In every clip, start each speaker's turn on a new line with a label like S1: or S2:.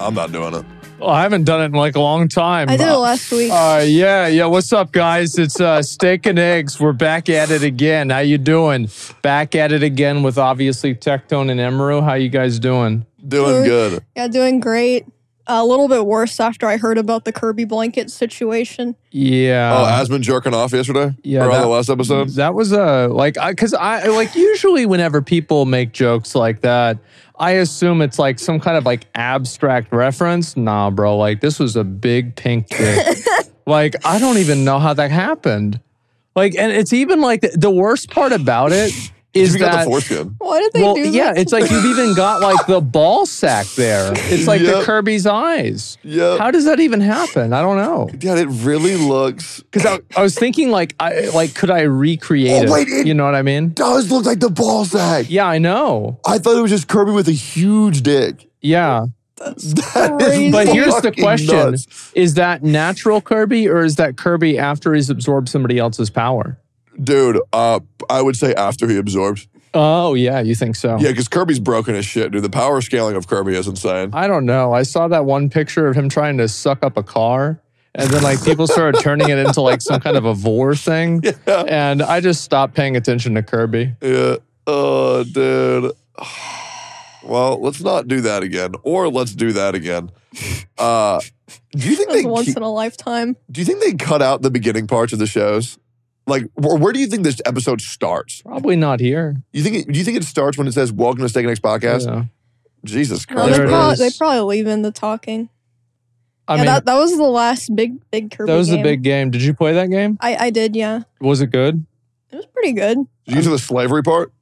S1: I'm not doing it.
S2: Well, I haven't done it in like a long time.
S3: I did it
S2: Uh,
S3: last week.
S2: Uh, yeah, yeah. What's up, guys? It's uh, Steak and Eggs. We're back at it again. How you doing? Back at it again with obviously Tectone and Emeru. How you guys doing?
S1: Doing
S3: Sure.
S1: good.
S3: yeah, doing great. A little bit worse after I heard about the Kirby blanket situation.
S2: Yeah.
S1: oh, Asmund jerking off yesterday?
S2: Um, yeah,
S1: Or on
S2: that-
S1: the last episode?
S2: That was a like I because I like usually whenever people make jokes like that, I assume it's like some kind of like abstract reference. Nah, bro, like this was a big pink dick. like I don't even know how that happened. Like, and it's even like the, the worst part about it is
S1: you got
S2: that
S1: the foreskin.
S3: Why did they
S2: well,
S3: do
S2: yeah,
S3: that?
S2: it's like you've even got like the ball sack there. It's like the
S1: Yep.
S2: Kirby's eyes.
S1: Yep.
S2: How does that even happen? I don't know.
S1: Yeah, it really looks.
S2: Because I, I was thinking, like, I like could I recreate
S1: Oh,
S2: it?
S1: wait, it-
S2: You know what I mean?
S1: Does look like the ball sack.
S2: Yeah, I know.
S1: I thought it was just Kirby with a huge dick.
S2: Yeah,
S1: That is
S3: Crazy.
S2: but here's the
S1: fucking
S2: question:
S1: nuts.
S2: Is that natural Kirby, or is that Kirby after he's absorbed somebody else's power?
S1: dude. Uh, I would say after he absorbs.
S2: Oh yeah, you think so?
S1: Yeah, because Kirby's broken as shit, dude. The power scaling of Kirby is insane.
S2: I don't know. I saw that one picture of him trying to suck up a car, and then like people started turning it into like some kind of a vor thing,
S1: Yeah.
S2: and I just stopped paying attention to Kirby.
S1: Yeah. Oh, dude. Well, let's not do that again, or let's do that again. Uh, do you think
S3: That
S1: they
S3: was once
S1: keep-
S3: in a lifetime.
S1: do you think they cut out the beginning parts of the shows? Like, where, where do you think this episode starts?
S2: Probably not here.
S1: You think it, do you think it starts when it says "Welcome to Steak and Eggs Podcast"?
S2: Yeah.
S1: Jesus
S3: No,
S1: Christ!
S2: There
S3: they,
S2: it
S1: bro.
S3: probably,
S2: is.
S3: they probably leave in the talking.
S2: I
S3: yeah,
S2: mean,
S3: that, that was the last big big Kirby.
S2: that was the
S3: game.
S2: big game. Did you play that game?
S3: I I did. Yeah,
S2: Was it good?
S3: it was pretty good.
S1: Did you get to the slavery part?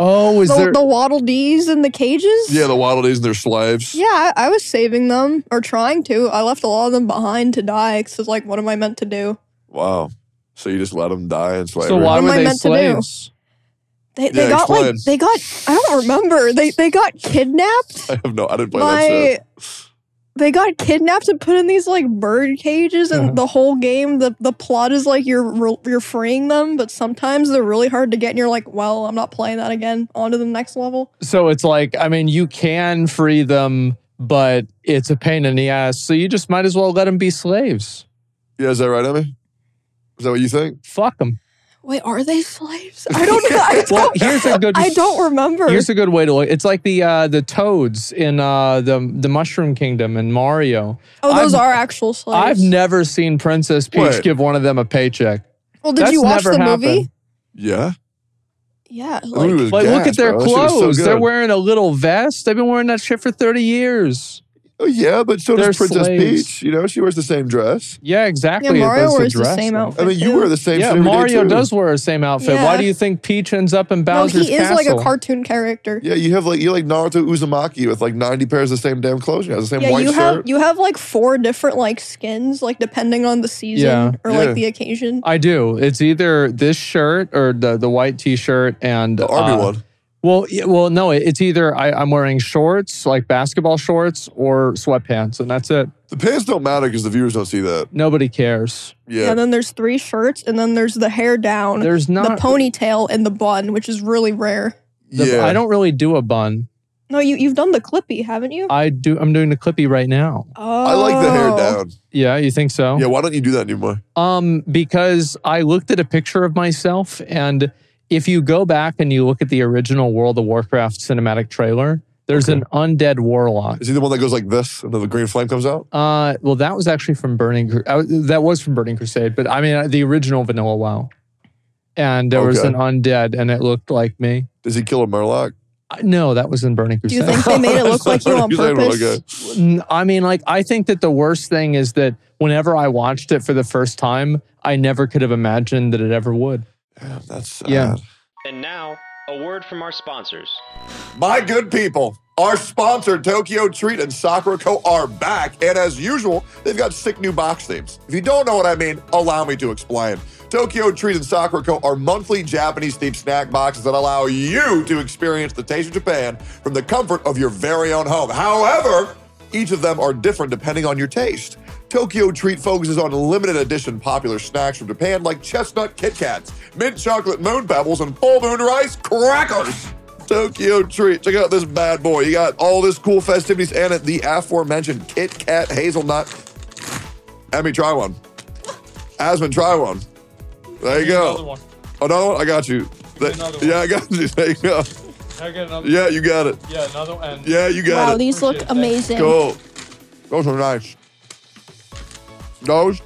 S2: Oh, is
S3: the,
S2: there?
S3: the waddle D's in the cages.
S1: Yeah, the Waddle Dees and their slaves.
S3: Yeah, I, I was saving them or trying to. I left a lot of them behind to die because it's like, what am I meant to do?
S1: Wow. So you just let them die in slavery?
S2: so why
S3: am
S2: were
S3: I
S2: they
S3: meant to do?
S2: slaves?
S3: They, they
S1: Yeah,
S3: got like
S1: explain.
S3: they got. I don't remember. They they got kidnapped
S1: I have no. I didn't play that shit.
S3: by. They got kidnapped and put in these like bird cages, and
S2: Uh-huh.
S3: the whole game, the, the plot is like you're re- you're freeing them, but sometimes they're really hard to get, and you're like, well, I'm not playing that again. On to the next level.
S2: So it's like, I mean, you can free them, but it's a pain in the ass. So you just might as well let them be slaves.
S1: Yeah, is that right, Emmy? Is that what you think?
S2: Fuck them.
S3: Wait, are they slaves? I don't know. I
S2: Well,
S3: don't,
S2: here's a good.
S3: I don't remember.
S2: Here's a good way to look. It's like the uh, the toads in uh, the the Mushroom Kingdom in Mario.
S3: Oh, those
S2: I've-
S3: are actual
S2: I've
S3: slaves.
S2: never seen Princess Peach
S1: Wait.
S2: give one of them a paycheck.
S3: well, did
S2: That's
S3: you watch
S2: never
S3: the
S2: happened.
S3: movie?
S1: Yeah.
S3: Yeah,
S1: That movie
S3: like
S1: was
S2: Like, look
S1: gas,
S2: at their
S1: bro. That shit was so
S2: clothes. They're
S1: good.
S2: wearing a little vest. They've been wearing that shit for thirty years.
S1: Oh, yeah, but so
S2: They're
S1: does Princess
S2: slaves.
S1: Peach. You know, she wears the same dress.
S2: Yeah, exactly.
S3: yeah, Mario
S2: That's
S3: wears the
S2: dress,
S3: same
S2: though.
S3: outfit.
S1: I mean, you
S3: too.
S1: wear the same.
S2: Yeah,
S1: shit every day,
S2: Mario
S1: too.
S2: does wear the same outfit.
S3: Yeah.
S2: Why do you think Peach ends up in
S3: No,
S2: Bowser's
S3: he is
S2: castle?
S3: like a cartoon character.
S1: Yeah, you have like you like Naruto Uzumaki with like ninety pairs of the same damn clothes. You have the same
S3: Yeah,
S1: white
S3: you
S1: shirt.
S3: have you have like four different like skins, like depending on the season
S2: Yeah.
S3: or
S1: Yeah.
S3: like the occasion.
S2: I do. It's either this shirt or the the white t shirt and
S1: the army
S2: uh,
S1: one.
S2: Well, yeah, well, no, it- it's either I, I'm wearing shorts, like basketball shorts, or sweatpants, and that's it.
S1: The pants don't matter because the viewers don't see that.
S2: Nobody cares.
S1: Yeah.
S3: And then there's three shirts, and then there's the hair down,
S2: There's
S3: the
S2: not.
S3: ponytail, and the bun, which is really rare.
S2: the-
S1: yeah.
S2: I don't really do a bun.
S3: No, you you've done the clippy, haven't you?
S2: I do. I'm doing the clippy right now.
S3: oh,
S1: I like the hair down.
S2: Yeah, you think so?
S1: Yeah, why don't you do that anymore?
S2: Um, because I looked at a picture of myself, and if you go back and you look at the original World of Warcraft cinematic trailer, there's
S1: Okay.
S2: an undead warlock.
S1: Is he the one that goes like this and then the green flame comes out?
S2: Uh, well, that was actually from Burning. Cru- uh, that was from Burning Crusade, but I mean uh, the original Vanilla WoW, and there was
S1: Okay.
S2: an undead, and it looked like me.
S1: Does he kill a Murloc?
S2: Uh, No, that was in Burning
S3: Do you
S2: Crusade.
S3: think they made it look like you on
S1: He's like, "Oh
S3: purpose?
S1: okay.
S2: N- I mean, like I think that the worst thing is that whenever I watched it for the first time, I never could have imagined that it ever would.
S1: Damn, that's sad.
S2: Yeah.
S4: And now, a word from our sponsors.
S1: My good people, our sponsor Tokyo Treat and Sakura Co are back, and as usual, they've got sick new box themes. If you don't know what I mean, allow me to explain. Tokyo Treat and Sakura Co are monthly Japanese themed snack boxes that allow you to experience the taste of Japan from the comfort of your very own home. However, each of them are different depending on your taste. Tokyo Treat focuses on limited edition popular snacks from Japan like chestnut Kit Kats, mint chocolate moon pebbles, and full moon rice crackers. Tokyo treat. Check out this bad boy. You got all this cool festivities and it. The aforementioned Kit Kat hazelnut. Emmy, try one. Asmund, try one. There you
S5: Another
S1: go.
S5: one.
S1: Another one. I got you. Th-
S5: Another one.
S1: Yeah, I got you. There you go.
S5: Can I get another?
S1: Yeah, you got it.
S5: Yeah, another one. And
S1: Yeah, you got
S3: Wow,
S1: it.
S3: these look
S5: Appreciate it.
S3: amazing.
S1: Cool. Those are nice. Those,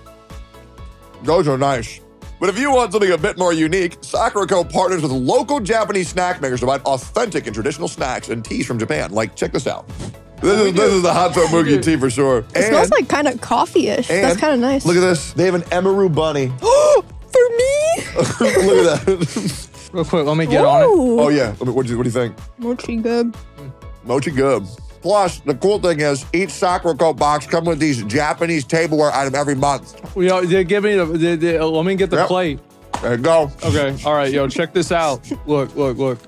S1: those are nice. But if you want something a bit more unique, Sakurako partners with local Japanese snack makers to provide authentic and traditional snacks and teas from Japan. Like, check this out. This is this is the hot Mugi tea for sure.
S3: Oh, It smells like kind of coffee-ish. That's
S1: and-
S3: kind of nice.
S1: Look at this. They have an Emeru bunny.
S3: For me,
S1: look at that.
S2: Real quick, let me get on it.
S1: oh yeah. What do you, what do you think?
S3: mochi good.
S1: Mochi good. Plus, the cool thing is, each Sakurako box comes with these Japanese tableware item every month.
S2: Yo, they give me the, they, they, uh, let me get the
S1: Yep.
S2: plate.
S1: There you go.
S2: Okay, all right, yo, check this out. Look, look, look.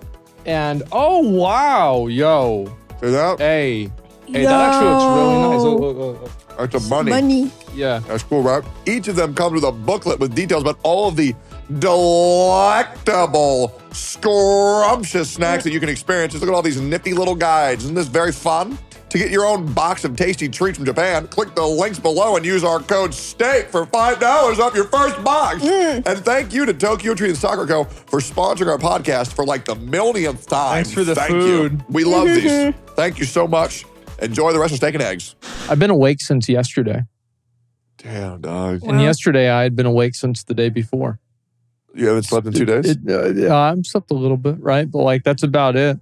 S2: And oh wow, yo,
S1: See that?
S2: hey, hey, that actually looks really nice. Look, look, look, look.
S1: That's a bunny.
S3: Money.
S2: Yeah,
S1: That's cool, right? Each of them comes with a booklet with details about all of the delectable, scrumptious snacks that you can experience. Just look at all these nifty little guides. Isn't this very fun? To get your own box of tasty treats from Japan, click the links below and use our code STEAK for $5 off your first box. And thank you to Tokyo Treat and Soccer Co. for sponsoring our podcast for like the millionth time.
S2: Thanks for the
S1: Thank
S2: food.
S1: You. We love these. Thank you so much. Enjoy the rest of Steak and Eggs.
S2: I've been awake since yesterday,
S1: Damn, dog.
S2: and
S3: Wow.
S2: yesterday I had been awake since the day before.
S1: You haven't slept in two days?
S2: It, uh, yeah, I slept a little bit, right? But like that's about it.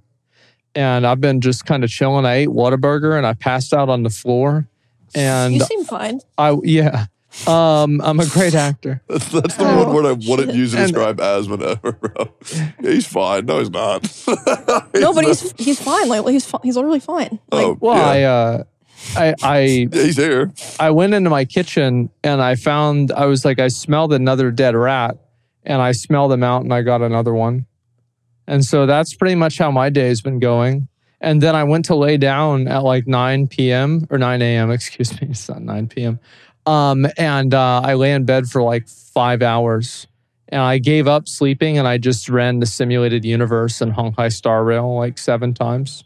S2: And I've been just kind of chilling. I ate Whataburger and I passed out on the floor.
S3: You
S2: And
S3: seem fine.
S2: I, yeah, um, I'm a great actor.
S1: That's, that's the
S3: Oh,
S1: one word I wouldn't
S3: shit.
S1: use to
S2: And-
S1: describe Asmund ever, bro. Yeah, he's fine. No, he's not.
S3: No, but he's he's fine. Like he's fi- he's literally fine. Like
S1: Oh,
S2: Well,
S1: yeah.
S2: I, uh, I,
S1: Yeah, he's here.
S2: I, I went into my kitchen and I found I was like I smelled another dead rat, and I smelled them out and I got another one, and so that's pretty much how my day's been going. And then I went to lay down at like 9 p.m. or 9 a.m. Excuse me, it's not 9 p.m. Um, and uh, I lay in bed for like five hours. And I gave up sleeping and I just ran the simulated universe and Hong Hai Star Rail like seven times.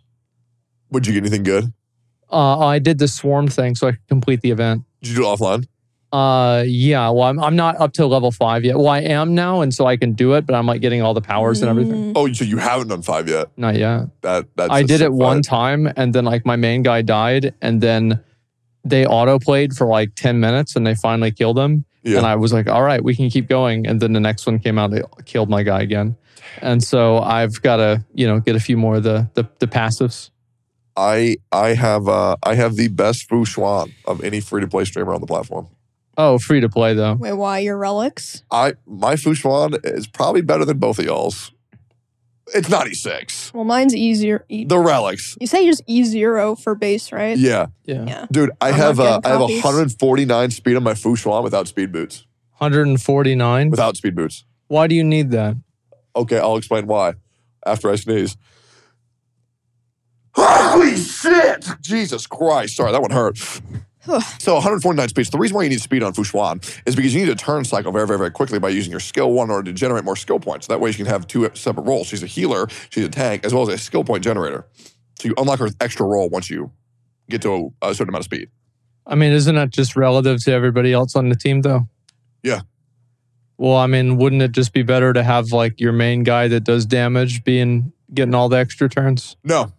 S1: Would you get anything good?
S2: Uh, I did the swarm thing so I could complete the event.
S1: Did you do it offline?
S2: Uh, yeah. Well, I'm, I'm not up to level five yet. Well, I am now, and so I can do it, but I'm like getting all the powers and everything.
S3: mm,
S1: Oh, so you haven't done five yet.
S2: Not yet.
S1: That that's
S2: I
S1: a
S2: did
S1: sick
S2: it one
S1: fight.
S2: time, and then like my main guy died, and then they auto played for like ten minutes, and they finally killed him.
S1: Yeah.
S2: And I was like, all right, we can keep going. And then the next one came out, they killed my guy again. And so I've got to, you know, get a few more of the the, the passives.
S1: I I have uh I have the best Fu Shuan of any free to play streamer on the platform.
S2: Oh, free to play though.
S3: mm, wait, why your relics?
S1: I my Fu Shuan is probably better than both of y'all's. It's ninety six.
S3: Well, mine's easier. E-
S1: The relics.
S3: you say you just E zero for base, right?
S1: Yeah,
S2: Yeah,
S3: Yeah.
S1: dude. I
S3: I'm not
S1: have uh,
S3: getting
S1: I have
S3: copies.
S1: 149 speed on my Fu Shuan without speed boots.
S2: 149.
S1: Without speed boots.
S2: Why do you need that?
S1: Okay, I'll explain why after I sneeze. Holy shit! Jesus Christ. Sorry, that one hurt.
S3: Ugh.
S1: So 149 speeds. The reason why you need speed on Fushuan is because you need to turn cycle very, very, very quickly by using your skill one in order to generate more skill points. That way she can have two separate roles. She's a healer, she's a tank, as well as a skill point generator. So you unlock her extra role once you get to a, a certain amount of speed.
S2: I mean, isn't that just relative to everybody else on the team, though?
S1: Yeah.
S2: Well, I mean, wouldn't it just be better to have like your main guy that does damage being getting all the extra turns?
S1: No,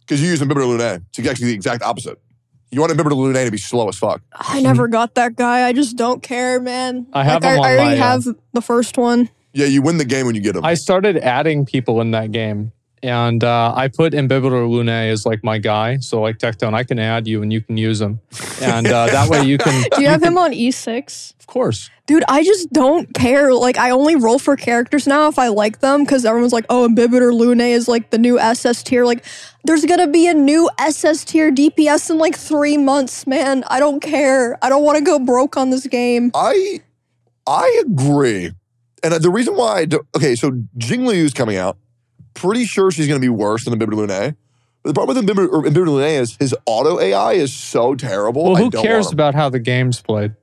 S1: because you use a Bibber Lune. It's actually the exact opposite. You want a Bibber Lune to be slow as fuck.
S3: I never got that guy. I just don't care, man.
S2: I have
S3: like,
S2: him on
S3: I, I already
S2: my, uh,
S3: have the first one.
S1: Yeah, you win the game when you get them.
S2: I started adding people in that game, and uh, I put Imbibitor Lune as like my guy. So like Tectone, I can add you and you can use him, and uh, that way you can.
S3: Do you have
S2: can-
S3: him on E six?
S2: Of course.
S3: Dude, I just don't care. Like, I only roll for characters now if I like them because everyone's like, oh, and Bibbit or Lune is like the new SS tier. Like, there's gonna be a new SS tier DPS in like three months, man. I don't care. I don't wanna go broke on this game.
S1: I I agree, and uh, the reason why I do, okay, so Jing Liu's coming out. Pretty sure she's going to be worse than the Bibbidi Lune. The problem with the Bibbidi or Bibbidi Lune is his auto AI is so terrible.
S2: Well,
S1: Oh, I
S2: who
S1: don't
S2: cares
S1: want him.
S2: about how the game's played?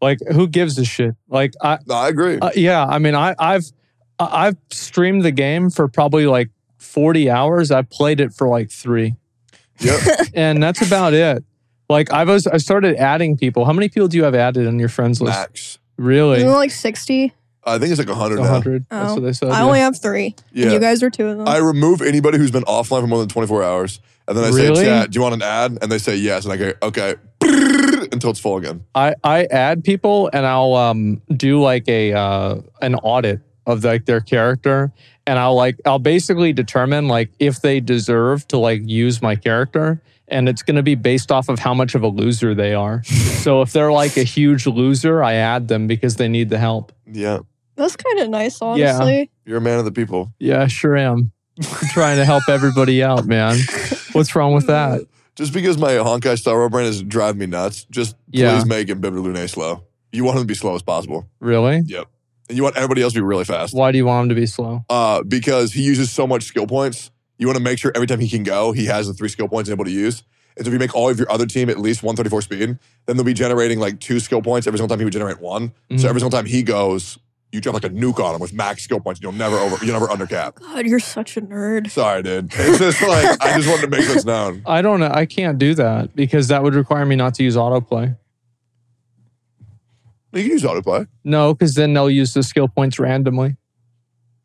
S2: Like, who gives a shit? Like, I
S1: No, I agree.
S2: Uh, yeah, I mean, I, I've I- I've streamed the game for probably like 40 hours. I played it for like three.
S1: Yep.
S2: and that's about it. Like I've always, I started adding people. How many people do you have added on your friends list?
S1: Max.
S2: Really?
S3: Isn't it like 60?
S1: I think it's like 100 now.
S2: 100. That's
S3: Oh.
S2: what they said.
S3: I
S2: yeah.
S3: only have three. And
S1: Yeah.
S3: you guys are two of them.
S1: I remove anybody who's been offline for more than 24 hours. And then I
S2: Really?
S1: say, chat, do you want an ad? And they say yes. And I go, okay, Brrrr, until it's full again.
S2: I, I add people and I'll um, do like a uh, an audit of like their character and I'll like I'll basically determine like if they deserve to like use my character and it's going to be based off of how much of a loser they are. so if they're like a huge loser, I add them because they need the help.
S1: Yeah.
S3: That's kind of nice,
S2: Yeah.
S3: honestly.
S1: You're a man of the people.
S2: Yeah, sure am. I'm trying to help everybody out, man. What's wrong with that?
S1: Just because my Honkai Star Rail brand is driving me nuts, just
S2: Yeah.
S1: please make Embiid Lune slow. You want him to be slow as possible.
S2: Really?
S1: And you want everybody else to be really fast.
S2: Why do you want them to be slow?
S1: Uh, because he uses so much skill points. You want to make sure every time he can go, he has the three skill points able to use. And so if you make all of your other team at least 134 speed, then they'll be generating like two skill points every single time he would generate one.
S2: Mm-hmm.
S1: So every single time he goes, you drop like a nuke on him with max skill points. You'll never over, you'll never undercap.
S3: God, you're such a nerd.
S1: Sorry, dude. It's just like I just wanted to make this known.
S2: I don't know. I can't do that because that would require me not to use autoplay.
S1: You can use autoplay.
S2: No, because then they'll use the skill points randomly.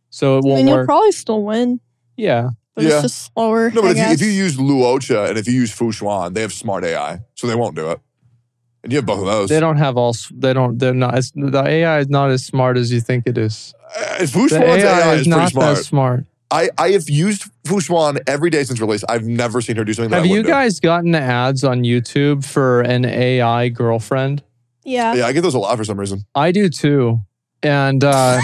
S2: So it won't
S3: and you'll
S2: work.
S3: probably still win,
S2: yeah.
S3: but
S1: Yeah.
S3: it's just slower.
S1: No,
S3: I
S1: but if you,
S3: guess.
S1: if you use Luocha and if you use Fu Xuan, they have smart AI, so they won't do it. And you have both of those.
S2: They don't have all s- they don't they're not it's, the AI is not as smart as you think it is.
S1: Uh, Fu
S2: The
S1: Xuan's AI, is, pretty
S2: not
S1: smart.
S2: that smart.
S1: I, I have used Fu Xuan every day since release. I've never seen her do something. that
S2: Have
S1: I
S2: you
S1: wouldn't do.
S2: guys gotten ads on YouTube for an AI girlfriend?
S3: yeah.
S1: Yeah, I get those a lot for some reason.
S2: I do too. And uh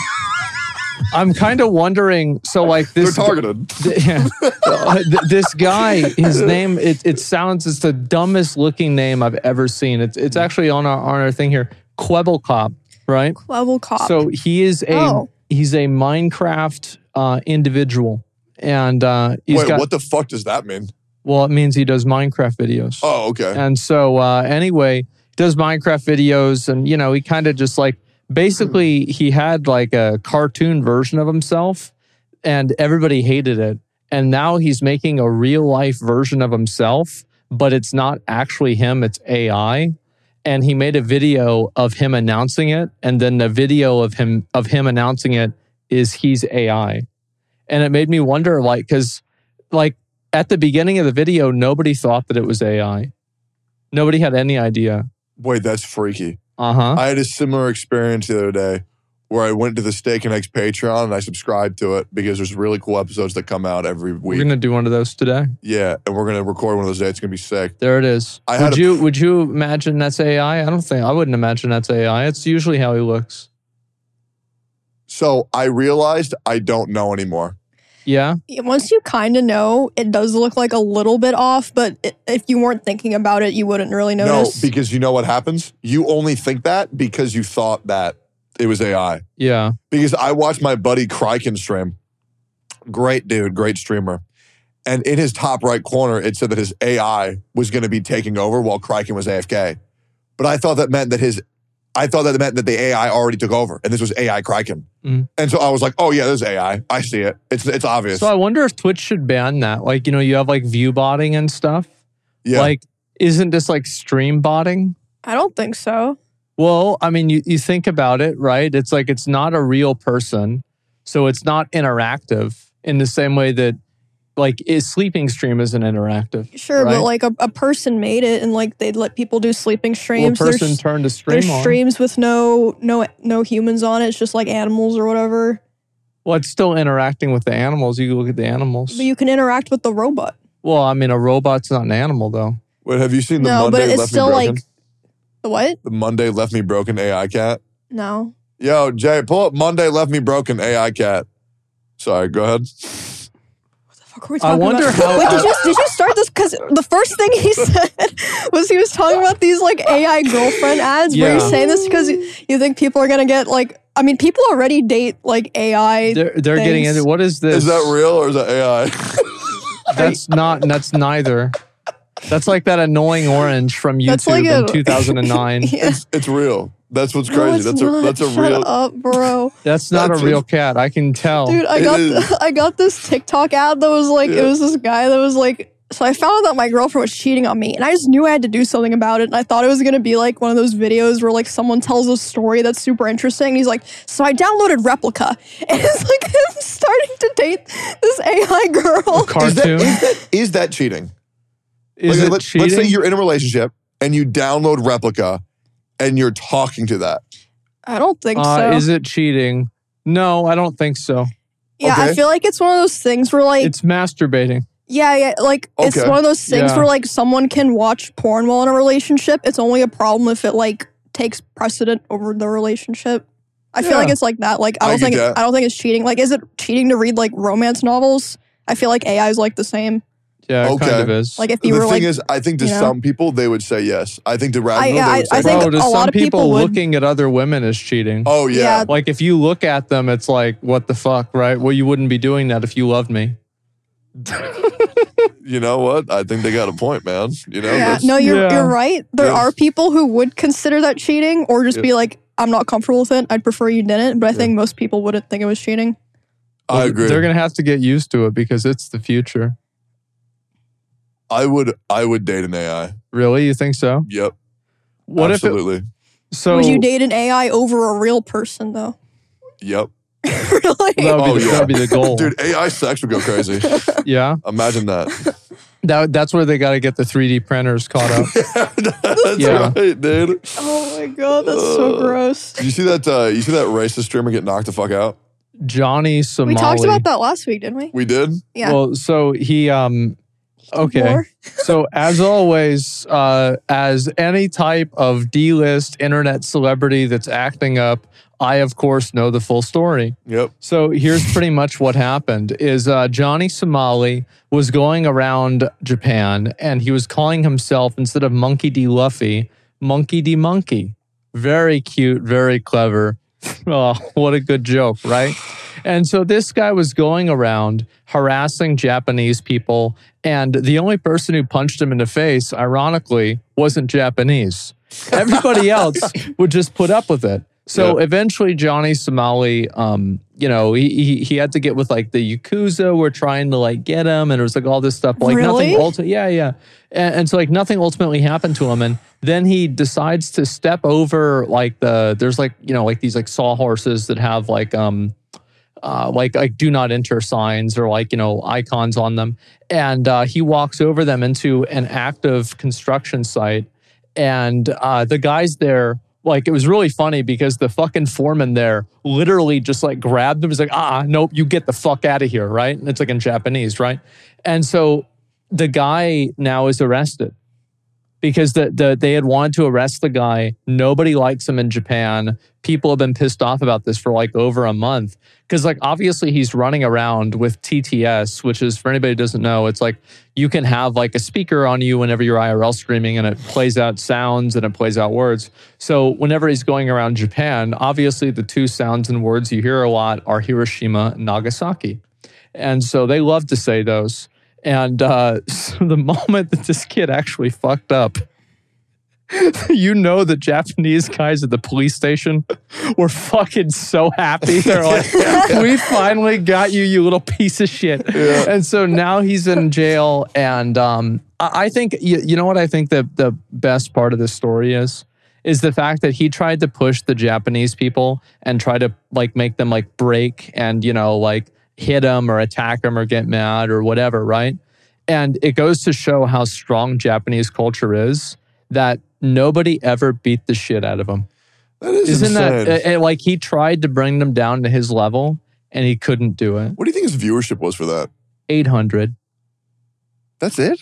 S2: I'm kind of wondering so like this
S1: They're targeted.
S2: th- yeah. Uh, th- this guy, his name, it, it sounds, it's the dumbest looking name I've ever seen. It's it's actually on our on our thing here, Quebble Cop, right?
S3: Level cop.
S2: So he is a
S3: Oh.
S2: he's a Minecraft uh, individual, and uh, he's
S1: Wait,
S2: got
S1: what the fuck does that mean?
S2: well, it means he does Minecraft videos.
S1: Oh, okay.
S2: And so uh, anyway, does Minecraft videos, and you know, he kind of just like basically he had like a cartoon version of himself, and everybody hated it. And now he's making a real life version of himself, but it's not actually him; it's AI. And he made a video of him announcing it, and then the video of him of him announcing it is he's AI. And it made me wonder, like, because like at the beginning of the video, nobody thought that it was AI. Nobody had any idea.
S1: Wait, that's freaky.
S2: Uh huh.
S1: I had a similar experience the other day where I went to the Steak and Eggs Patreon and I subscribed to it because there's really cool episodes that come out every
S2: We're
S1: week.
S2: gonna do one of those today.
S1: yeah, and we're gonna record one of those days. It's gonna be sick.
S2: There it is.
S1: I had
S2: would
S1: a-
S2: you would you imagine that's AI? I don't think I wouldn't imagine that's AI. It's usually how he looks.
S1: So I realized I don't know anymore.
S2: Yeah.
S3: Once you kind of know, it does look like a little bit off, but i if you weren't thinking about it, you wouldn't really notice.
S1: No, because you know what happens? You only think that because you thought that it was AI.
S2: Yeah.
S1: because I watched my buddy Kryken stream. Great dude, great streamer. And in his top right corner, it said that his AI was going to be taking over while Kryken was AFK. But I thought that meant that his, I thought that meant that the AI already took over, and this was AI Kryken.
S2: Mhm.
S1: And so I was like, oh yeah, this is AI. I see it. It's it's obvious.
S2: So I wonder if Twitch should ban that. Like you know, you have like view botting and stuff.
S1: yeah,
S2: Like, isn't this like stream botting?
S3: I don't think so.
S2: Well, I mean, you, you think about it, right? It's like it's not a real person. So it's not interactive in the same way that like is sleeping stream isn't interactive.
S3: Sure,
S2: Right.
S3: but like a, a person made it and like they'd let people do sleeping
S2: Well, a
S3: streams. There's-
S2: person turned a stream
S3: There's
S2: on.
S3: streams with no no no humans on it. It's just like animals or whatever.
S2: Well, it's still interacting with the animals. You can look at the animals.
S3: But you can interact with the robot.
S2: well, I mean, a robot's not an animal, though.
S1: Wait, have you seen the
S3: no,
S1: Monday
S3: but it's
S1: left
S3: still
S1: me broken?
S3: like the what?
S1: the Monday left me broken AI cat.
S3: No.
S1: Yo, Jay, pull up Monday left me broken AI cat. Sorry, go ahead.
S3: What the fuck were we talking
S2: wonder
S3: about?
S2: how-
S3: Wait, did you did you start this? Because the first thing he said was he was talking about these like AI girlfriend ads. Were you
S2: Yeah.
S3: saying this because you think people are gonna get like? I mean, people already date like AI.
S2: They're they're getting
S3: Thanks.
S2: into what is this?
S1: Is that real or is that AI?
S2: That's not. and That's neither. That's like that annoying orange from YouTube
S3: That's like
S2: in
S3: a-
S2: 2009.
S3: Yeah.
S1: It's real. That's what's
S3: No,
S1: crazy.
S3: it's
S1: that's a
S3: not.
S1: that's a
S3: Shut
S1: real.
S3: up, bro.
S2: That's not
S1: That's
S2: a real cat. I can tell.
S3: Dude, I
S1: It
S3: got
S1: is.
S3: I got this TikTok ad that was like it
S1: Yeah.
S3: was this guy that was like so I found out my girlfriend was cheating on me and I just knew I had to do something about it and I thought it was gonna be like one of those videos where like someone tells a story that's super interesting and he's like so I downloaded Replica and it's like him starting to date this AI girl.
S1: Is that,
S2: Cartoon.
S1: is that is that cheating?
S2: Is
S1: Like,
S2: it
S1: let,
S2: cheating?
S1: us say you're in a relationship and you download Replica, and you're talking to that.
S3: I don't think
S2: Uh,
S3: so.
S2: Is it cheating? No, I don't think so.
S3: yeah, I
S1: okay.
S3: feel like it's one of those things where like
S2: It's masturbating.
S3: Yeah, yeah. Like it's
S1: Okay.
S3: one of those things
S2: Yeah.
S3: where like someone can watch porn while in a relationship. It's only a problem if it like takes precedent over the relationship. I feel like
S2: Yeah.
S3: it's like that. Like I
S1: I
S3: don't
S1: get
S3: think
S1: that.
S3: I don't think it's cheating. Like, is it cheating to read like romance novels? I feel like AI is like the same.
S2: Yeah, it
S1: Okay.
S2: kind of is.
S3: Like if
S1: The
S3: you were
S1: thing
S3: like,
S1: is, I think to
S3: you know.
S1: some people they would say yes. I think to rational
S3: yeah,
S1: they would say
S3: I
S1: no.
S3: think
S2: Bro, to
S3: a
S2: some
S3: lot of people
S2: people
S3: would-
S2: looking at other women is cheating.
S1: Oh yeah.
S3: Yeah.
S2: Like if you look at them, it's like, what the fuck, right? Well, you wouldn't be doing that if you loved me.
S1: you know what? I think they got a point, man. You know,
S3: yeah,
S1: that's-
S3: no, you're
S2: Yeah.
S3: you're right. There
S1: Yeah.
S3: are people who would consider that cheating, or just
S1: Yeah.
S3: be like, I'm not comfortable with it. I'd prefer you didn't. But I think most people wouldn't think it was cheating.
S1: I agree.
S2: They're gonna have to get used to it because it's the future.
S1: I would, I would date an AI.
S2: Really? You think so?
S1: Yep,
S2: What
S1: absolutely.
S2: if it, so?
S3: would you date an AI over a real person though?
S1: yep,
S3: really?
S2: That would be,
S1: Oh,
S2: the,
S1: yeah.
S2: that'd be the goal,
S1: dude, AI sex would go crazy.
S2: Yeah,
S1: Imagine that.
S2: that, that's where they got to get the 3D printers caught up.
S1: that's
S2: Yeah.
S1: right, dude.
S3: Oh my god, that's so
S1: Ugh.
S3: gross.
S1: You see that? Uh, you see that racist streamer get knocked the fuck out?
S2: Johnny Somali.
S3: We talked about that last week, didn't we?
S1: We did.
S3: Yeah.
S2: Well, so he um okay.
S3: War.
S2: so as always, uh, as any type of D-list internet celebrity that's acting up, I of course know the full story.
S1: Yep.
S2: So here's pretty much what happened: is uh, Johnny Somali was going around Japan and he was calling himself instead of Monkey D. Luffy, Monkey D. Monkey. Very cute, very clever. oh, what a good joke, right? And so this guy was going around harassing Japanese people, and the only person who punched him in the face, ironically, wasn't Japanese. Everybody else would just put up with it. So eventually, Johnny Somali, um, you know, he, he he had to get with like the yakuza. Were trying to like get him, and it was like all this stuff. Like
S3: Really?
S2: nothing. Ulti- yeah, yeah. And, and so like nothing ultimately happened to him, and then he decides to step over like the there's like you know like these like sawhorses that have like um uh, like like do not enter signs or like you know icons on them and uh, he walks over them into an active construction site and uh, the guys there like it was really funny because the fucking foreman there literally just like grabbed him he's like ah nope you get the fuck out of here right and it's like in japanese right and so the guy now is arrested because the, the they had wanted to arrest the guy nobody likes him in japan people have been pissed off about this for like over a month because like obviously he's running around with TTS, which is for anybody who doesn't know, it's like you can have like a speaker on you whenever you're IRL streaming, and it plays out sounds and it plays out words. So whenever he's going around Japan, obviously the two sounds and words you hear a lot are Hiroshima and Nagasaki, and so they love to say those. And uh, so the moment that this kid actually fucked up. You know the Japanese guys at the police station were fucking so happy. They're like, we finally got you, you little piece of shit. And so now he's in jail. And um, I I think, you, you know what I think the, the best part of this story is? Is the fact that he tried to push the Japanese people and try to like make them like break and, you know, like hit them or attack them or get mad or whatever, right? And it goes to show how strong Japanese culture is that nobody ever beat the shit out of them.
S1: That is
S2: Isn't
S1: insane.
S2: that uh, uh, like he tried to bring them down to his level and he couldn't do it?
S1: what do you think his viewership was for that?
S2: 800.
S1: That's it.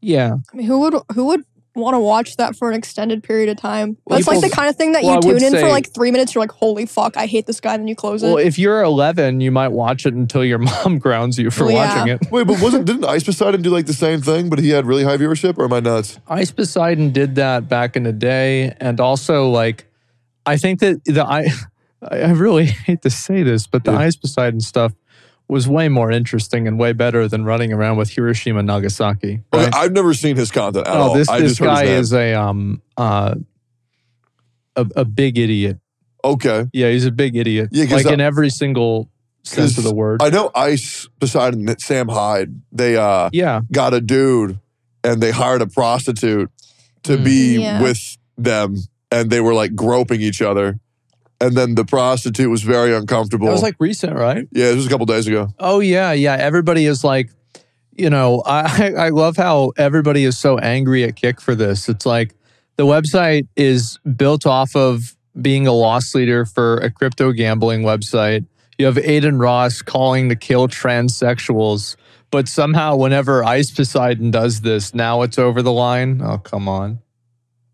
S2: Yeah.
S3: I mean, who would who would want to watch that for an extended period of time?
S2: Well,
S3: That's like the
S2: people-
S3: kind of thing that
S2: well, I
S3: you
S2: would
S3: tune in for
S2: say-
S3: like three minutes. You're like, holy fuck, I hate this guy. Then you close
S2: Well,
S3: it.
S2: if you're 11, you might watch it until your mom grounds you for
S3: Well, yeah.
S2: watching it.
S1: Wait, but wasn't didn't Ice Poseidon do like the same thing? But he had really high viewership, or am I nuts?
S2: Ice Poseidon did that back in the day. And also, like, I think that the I, I really hate to say this, but the
S1: Yeah.
S2: Ice Poseidon stuff was way more interesting and way better than running around with Hiroshima and Nagasaki.
S1: Okay,
S2: right?
S1: I've never seen his content at
S2: Oh,
S1: all.
S2: this
S1: I
S2: this
S1: just heard his
S2: guy
S1: name.
S2: is a um uh a, a big idiot.
S1: Okay.
S2: Yeah, he's a big idiot.
S1: Yeah, 'cause
S2: like in every single sense
S1: 'cause
S2: of the word.
S1: I know Ice Poseidon, Sam Hyde, they uh,
S2: yeah,
S1: got a dude and they hired a prostitute to
S2: Mm.
S1: be
S3: Yeah.
S1: with them and they were like groping each other. And then the prostitute was very uncomfortable.
S2: that was like recent, right?
S1: yeah, this was a couple days ago.
S2: Oh yeah, yeah. Everybody is like, you know, I I love how everybody is so angry at Kick for this. It's like the website is built off of being a loss leader for a crypto gambling website. You have Aiden Ross calling to kill transsexuals, but somehow whenever Ice Poseidon does this, now it's over the line. Oh come on.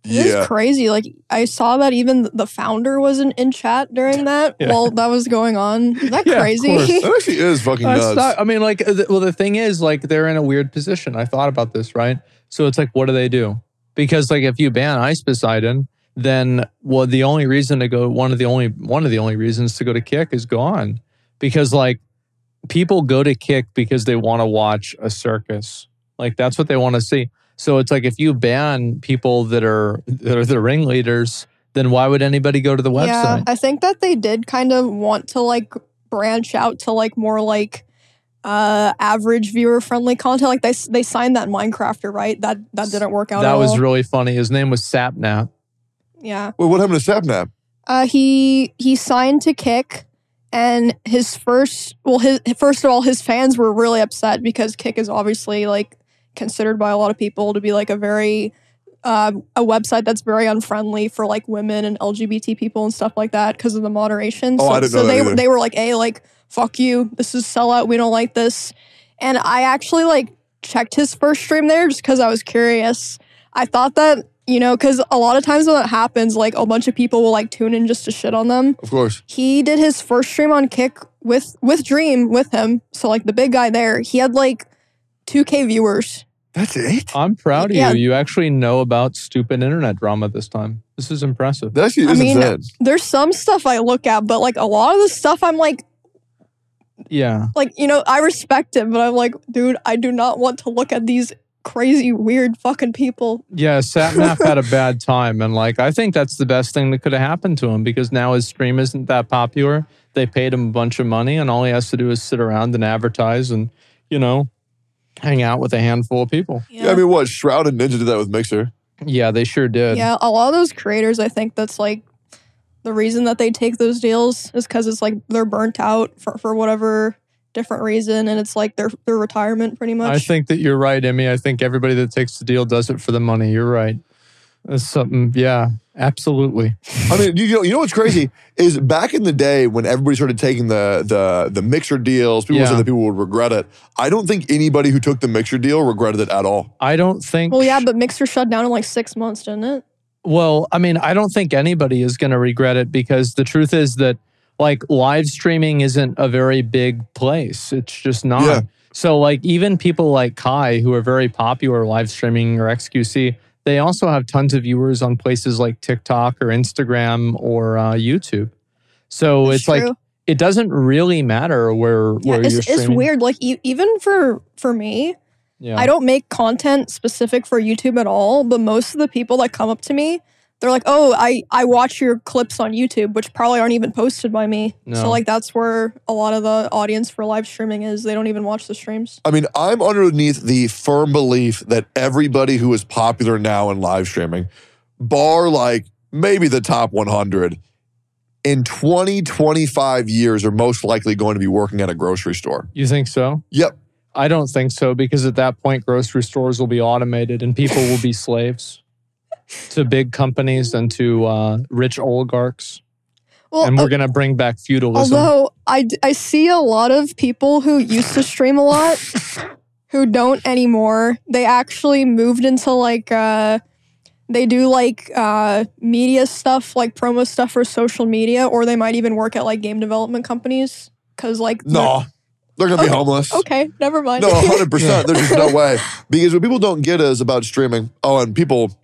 S3: It is
S1: Yeah.
S3: crazy. Like I saw that even the founder was in, in chat during that
S2: Yeah.
S3: while that was going on. Is that
S2: Yeah, of
S3: crazy?
S2: course.
S1: That actually is fucking
S2: That's
S1: nuts.
S2: not- I mean, like, th- well, the thing is, like, they're in a weird position. I thought about this, right? So it's like, what do they do? Because like, if you ban Ice Poseidon, then well, the only reason to go, one of the only one of the only reasons to go to Kick is gone, because like, people go to Kick because they want to watch a circus. Like that's what they want to see. So it's like if you ban people that are that are the ringleaders, then why would anybody go to the website?
S3: Yeah, I think that they did kind of want to like branch out to like more like uh average viewer friendly content. Like they s- they signed that Minecrafter, right? That that didn't work out.
S2: that
S3: at
S2: was
S3: all.
S2: really funny. His name was Sapnap.
S3: yeah.
S1: Wait, what happened to Sapnap?
S3: Uh, he he signed to Kick, and his first well, his first of all, his fans were really upset because Kick is obviously like considered by a lot of people to be like a very uh, a website that's very unfriendly for like women and LGBT people and stuff like that because of the moderation.
S1: Oh,
S3: so
S1: I didn't
S3: so
S1: know that
S3: they
S1: either.
S3: they were like, "Hey, like fuck you, this is sellout. We don't like this." And I actually like checked his first stream there just because I was curious. I thought that, you know, because a lot of times when that happens, like a bunch of people will like tune in just to shit on them.
S1: Of course.
S3: He did his first stream on Kick with with Dream with him. So like the big guy there, he had like 2k viewers.
S1: That's it?
S2: I'm proud of
S3: Yeah.
S2: you. You actually know about stupid internet drama this time. This is impressive.
S1: That actually
S3: I
S1: is
S3: mean,
S1: insane.
S3: There's some stuff I look at, but like a lot of the stuff I'm like
S2: Yeah.
S3: like, you know, I respect it, but I'm like, dude, I do not want to look at these crazy weird fucking people.
S2: Yeah. Satnap had a bad time. And like, I think that's the best thing that could have happened to him because now his stream isn't that popular. They paid him a bunch of money, and all he has to do is sit around and advertise and, you know, hang out with a handful of people.
S1: Yeah, I mean, what? Shroud and Ninja did that with Mixer.
S2: Yeah, they sure did.
S3: Yeah, a lot of those creators, I think that's like the reason that they take those deals is because it's like they're burnt out for, for whatever different reason, and it's like their their retirement pretty much.
S2: I think that you're right, Emmy. I think everybody that takes the deal does it for the money. You're right. That's something. Yeah, absolutely.
S1: I mean, you know, you know what's crazy is back in the day when everybody started taking the the the mixer deals, people
S2: Yeah.
S1: said that people would regret it. I don't think anybody who took the mixer deal regretted it at all.
S2: I don't think.
S3: Well, yeah, but Mixer shut down in like six months, didn't it?
S2: Well, I mean, I don't think anybody is going to regret it because the truth is that like live streaming isn't a very big place. It's just not.
S1: Yeah.
S2: So like even people like Kai who are very popular live streaming or XQC, they also have tons of viewers on places like TikTok or Instagram or uh, YouTube. So it's like
S3: true.
S2: it doesn't really matter where
S3: yeah,
S2: where
S3: it's,
S2: you're
S3: it's
S2: streaming.
S3: weird. Like e- even for for me,
S2: Yeah.
S3: I don't make content specific for YouTube at all. But most of the people that come up to me. They're like, oh, I, I watch your clips on YouTube, which probably aren't even posted by me.
S2: No.
S3: So like that's where a lot of the audience for live streaming is. They don't even watch the streams.
S1: I mean, I'm underneath the firm belief that everybody who is popular now in live streaming, bar like maybe the top 100, in 20, 25 years are most likely going to be working at a grocery store.
S2: You think so?
S1: Yep.
S2: I don't think so because at that point, grocery stores will be automated and people will be slaves to big companies and to uh, rich oligarchs.
S3: Well,
S2: and we're
S3: uh,
S2: going to bring back feudalism.
S3: although I, d- I see a lot of people who used to stream a lot who don't anymore. They actually moved into like uh, they do like uh, media stuff, like promo stuff for social media, or they might even work at like game development companies because like they're-
S1: No, they're going to be
S3: Okay.
S1: homeless.
S3: Okay, never mind.
S1: No, 100%. There's just no way. Because what people don't get is about streaming. Oh, and people,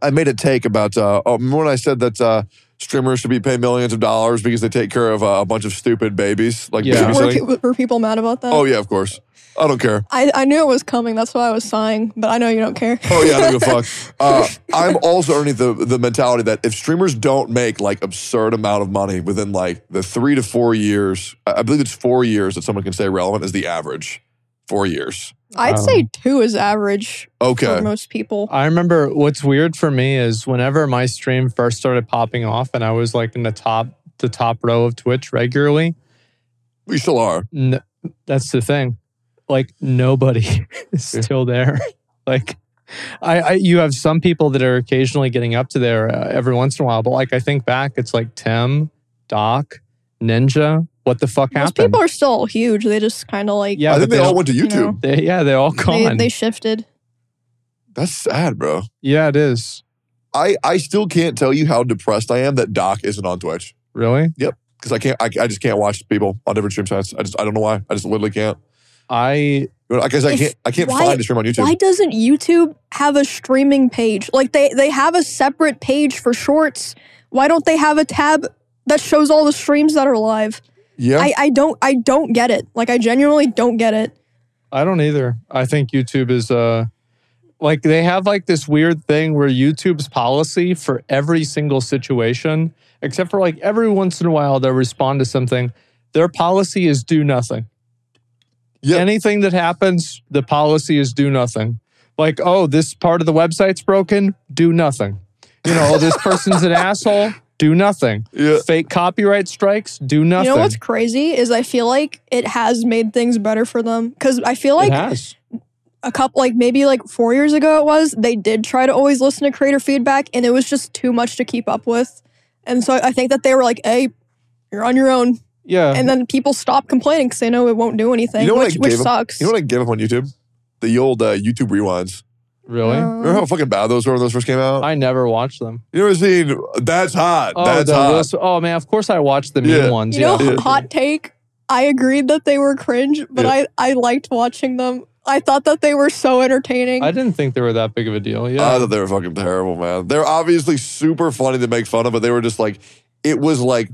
S1: I made a take about, uh, oh, remember when I said that uh, Streamers should be paid millions of dollars because they take care of uh, a bunch of stupid babies. Like
S2: Yeah.
S1: babies.
S3: Were, pe- were people mad about that?
S1: Oh yeah, of course. I don't care.
S3: I, I knew it was coming. That's why I was sighing, but I know you don't care.
S1: Oh yeah, I don't give a fuck. Uh, I'm also underneath the, the mentality that if streamers don't make like absurd amount of money within like the three to four years, I I believe it's four years that someone can stay relevant is the average. Four years.
S3: I'd say
S1: Um,
S3: two is average for
S1: Okay.
S3: most people.
S2: I remember what's weird for me is whenever my stream first started popping off and I was like in the top the top row of Twitch regularly,
S1: We still are.
S2: n- that's the thing. Like nobody is
S1: Yeah.
S2: still there. like I, I you have some people that are occasionally getting up to there uh, every once in a while, but like I think back it's like Tim, Doc, Ninja, what the fuck
S3: Most
S2: happened?
S3: people are still huge. They just kind of like
S2: yeah,
S1: I
S2: but
S1: think they,
S2: they
S1: all
S2: don't-
S1: went to YouTube.
S3: know.
S2: they, yeah, they all
S3: they,
S2: gone.
S3: they shifted.
S1: That's sad, bro.
S2: yeah, it is.
S1: I, I still can't tell you how depressed I am that Doc isn't on Twitch
S2: Really?
S1: because I can't. I, I just can't watch people on different stream sites. I just I don't know why. I just literally can't.
S2: I
S1: Because I
S3: If-
S1: can't. I can't
S3: why-
S1: find a stream on YouTube.
S3: Why doesn't YouTube have a streaming page? Like they they have a separate page for shorts. Why don't they have a tab that shows all the streams that are live?
S1: yeah.
S3: I, I don't I don't get it. Like I genuinely don't get it.
S2: I don't either. I think YouTube is uh like they have like this weird thing where YouTube's policy for every single situation, except for like every once in a while they'll respond to something. Their policy is do nothing.
S1: Yeah.
S2: Anything that happens, the policy is do nothing. Like, oh, this part of the website's broken, do nothing. You know, oh, this person's an asshole, do nothing.
S1: yeah.
S2: Fake copyright strikes, do nothing.
S3: You know what's crazy is I feel like it has made things better for them because I feel
S2: it
S3: like
S2: has.
S3: a couple like maybe like four years ago it was they did try to always listen to creator feedback and it was just too much to keep up with, and so I think that they were like, hey, you're on your own.
S2: Yeah.
S3: and then people stop complaining because they know it won't do anything,
S1: You know what
S3: which,
S1: I
S3: which
S1: gave up-
S3: sucks.
S1: You know what I gave up on YouTube? The old uh, YouTube rewinds.
S2: really?
S3: uh, Um,
S1: Remember how fucking bad those were when those first came out?
S2: Mm. I never watched them.
S1: you ever seen That's Hot?
S2: Oh,
S1: that's
S2: the
S1: Hot.
S2: roast- oh man, of course I watched the meme
S1: Yeah.
S2: ones.
S3: You know,
S2: yeah.
S3: hot take. I agreed that they were cringe, but
S1: Yeah.
S3: I I liked watching them. I thought that they were so entertaining.
S2: I didn't think they were that big of a deal. Yeah,
S1: I thought they were fucking terrible, man. They're obviously super funny to make fun of, but they were just like, it was like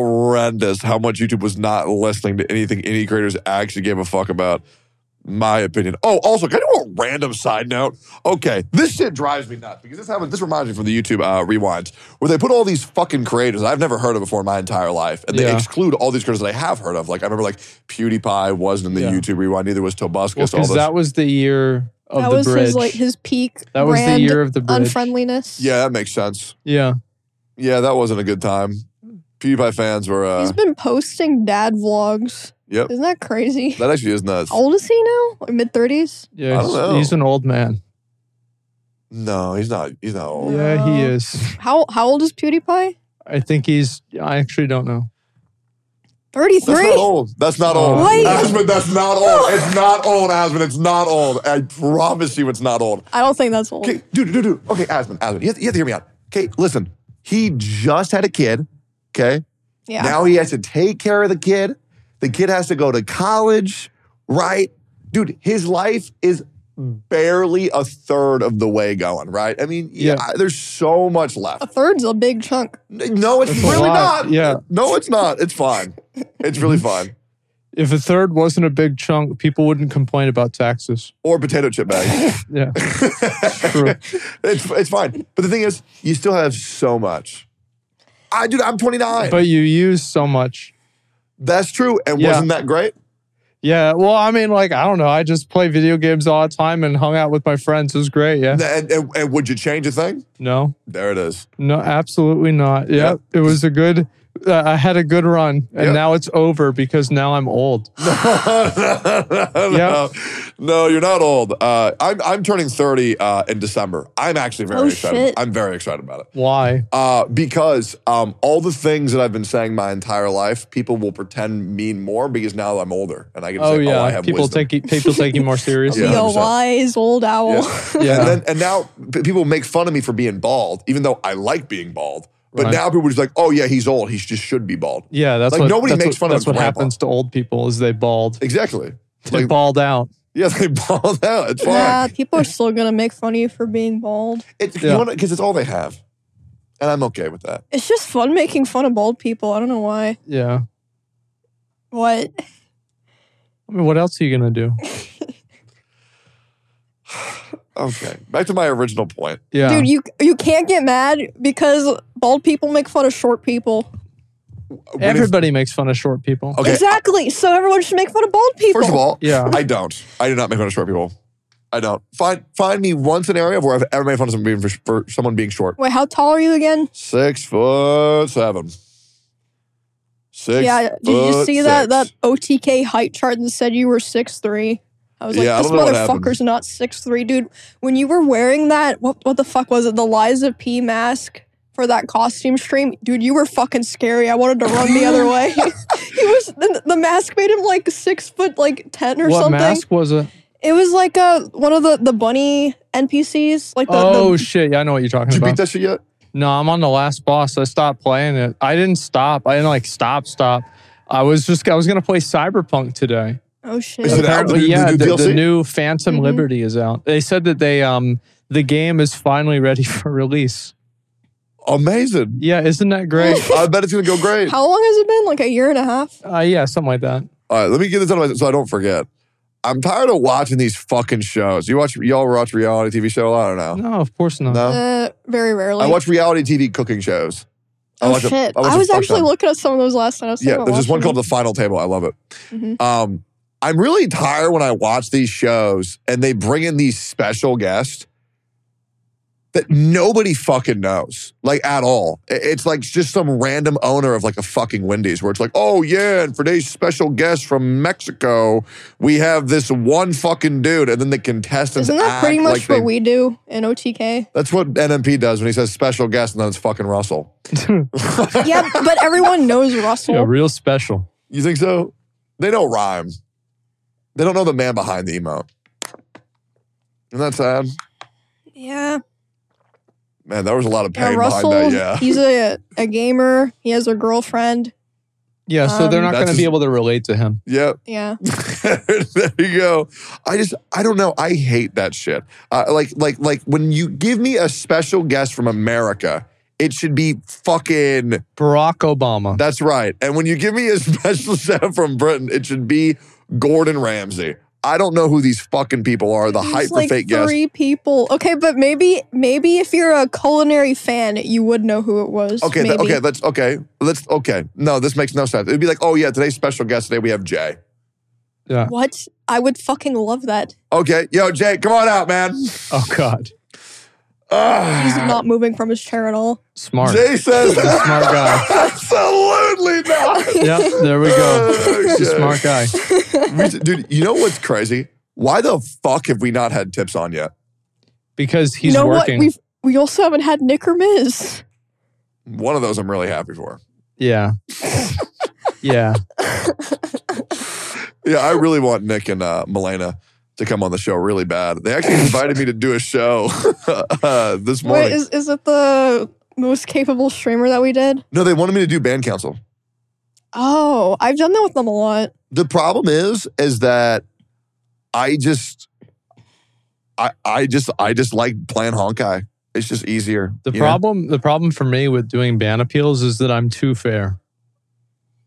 S1: horrendous how much YouTube was not listening to anything any creators actually gave a fuck about. My opinion. Oh, also, can I do a random side note? Okay, this shit drives me nuts because this happens. This reminds me from the YouTube uh, rewinds where they put all these fucking creators I've never heard of before in my entire life, and they
S2: Yeah.
S1: exclude all these creators that I have heard of. Like I remember, like PewDiePie wasn't in the
S2: Yeah.
S1: YouTube rewind, neither was Tobuscus.
S2: because
S1: all this.
S2: that was the year of
S3: that
S2: the
S3: was
S2: bridge.
S3: his like his peak.
S2: that was the
S3: rand
S2: year of the bridge.
S3: unfriendliness.
S1: yeah, that makes sense.
S2: Yeah,
S1: Yeah, that wasn't a good time. PewDiePie fans were. Uh,
S3: he's been posting dad vlogs.
S1: Yep.
S3: isn't that crazy?
S1: that actually is nuts.
S3: How old is he now? Like mid thirties.
S2: yeah.
S1: I don't know.
S2: He's, he's an old man.
S1: No, he's not. He's not old.
S2: Yeah, he
S3: No.
S2: is.
S3: How how old is PewDiePie?
S2: I think he's. I actually don't know. Uh,
S3: Thirty
S1: That's not
S3: three.
S1: old. That's not old.
S3: Wait.
S1: Asmund, that's not old. It's not old, Asmund. It's not old. I promise you, it's not old.
S3: I don't think that's old.
S1: Okay, dude, dude, dude. Okay, Asmund, Asmund, you have, to, you have to hear me out. Okay, listen. He just had a kid. Okay,
S3: Yeah.
S1: now he has to take care of the kid. The kid has to go to college, right? Dude, his life is barely a third of the way going, right? I mean, yeah,
S2: Yeah.
S1: there's so much left.
S3: a third's a big chunk.
S1: No, it's
S2: That's a
S1: really
S2: lot,
S1: not.
S2: yeah.
S1: No, it's not. It's fine. It's really fine.
S2: If a third wasn't a big chunk, people wouldn't complain about taxes.
S1: Or potato chip bag.
S2: Yeah, true.
S1: it's it's fine. But the thing is, you still have so much. I dude, I'm 29.
S2: but you use so much.
S1: That's true. And
S2: Yeah.
S1: wasn't that great?
S2: Yeah, well, I mean, like, I don't know. I just play video games all the time and hung out with my friends. It was great. Yeah.
S1: And, and, and would you change a thing?
S2: No.
S1: There it is.
S2: No, absolutely not. Yeah,
S1: Yep.
S2: it was a good. Uh, I had a good run, and
S1: Yep.
S2: now it's over because now I'm old.
S1: no, no, you're not old. Uh, I'm I'm turning 30 uh, in December. I'm actually very
S3: Oh,
S1: excited.
S3: shit.
S1: I'm very excited about it.
S2: Why?
S1: Uh, because um, all the things that I've been saying my entire life, people will pretend mean more because now I'm older and I can
S2: Oh
S1: say,
S2: yeah,
S1: "Oh, I have
S2: people
S1: wisdom."
S2: take you- people take you more seriously.
S1: Yeah.
S3: Be a
S1: 100%.
S3: wise old owl.
S1: Yeah.
S2: Yeah.
S1: And then and now p- people make fun of me for being bald, even though I like being bald. But
S2: Right.
S1: now people are just like, "Oh yeah, he's old. He just should be bald."
S2: Yeah, that's
S1: Like,
S2: what
S1: nobody
S2: that's
S1: makes
S2: what-
S1: fun of
S2: That's what
S1: grandpa.
S2: happens to old people is they bald.
S1: Exactly.
S2: They
S1: Like-
S2: bald out.
S1: Yeah, they bald out. It's fine.
S3: Nah, people are still gonna make fun of you for being bald.
S1: It's,
S2: Yeah.
S1: You want because it's all they have. and I'm okay with that.
S3: It's just fun making fun of bald people. I don't know why.
S2: Yeah.
S3: What?
S2: I mean, what else are you gonna do?
S1: Okay, back to my original point.
S2: Yeah.
S3: Dude, you you can't get mad because bald people make fun of short people.
S1: When it's-
S2: Everybody makes fun of short people.
S1: Okay.
S3: Exactly. So everyone should make fun of bald people.
S1: First of all,
S2: Yeah.
S1: I don't. I do not make fun of short people. I don't. Find find me one scenario where I've ever made fun of someone being, for, for someone being short.
S3: Wait, how tall are you again?
S1: Six foot seven. Six.
S3: yeah, did you
S1: foot
S3: see
S1: six.
S3: that that OTK height chart that said you were six three? I was like,
S1: Yeah, I
S3: this
S1: don't know what happened.
S3: motherfucker's not six three, dude. When you were wearing that, what what the fuck was it? The Liza P mask for that costume stream, dude. You were fucking scary. I wanted to run the other way. he was the, the mask made him like six foot like ten or
S2: what
S3: something.
S2: mask was it?
S3: It was like uh one of the the bunny NPCs, like the,
S2: oh
S3: the
S2: shit! Yeah, I know what you're talking
S1: Did you
S2: about.
S1: beat that shit yet?
S2: No, I'm on the last boss. I stopped playing it. I didn't stop. I didn't like stop, stop. I was just I was gonna play Cyberpunk today.
S3: oh shit.
S1: Is it out?
S2: Apparently,
S1: The new-
S2: yeah,
S1: the new
S2: the, the
S1: DLC?
S2: new Phantom
S3: Mhm.
S2: Liberty is out. They said that they um the game is finally ready for release.
S1: Amazing.
S2: Yeah, isn't that great?
S1: I bet it's gonna go great.
S3: How long has it been? Like a year and a half.
S2: uh, yeah, something like that.
S1: All right, let me get this out of my so I don't forget. I'm tired of watching these fucking shows. You watch y'all watch reality TV show? I don't know.
S2: No, of course not.
S1: No.
S3: Uh, very rarely.
S1: I watch reality TV cooking shows.
S3: Oh
S1: watch a-
S3: shit! I
S1: watch a
S3: was
S1: fuck
S3: actually
S1: ton.
S3: looking at some of those last night. I was thinking
S1: Yeah,
S3: about
S1: there's this one
S3: watching
S1: called The Final Table. I love it.
S3: Mhm.
S1: Um, I'm really tired when I watch these shows and they bring in these special guests that nobody fucking knows, like at all. I- It's like just some random owner of like a fucking Wendy's where it's like, oh yeah, and for today's special guest from Mexico, we have this one fucking dude, and then the
S3: them.
S1: contestants.
S3: Isn't that
S1: act
S3: pretty much
S1: like they-
S3: what we do in OTK?
S1: That's what NMP does when he says special guest, and then it's fucking Russell.
S3: yeah, but everyone knows Russell.
S2: yeah, real special.
S1: You think so? They don't rhyme. They don't know the man behind the emote. Isn't that sad?
S3: yeah,
S1: Man, there was a lot of
S3: yeah.
S1: pain
S3: Russell.
S1: behind that. Yeah.
S3: He's a a gamer. He has a girlfriend.
S2: Yeah, so they're
S3: Um,
S2: not
S1: That's
S2: going to be
S1: just-
S2: able to relate to him.
S1: Yeah.
S3: Yeah,
S1: there you go. I just, I don't know. I hate that shit. Uh, like, like, like when you give me a special guest from America, it should be fucking.
S2: Barack Obama.
S1: That's right. And when you give me a special chef from Britain, it should be Gordon Ramsay. I don't know who these fucking people are. The
S3: There's
S1: hype for
S3: like
S1: fake guests.
S3: three people. Okay, but maybe maybe if you're a culinary fan, you would know who it was.
S1: Okay, th-
S3: maybe.
S1: okay, let's okay, let's okay. No, this makes no sense. It'd be like, oh yeah, today's special guest today we have Jay.
S2: yeah.
S3: What? I would fucking love that.
S1: Okay, yo Jay, come on out, man.
S2: Oh God,
S1: Ah.
S3: He's not moving from his chair at all.
S2: smart,
S1: Jay says,
S2: smart guy.
S1: absolutely not.
S2: Yeah, there we go.
S1: Oh,
S2: He's a
S1: shit.
S2: smart guy.
S1: We should- dude, you know what's crazy? Why the fuck have we not had tips on yet?
S2: Because he's
S3: you know
S2: working.
S3: what? We've we also haven't had Nick or Miz.
S1: One of those I'm really happy for.
S2: Yeah. yeah.
S1: Yeah, I really want Nick and uh, Milena to come on the show really bad. They actually invited me to do a show uh, this morning.
S3: Wait, is is it the most capable streamer that we did?
S1: no, they wanted me to do band council.
S3: Oh, I've done that with them a lot.
S1: the problem is is that i just i i just i just like playing honkai it's just easier
S2: The
S1: you know?
S2: problem the problem for me with doing ban appeals is that I'm too fair.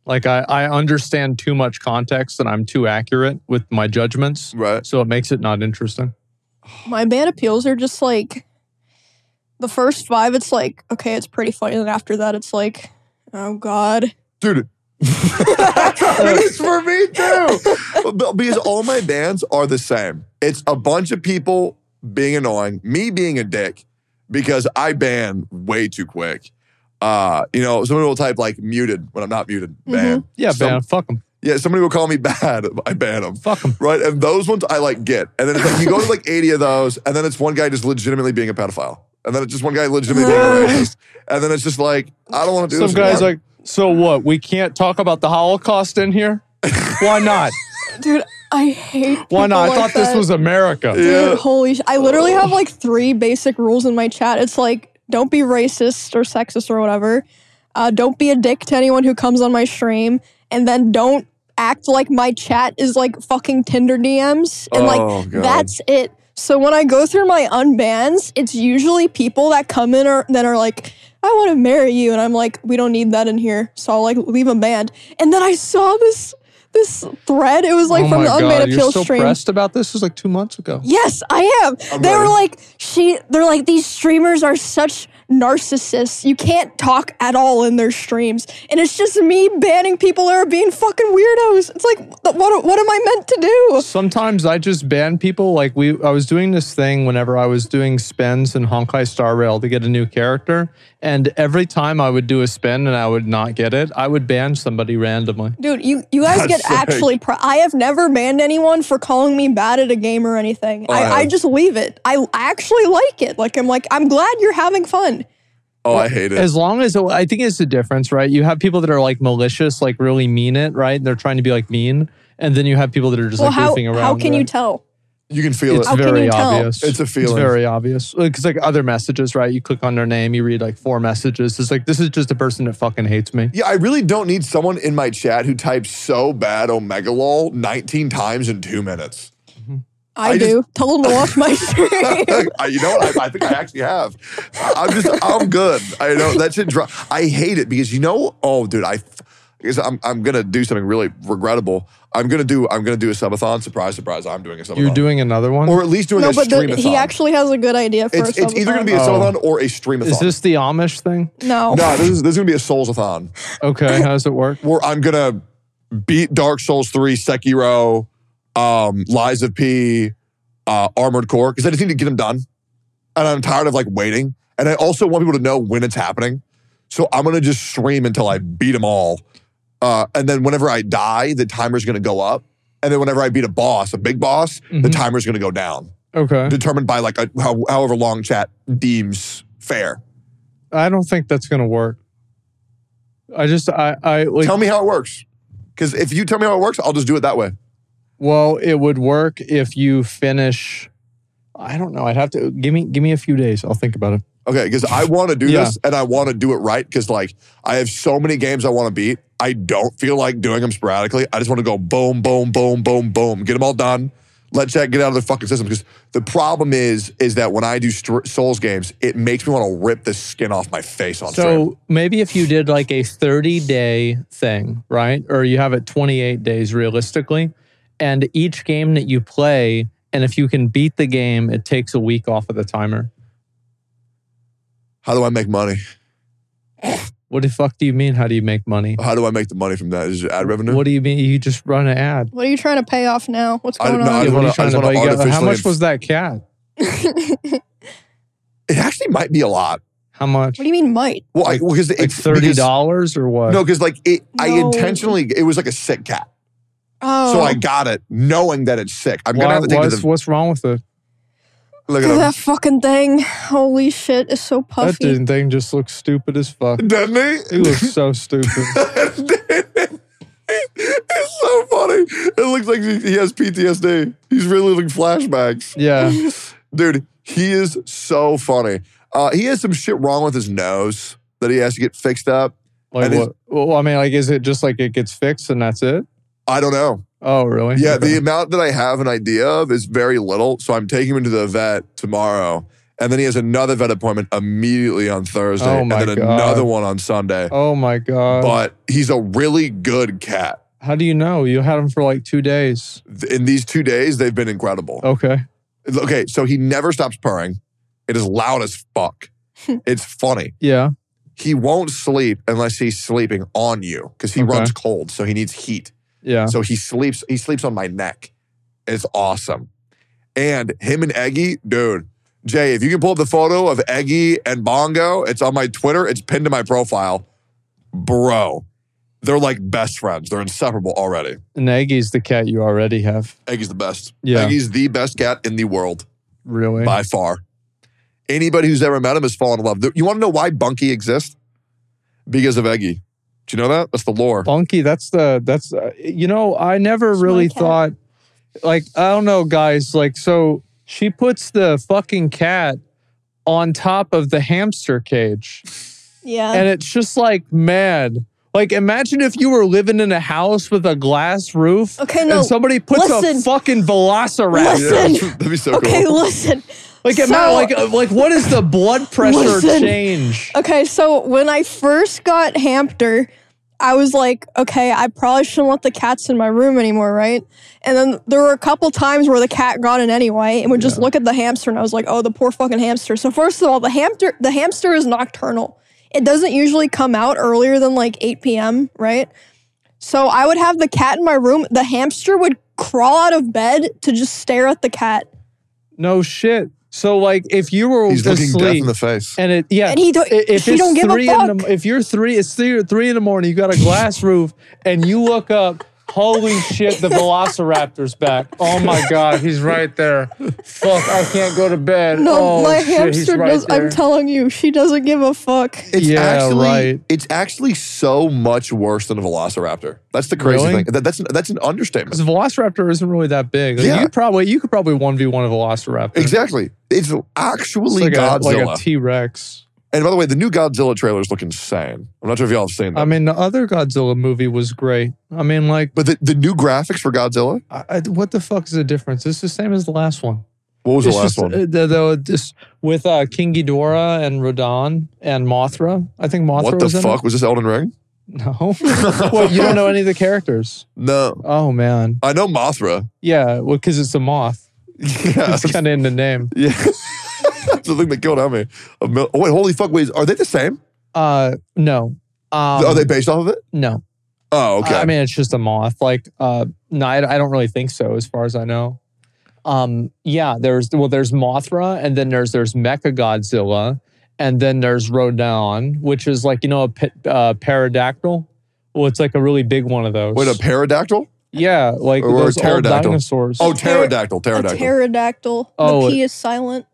S2: Like I, I understand too much context and I'm too accurate with my judgments.
S1: right
S2: So it makes it not interesting.
S3: My ban appeals are just like the first five. It's like okay, it's pretty funny, and after that, it's like oh god.
S1: dude it's for me too But- because all my bands are the same it's a bunch of people being annoying me being a dick because i ban way too quick uh you know someone will type like muted when i'm not muted ban
S2: Yeah,
S1: Some-
S2: ban. Fuck them.
S1: yeah somebody will call me bad i ban them
S2: Fuck them.
S1: Right. And those ones I like get. And then it's like you go to like 80 of those, and then it's one guy just legitimately being a pedophile. And then it's just one guy legitimately being a racist. And then it's just like, I don't want to do
S2: Some
S1: this.
S2: guys
S1: anymore.
S2: like, so what? We can't talk about the Holocaust in here? Why not?
S3: Dude, I hate.
S2: Why
S3: people
S2: not? I
S3: like
S2: thought this
S3: that.
S2: was America.
S1: Yeah.
S3: Dude, holy! Sh- I literally have like three basic rules in my chat. It's like don't be racist or sexist or whatever. Uh, don't be a dick to anyone who comes on my stream, and then don't act like my chat is like fucking Tinder DMs. And
S1: Oh,
S3: like
S1: God.
S3: that's it. So when I go through my unbans, it's usually people that come in or that are like, I want to marry you. And I'm like, we don't need that in here. So I'll like leave a band. And then I saw this this thread. It was like
S2: oh
S3: from
S2: my
S3: the
S2: God,
S3: Unmade
S2: you're
S3: Appeal
S2: so
S3: stream.
S2: pressed about this. This was like two months ago.
S3: Yes, I am.
S1: I'm
S3: they
S1: ready.
S3: were like, she. They're like, these streamers are such narcissists. You can't talk at all in their streams, and it's just me banning people that are being fucking weirdos. It's like, what? What am I meant to do?
S2: Sometimes I just ban people. Like we, I was doing this thing whenever I was doing spins in Honkai Star Rail to get a new character, and every time I would do a spin and I would not get it, I would ban somebody randomly.
S3: Dude, you, you guys
S1: That's
S3: get
S1: sick.
S3: actually. Pro- I have never banned anyone for calling me bad at a game or anything.
S1: Oh, I have.
S3: I, I just leave it. I, I actually like it. Like I'm like I'm glad you're having fun.
S1: Oh, I hate it.
S2: As long as I think it's the difference, right? You have people that are like malicious, like really mean it, right? They're trying to be like mean, and then you have people that are just
S3: Well,
S2: like
S3: how
S2: goofing around.
S3: how can you
S2: right?
S3: tell?
S1: You can feel it.
S2: it's
S3: How can
S2: very
S3: you tell?
S2: obvious.
S1: It's a feeling.
S2: It's very obvious. Because like other messages, right? You click on their name, you read like four messages. It's like this is just a person that fucking hates me.
S1: Yeah, I really don't need someone in my chat who types so bad Omega lol 19 times in two minutes.
S3: I,
S1: I just-
S3: do. tell them to watch my stream.
S1: I- you know what? I, I think I actually have. I- I'm just, I'm good. I know that shit. Dri- I hate it because you know, oh, dude, I, because I'm, I'm gonna do something really regrettable. I'm gonna do, I'm gonna do a subathon. Surprise, surprise! I'm doing a subathon.
S2: You're doing another one.
S1: or at least doing
S3: no,
S1: a
S3: but the,
S1: streamathon.
S3: he actually has a good idea for
S1: it's,
S3: a
S1: it's either gonna be a
S2: Oh.
S1: subathon or a streamathon.
S2: Is this the Amish thing?
S3: no.
S1: no, this is this is gonna be a soulsathon
S2: Okay, how does it work?
S1: where I'm gonna beat Dark Souls three, Sekiro, um, Lies of P, uh, Armored Core because I just need to get them done, and I'm tired of like waiting, and I also want people to know when it's happening, so I'm gonna just stream until I beat them all, uh, and then whenever I die, the timer's gonna go up, and then whenever I beat a boss, a big boss, the
S2: Mhm.
S1: timer's gonna go down,
S2: Okay,
S1: determined by like a, how, however long chat deems fair.
S2: I don't think that's gonna work. I just I I like
S1: tell me how it works. Because if you tell me how it works, I'll just do it that way.
S2: well it would work if you finish. I don't know. I'd have to give me give me a few days. I'll think about it.
S1: Okay, because I want to do
S2: Yeah.
S1: this and I want to do it right. Because like I have so many games I want to beat, I don't feel like doing them sporadically. I just want to go boom, boom, boom, boom, boom, get them all done. Let Jack get out of the fucking system. Because the problem is, is that when I do str- Souls games, it makes me want to rip the skin off my face on stream.
S2: So maybe if you did like a 30 day thing, right? Or you have it 28 days realistically, and each game that you play, and if you can beat the game, it takes a week off of the timer.
S1: How do I make money?
S2: What the fuck do you mean? How do you make money?
S1: How do I make the money from that? Is it ad Uh, revenue?
S2: What do you mean? You just run an ad.
S3: What are you trying to pay off now? What's
S1: I
S3: going
S1: didn't know
S3: on?
S1: I
S2: Yeah,
S1: just
S2: what are
S1: wanna-
S2: you
S1: I
S2: trying
S1: just
S2: to
S1: wanna
S2: buy? You got-
S1: artificially
S2: How much was that cat?
S1: it actually might be a lot.
S2: How much?
S3: What do you mean, might?
S1: Well, I, well, 'cause
S2: Like
S1: it's
S2: thirty
S1: because-
S2: dollars or what?
S1: No, because like it, I
S3: No.
S1: intentionally, it was like a sick cat.
S3: Oh,
S1: So I got it knowing that it's sick. I'm gonna
S2: Why-
S1: have to take it
S2: what's,
S1: to the
S2: what's wrong with it?
S1: look
S3: Look at
S1: at
S3: that fucking thing. Holy shit, it's so
S2: That
S3: puffy.
S2: didn't thing just looks stupid as fuck.
S1: him. Doesn't he?
S2: It looks so stupid.
S1: it's so funny. It looks like he he has PTSD. He's reliving flashbacks.
S2: Yeah.
S1: Dude, he is so funny. Uh, he has some shit wrong with his nose that he has to get fixed up.
S2: Like
S1: And is-
S2: what? Well, I mean, like, is it just like it gets fixed and that's it?
S1: I don't know.
S2: Oh, really?
S1: Yeah,
S2: Okay.
S1: the amount that I have an idea of is very little. So I'm taking him to the vet tomorrow. And then he has another vet appointment immediately on Thursday.
S2: Oh
S1: and
S2: my
S1: then
S2: God.
S1: another one on Sunday.
S2: oh my god!
S1: but he's a really good cat.
S2: How do you know? You had him for like two days.
S1: Th- In these two days, they've been incredible.
S2: Okay.
S1: Okay, so he never stops purring. It is loud as fuck. it's funny.
S2: Yeah.
S1: He won't sleep unless he's sleeping on you because he
S2: Okay.
S1: runs cold, so he needs heat.
S2: Yeah.
S1: So he sleeps. He sleeps on my neck. It's awesome. And him and Eggy, dude. Jay, if you can pull up the photo of Eggy and Bongo, it's on my Twitter. It's pinned to my profile. Bro, they're like best friends. They're inseparable already.
S2: And Aggie's the cat you already have.
S1: Eggy's the best.
S2: Yeah.
S1: Eggy's the best cat in the world
S2: Really?
S1: by far. Anybody who's ever met him has fallen in love. You want to know why Bunky exists? Because of Eggy. Do you know that? That's the lore.
S2: Bunky. That's the. That's. Uh, you know, I never
S3: It's my
S2: really
S3: cat.
S2: thought. Like I don't know, guys. Like so, she puts the fucking cat on top of the hamster cage.
S3: yeah.
S2: and it's just like man like imagine if you were living in a house with a glass roof
S3: okay, no.
S2: and somebody puts
S3: Listen.
S2: a fucking velociraptor
S3: Listen.
S1: That'd be so
S3: okay,
S1: cool.
S3: listen.
S2: Like,
S3: So-
S2: Matt, like, uh, like, what is the blood pressure
S3: Listen.
S2: change?
S3: Okay, so when I first got Hampter, I was like, okay, I probably shouldn't let the cats in my room anymore, right? And then there were a couple times where the cat got in anyway and would just look at the hamster and I was like, oh, the poor fucking hamster. So first of all, the hamster the hamster is nocturnal. It doesn't usually come out earlier than like 8 p.m., right? So I would have the cat in my room. The hamster would crawl out of bed to just stare at the cat.
S2: No shit. So, like, if you were
S1: He's looking death
S2: asleep
S1: in the face.
S2: and it, yeah,
S3: And he don't
S2: I- if
S3: he
S2: it's
S3: don't give a
S2: three
S3: fuck.
S2: in the, if you're three, it's three, three in the morning. You got a glass roof, and you look up. Holy shit! The Velociraptor's back. Oh my god, he's right there. Fuck, I can't go to bed.
S3: no,
S2: oh,
S3: my
S2: shit, he's
S3: hamster
S2: right
S3: does I'm
S2: there.
S3: telling you, she doesn't give a fuck.
S1: It's
S2: Yeah,
S1: actually
S2: right.
S1: it's actually so much worse than a velociraptor. That's the crazy
S2: Really?
S1: thing. That, that's an, that's an understatement.
S2: Because Velociraptor isn't really that big. Like,
S1: Yeah.
S2: You probably you could probably one v one a Velociraptor.
S1: Exactly. It's
S2: It's
S1: actually
S2: like a,
S1: Godzilla.
S2: like a T Rex.
S1: and by the way, the new Godzilla trailers look insane. I'm not sure if y'all have seen them.
S2: I mean, the other Godzilla movie was great. I mean, like,
S1: but the, the new graphics for Godzilla.
S2: I, I- what the fuck is the difference? It's the same as the last one.
S1: What was the
S2: It's
S1: last
S2: just,
S1: one?
S2: uh, the- the- just with uh, King Ghidorah and Rodan and Mothra. I think Mothra
S1: what the
S2: was in
S1: fuck was this? Elden Ring?
S2: It. No, well, you don't know any of the characters.
S1: No,
S2: Oh man,
S1: I know Mothra.
S2: yeah, well, because it's a moth.
S1: Yeah,
S2: It's kind of in the name.
S1: yeah. that's the thing that killed on me. A mil- oh, wait, holy fuck! Wait, are they the same?
S2: Uh, no. Um,
S1: are Oh, they based off of it?
S2: no?
S1: Oh, okay.
S2: I mean, it's just a moth. Like, uh, no, I, I don't really think so, as far as I know. Um, yeah, there's well, there's Mothra, and then there's there's Mecha Godzilla, and then there's Rodan, which is like you know a pa- uh, pterodactyl. Well, it's like a really big one of those.
S1: wait, a pterodactyl?
S2: yeah, like
S1: or a
S2: those old
S1: pterodactyl.
S2: dinosaurs.
S1: Oh,
S3: ter-
S1: pterodactyl, pterodactyl.
S3: A pterodactyl.
S2: Oh,
S3: the P is silent.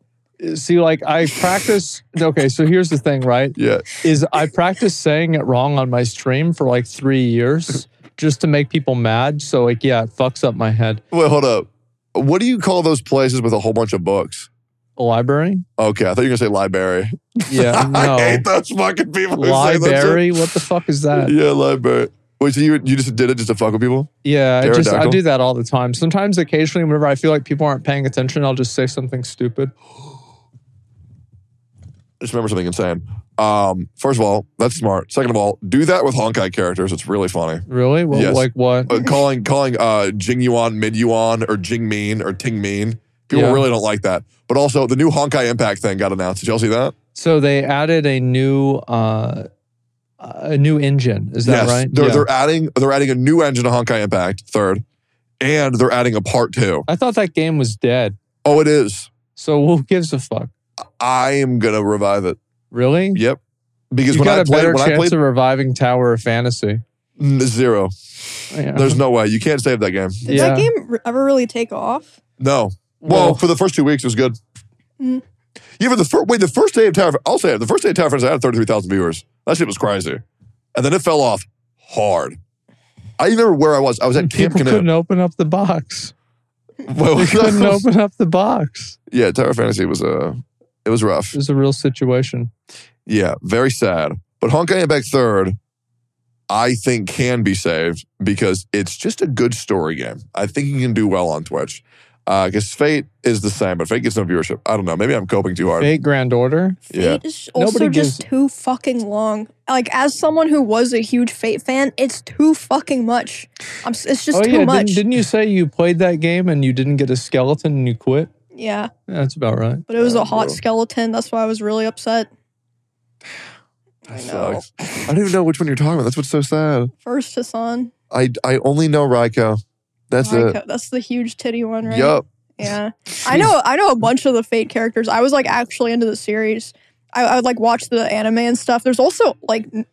S2: see, like I practice. okay, so here's the thing, right?
S1: yeah,
S2: is I practiced saying it wrong on my stream for like three years just to make people mad. So like, yeah, it fucks up my head.
S1: Wait, hold up. What do you call those places with a whole bunch of books?
S2: A library?
S1: Okay, I thought you were gonna say library.
S2: Yeah,
S1: I
S2: no.
S1: hate those fucking people. who say that shit.
S2: Library? What the fuck is that?
S1: Yeah, library. Wait, so you you just did it just to fuck with people?
S2: Yeah, I just I
S1: Pterodactyl?
S2: do that all the time. Sometimes, occasionally, whenever I feel like people aren't paying attention, I'll just say something stupid.
S1: Just remember something insane. Um, first of all, that's smart. Second of all, do that with Honkai characters. It's really funny.
S2: Really? Well,
S1: Yes.
S2: Like what?
S1: Uh, calling calling uh, Jing Yuan Mid Yuan or Jing Mean or Ting Mean. People
S2: Yeah.
S1: really don't like that. But also, the new Honkai Impact thing got announced. Did y'all see that?
S2: So they added a new uh, a new engine. Is that right?
S1: They're,
S2: Yeah.
S1: they're adding they're adding a new engine to Honkai Impact third, and they're adding a part two.
S2: I thought that game was dead.
S1: Oh, it is.
S2: So who gives a fuck?
S1: I am gonna revive it.
S2: Really?
S1: Yep. Because
S2: You
S1: when
S2: got
S1: I
S2: a
S1: played,
S2: better
S1: when I
S2: chance
S1: played
S2: of reviving Tower of Fantasy.
S1: n- zero,
S2: Yeah.
S1: there's no way you can't save that game.
S3: Did that
S2: Yeah.
S3: game re- ever really take off?
S1: No. Well,
S2: Well-
S1: for the first two weeks, it was good.
S3: Mm.
S1: Yeah, but the first wait, the first day of Tower, I'll say it. The first day of Tower Friends, I had thirty three thousand viewers. That shit was crazy, and then it fell off hard. I remember where I was. I was at Camp
S2: People
S1: Canoe.
S2: couldn't open up the box.
S1: Well,
S2: They couldn't open up the box.
S1: yeah, Tower Fantasy was uh, it was rough.
S2: It was a real situation.
S1: Yeah, very sad. But Honkai Impact Third, I think can be saved because it's just a good story game. I think you can do well on Twitch. Because Fate is the same, but Fate gets no vieorship. I don't know. Maybe I'm coping too hard.
S2: Fate Grand Order.
S3: Fate
S1: Yeah.
S3: is also
S2: Nobody
S3: just too fucking long. Like, as someone who was a huge Fate fan, it's too fucking much. I'm, s- it's just
S2: oh
S3: too
S2: yeah,
S3: much.
S2: Didn't, didn't you say you played that game and you didn't get a skeleton and you quit?
S3: yeah,
S2: Yeah, that's about right.
S3: but it was
S1: Yeah,
S3: a hot
S1: bro.
S3: skeleton. That's why I was really upset.
S1: That
S3: I know.
S1: sucks. I don't even know which one you're talking about. That's what's so sad.
S3: First Hassan.
S1: I I only know Raiko. That's
S3: Raiko- That's the huge titty one,
S1: it.
S3: right?
S1: Yup.
S3: Yeah. I know I know a bunch of the Fate characters. I was like actually into the series. I, I would like watch the anime and stuff. There's also like n-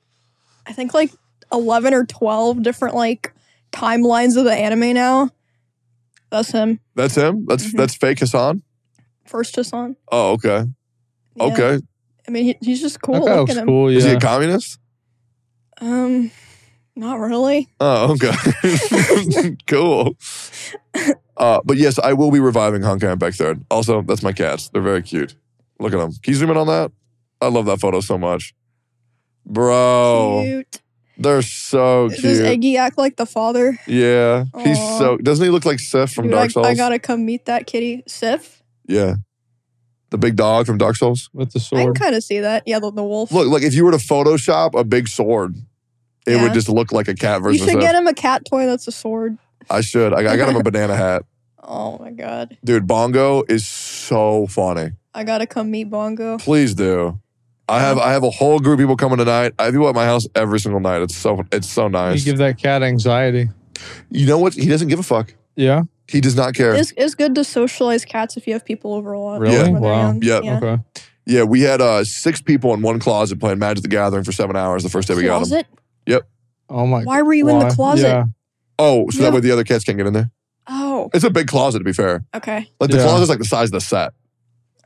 S3: I think like eleven or twelve different like timelines of the anime now. That's him.
S1: That's him. That's
S3: Mhm.
S1: that's fake Hassan.
S3: First Hassan.
S1: Oh, okay.
S3: Yeah.
S1: Okay.
S3: I mean he, he's just cool.
S2: that guy
S3: Look
S2: looks
S3: at him.
S2: cool. Yeah.
S1: Is he a communist?
S3: Um not really.
S1: Oh, okay. cool. Uh, but yes, I will be reviving Honkai Impact Third. Also, that's my cats. They're very cute. Look at them. Can you zoom in on that? I love that photo so much. Bro,
S3: Cute.
S1: they're Oh, so
S3: Does
S1: cute.
S3: Eggy act like the father?
S1: yeah. He's
S3: Aw.
S1: so doesn't he look like Sif from
S3: Dude,
S1: Dark
S3: I,
S1: Souls?
S3: I gotta come meet that kitty. Sif?
S1: yeah. the big dog from Dark Souls.
S2: with the
S3: I can
S2: sword.
S3: kind of see that. Yeah, the, the wolf.
S1: Look, like if you were to Photoshop a big sword, it
S3: Yeah.
S1: would just look like a cat
S3: you
S1: versus.
S3: should
S1: a-
S3: get him a cat toy that's a sword.
S1: I should. I, I got him a banana hat,
S3: Oh my god.
S1: dude. Bongo is so funny.
S3: I gotta come meet Bongo.
S1: Please do. I have I have a whole group of people coming tonight. I have people at my house every single night. It's so it's so
S2: You
S1: nice. You,
S2: give that cat anxiety.
S1: know what? He doesn't give a fuck.
S2: Yeah.
S1: He does not care.
S3: It's, it's good to socialize cats if you have people over a lot.
S2: Really?
S3: when they're
S2: Wow.
S3: young.
S1: Yeah.
S3: Yeah.
S2: Okay.
S1: yeah, we had uh six people in one closet playing Magic the Gathering for seven hours the first day we got them.
S3: Closet?
S2: Oh my.
S3: Why were you in the
S2: why?
S3: closet?
S2: Yeah.
S1: Oh, so that
S3: Yeah.
S1: way the other cats can't get in there.
S3: Oh,
S1: It's a big closet to be fair.
S3: okay.
S1: Like the
S2: Yeah.
S1: closet's like the size of the set.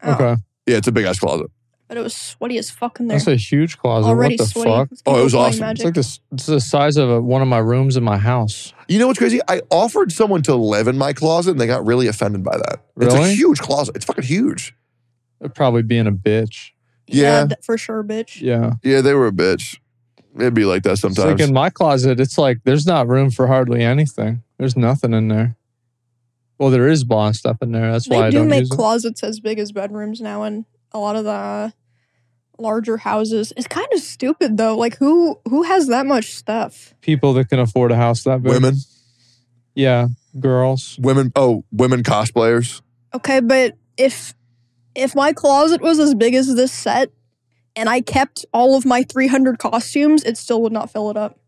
S3: Oh,
S2: Okay.
S1: Yeah, it's a big ass closet.
S3: But it was sweaty as fuck in there.
S2: That's a huge closet.
S3: Already
S2: what the
S3: sweaty.
S2: fuck?
S3: with
S1: Oh, it
S3: people
S1: was
S3: playing
S1: awesome.
S2: It's
S3: Magic.
S2: like this. It's the size of a, one of my rooms in my house.
S1: You know what's crazy? I offered someone to live in my closet and they got really offended by that. It's a
S2: Really?
S1: huge closet. It's fucking huge.
S2: It'd probably being a bitch.
S1: yeah.
S3: th- for sure, bitch.
S2: Yeah.
S1: Yeah, they were a bitch. It'd be like that
S2: It's like
S1: sometimes.
S2: in my closet, it's like there's not room for hardly anything. There's nothing in there. Well, there is blonde stuff in there. That's
S3: They
S2: why I
S3: do
S2: don't
S3: make
S2: use it.
S3: closets as big as bedrooms now in a lot of the larger houses. It's kind of stupid though. Like who who has that much stuff?
S2: People that can afford a house that big.
S1: Women.
S2: Yeah. Girls.
S1: Women oh, women cosplayers.
S3: Okay, but if if my closet was as big as this set and I kept all of my 300 costumes, it still would not fill it up.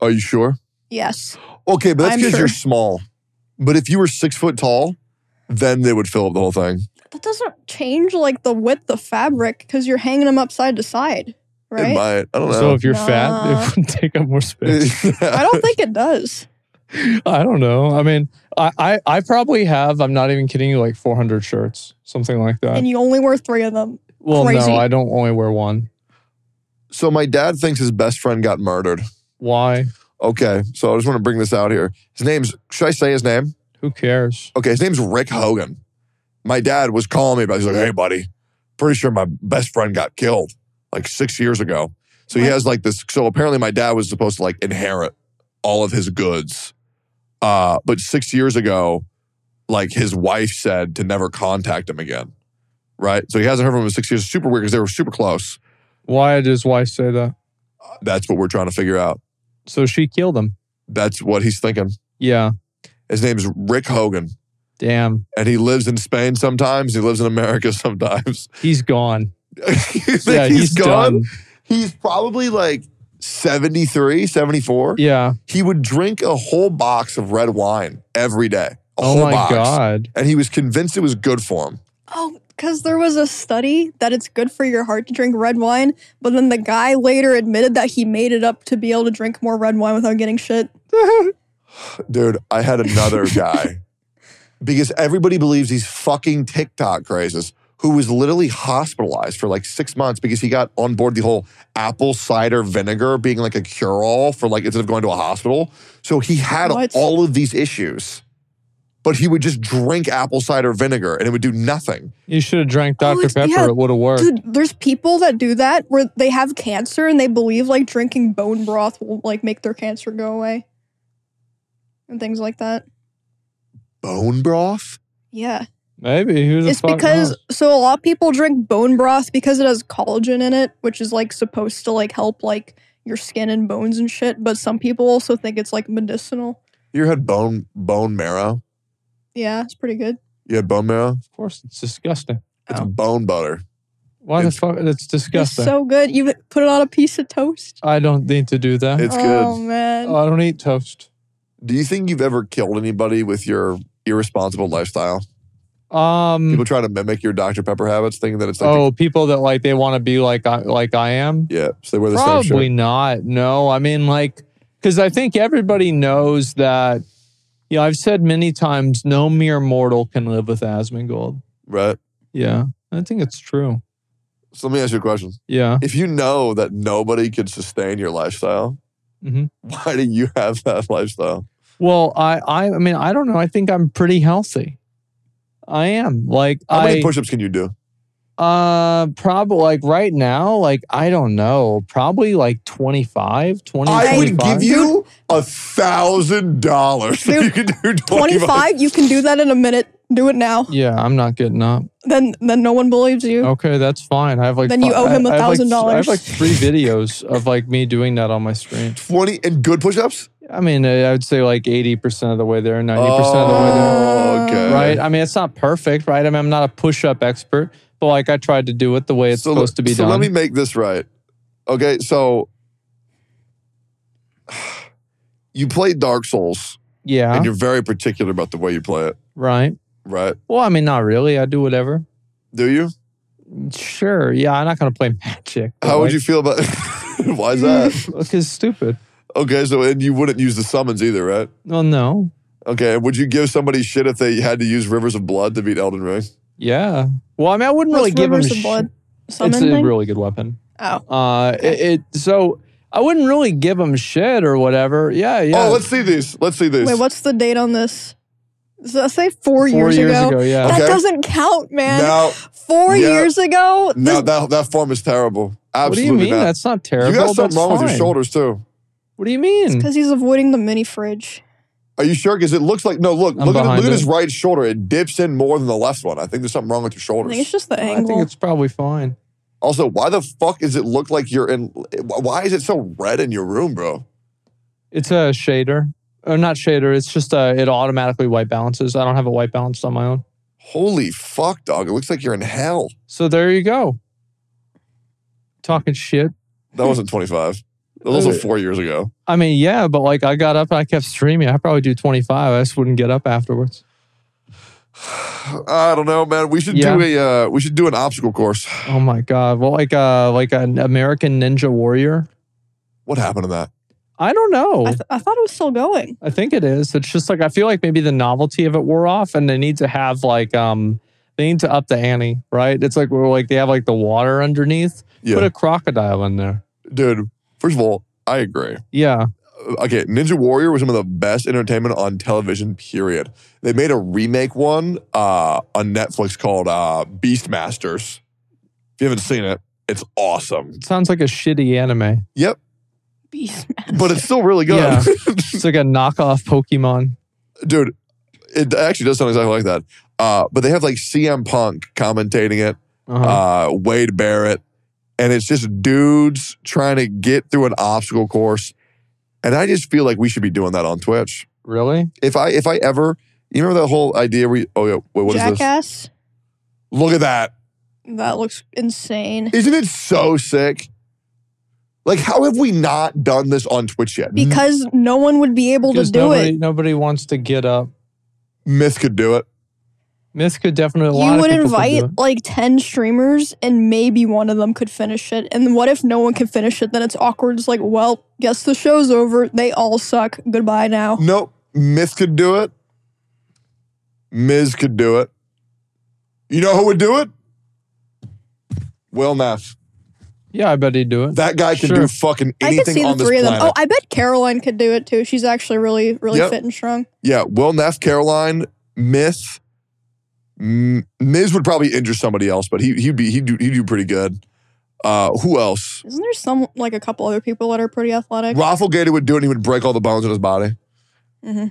S1: Are you sure?
S3: Yes.
S1: Okay, but that's
S3: I'm
S1: because
S3: sure.
S1: you're small. But if you were six foot tall, then they would fill up the whole thing.
S3: That doesn't change like the width of fabric because you're hanging them up side to side,
S1: It
S3: right?
S1: might. I don't
S2: So
S1: know.
S2: if you're
S3: Nah.
S2: fat, it would take up more space.
S3: I don't think it does.
S2: I don't know. I mean, I, I, I probably have, I'm not even kidding you, like 400 shirts, something like
S1: Uh.
S2: that.
S3: And you only wear three of them.
S2: well,
S3: crazy.
S2: no, I don't only wear one.
S1: so my dad thinks his best friend got murdered.
S2: Why?
S1: Okay, so I just want to bring this out here. His name's should I say his name?
S2: Who cares?
S1: Okay, his name's Rick Hogan. My dad was calling me about. it. He's like, "Hey, buddy, pretty sure my best friend got killed like six years ago." So he
S3: What?
S1: has like this. So apparently, my dad was supposed to like inherit all of his goods, uh, but six years ago, like his wife said to never contact him again. Right. So he hasn't heard from him in six years. Super weird because they were super close.
S2: Why did his wife say that?
S1: That's what we're trying to figure out.
S2: So she killed him.
S1: That's what he's thinking.
S2: Yeah.
S1: His name's Rick Hogan,
S2: Damn.
S1: and he lives in Spain sometimes. He lives in America sometimes.
S2: He's gone.
S1: you think
S2: yeah,
S1: he's gone?
S2: done.
S1: He's probably like 73, 74.
S2: Yeah.
S1: He would drink a whole box of red wine every day. A
S2: Oh
S1: whole
S2: my
S1: box.
S2: God.
S1: And he was convinced it was good for him.
S3: Oh, because there was a study that it's good for your heart to drink red wine, but then the guy later admitted that he made it up to be able to drink more red wine without getting shit.
S1: Dude, I had another guy because everybody believes these fucking TikTok crazes who was literally hospitalized for like six months because he got on board the whole apple cider vinegar being like a cure all for like instead of going to a hospital. So he had
S3: What?
S1: all of these issues, but he would just drink apple cider vinegar and it would do nothing.
S2: You should have drank
S3: Oh,
S2: Dr.
S3: it's-
S2: Pepper.
S3: yeah.
S2: It would have worked.
S3: Dude, there's people that do that where they have cancer and they believe like drinking bone broth will like make their cancer go away and things like that.
S1: Bone broth?
S3: Yeah.
S2: Maybe. Who the
S3: It's
S2: fuck
S3: because
S2: knows?
S3: so a lot of people drink bone broth because it has collagen in it, which is like supposed to like help like your skin and bones and shit, but some people also think it's like medicinal.
S1: You ever had bone bone marrow?
S3: Yeah, it's pretty good.
S1: You had bone marrow?
S2: Of course, it's disgusting.
S1: It's
S3: Oh.
S1: bone butter.
S2: Why the
S1: It's-
S2: fuck? It's
S3: It's
S2: disgusting.
S3: so good. You put it on a piece of toast.
S2: I don't need to do that.
S1: It's
S3: oh
S1: good.
S3: man.
S2: I don't eat toast.
S1: Do you think you've ever killed anybody with your irresponsible lifestyle?
S2: Um,
S1: People try to mimic your Dr. Pepper habits, thinking that it's like,
S2: oh, people that like they want to be like I, like I am.
S1: yeah, so they wear the same
S2: Probably
S1: shirt.
S2: not. No, I mean like because I think everybody knows that. You know, I've said many times, no mere mortal can live with Asmongold.
S1: Right?
S2: Yeah, I think it's true.
S1: So let me ask you a question.
S2: Yeah,
S1: If you know that nobody can sustain your lifestyle,
S2: Mhm.
S1: why do you have that lifestyle?
S2: Well, I, I, I mean, I don't know. I think I'm pretty healthy. I am. Like,
S1: How
S2: I,
S1: many push ups can you do?
S2: uh, probably like right now, like, I don't know, probably like 25, 20,
S1: I would
S2: 25.
S1: give you a thousand dollars if
S3: Dude,
S1: you could do 25.
S3: 25, you can do that in a minute. Do it now.
S2: Yeah, I'm not getting up.
S3: Then then no one believes you.
S2: Okay, that's fine. I have like
S3: Then you
S2: fi-
S3: owe him
S2: I- I have, like,
S3: $1,000.
S2: I have like three videos of like me doing that on my stream.
S1: 20 and good push ups?
S2: I mean, I I would say like eighty percent of the way there, ninety percent of the way there.
S1: Oh, okay.
S2: right? I mean, it's not perfect, right? I mean, I'm not a push-up expert, but like I tried to do it the way it's
S1: So-
S2: supposed to be
S1: so
S2: done.
S1: let me make this right. Okay, so you play Dark Souls
S2: yeah,
S1: and you're very particular about the way you play it,
S2: right.
S1: right?
S2: Well, I mean, not really. I do whatever.
S1: Do you?
S2: Sure, yeah. I'm not gonna play magic.
S1: How would you feel about why is that?
S2: Look, it's stupid.
S1: Okay, so and you wouldn't use the summons either, right?
S2: Well, no.
S1: Okay, would you give somebody shit if they had to use Rivers of Blood to beat Elden Ring?
S2: Yeah. Well, I mean, I wouldn't really
S3: What's
S2: give him.
S3: Rivers of
S2: sh-
S3: Blood?
S2: it's
S3: Summon
S2: a
S3: thing?
S2: really good weapon.
S3: oh.
S2: Uh, it, it so I wouldn't really give him shit or whatever. Yeah, yeah.
S1: Oh, let's see these. Let's see these.
S3: Wait, what's the date on this? Does that say four, years, ago?
S2: yeah.
S1: Okay.
S3: That doesn't count, man.
S1: Now,
S3: Four
S1: Yeah.
S3: years ago?
S1: now
S3: this-
S1: that that form is terrible.
S2: What do
S1: Absolutely
S2: you mean?
S1: not.
S2: That's not terrible.
S1: you got something
S2: That's
S1: wrong with
S2: fine.
S1: your shoulders too.
S2: What do you mean?
S3: Because he's avoiding the mini fridge.
S1: Are you sure? Because it looks like no. Look,
S2: I'm
S1: look at,
S2: behind
S1: look at
S2: it.
S1: his right shoulder. It dips in more than the left one. I think there's something wrong with your
S3: I think it's
S1: shoulders.
S3: just the
S2: I think
S3: angle.
S2: it's probably fine.
S1: Also, why the fuck does it look like you're in? Why is it so red in your room, bro?
S2: It's a shader. Or not shader, it's just uh it automatically white balances. I don't have it white balanced on my own.
S1: Holy fuck, dog! It looks like you're in hell.
S2: So there you go. Talking shit.
S1: That wasn't 25. Those were four years ago.
S2: I mean, yeah, but like I got up and I kept streaming. I probably do 25. I just wouldn't get up afterwards.
S1: I don't know, man. We should do a uh, we should do an obstacle course.
S2: Oh my god. Well, like uh like an American Ninja Warrior.
S1: What happened to that?
S2: I don't know.
S3: I,
S2: I,
S3: th- I thought it was still going.
S2: think it is. It's just like I feel like maybe the novelty of it wore off and they need to have like um they need to up the ante, right? It's like we're like they have like the water underneath.
S1: Yeah,
S2: Put a crocodile in there.
S1: dude. First of all, I agree. Uh,
S2: Yeah.
S1: Okay, Ninja Warrior was some of the best entertainment on television. Period. They made a remake one uh, on Netflix called uh, Beastmasters. If you haven't seen it, it's awesome.
S2: It sounds like a shitty anime.
S1: Yep,
S3: Beastmaster.
S1: but it's still really good,
S2: Yeah. It's like a knockoff Pokemon.
S1: dude. It actually does sound exactly like that. Uh, but they have like CM Punk commentating it.
S2: Uh-huh.
S1: uh, Wade Barrett, and it's just dudes trying to get through an obstacle course. And I just feel like we should be doing that on Twitch.
S2: really?
S1: If I if I ever, you remember that whole idea where you, oh yeah, wait, what is this?
S3: Jackass?
S1: Look at that!
S3: That looks insane.
S1: Isn't it so sick? Like, how have we not done this on Twitch yet?
S3: Because no one would be able to
S2: Because
S3: do
S2: nobody,
S3: it.
S2: nobody wants to get up.
S1: Myth could do it.
S2: Myth could definitely. A lot
S3: You
S2: of
S3: would
S2: people could do
S3: invite
S2: it.
S3: like 10 streamers and maybe one of them could finish it. And what if no one can finish it? Then it's awkward. It's like, well, guess the show's over. They all suck. Goodbye now.
S1: Nope. Myth could do it. Miz could do it. You know who would do it? Will Neff.
S2: Yeah, I bet he'd do it.
S1: That guy can
S2: Sure.
S1: do fucking
S3: I
S1: anything
S3: could see the
S1: on this
S3: three of them.
S1: planet.
S3: Oh, I bet Caroline could do it too. She's actually really, really
S1: Yep.
S3: fit and strong.
S1: Yeah, Will Neff, Caroline, Myth. M- Miz would probably injure somebody else, but he he'd be he'd do, he'd do pretty good. Uh, who else?
S3: Isn't there some like a couple other people that are pretty athletic?
S1: Rafflegator would do it. and He would break all the bones in his body.
S3: hmm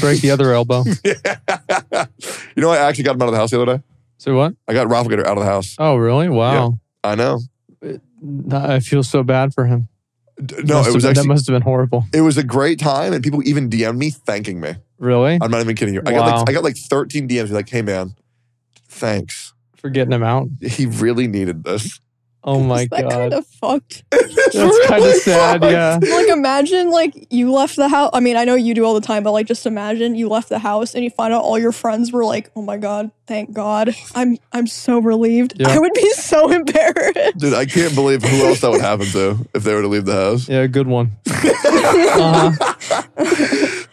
S2: Break the other elbow.
S1: you know, I actually got him out of the house the other day.
S2: So what?
S1: I got Rafflegator out of the house.
S2: Oh, really? Wow.
S1: I know.
S2: I feel so bad for him.
S1: D- No,
S2: Must
S1: it was
S2: have been-
S1: actually
S2: that must have been horrible.
S1: it was a great time, and people even DM'd me thanking me.
S2: Really?
S1: I'm not even kidding you. I got
S2: Wow.
S1: like I got like 13 DMs like, "Hey man, thanks.
S2: For getting him out.
S1: He really needed this."
S2: Oh my
S3: that
S2: god.
S3: kind of fucked.
S1: It's
S2: That's kind of
S1: really
S2: sad.
S1: fucked.
S2: Yeah.
S3: like imagine like you left the house. I mean, I know you do all the time, but like just imagine you left the house and you find out all your friends were like, "Oh my god, thank God, I'm I'm so relieved."
S2: Yeah.
S3: I would be so embarrassed.
S1: Dude, I can't believe who else that would happen to if they were to leave the house.
S2: Yeah, good one. Uh-huh.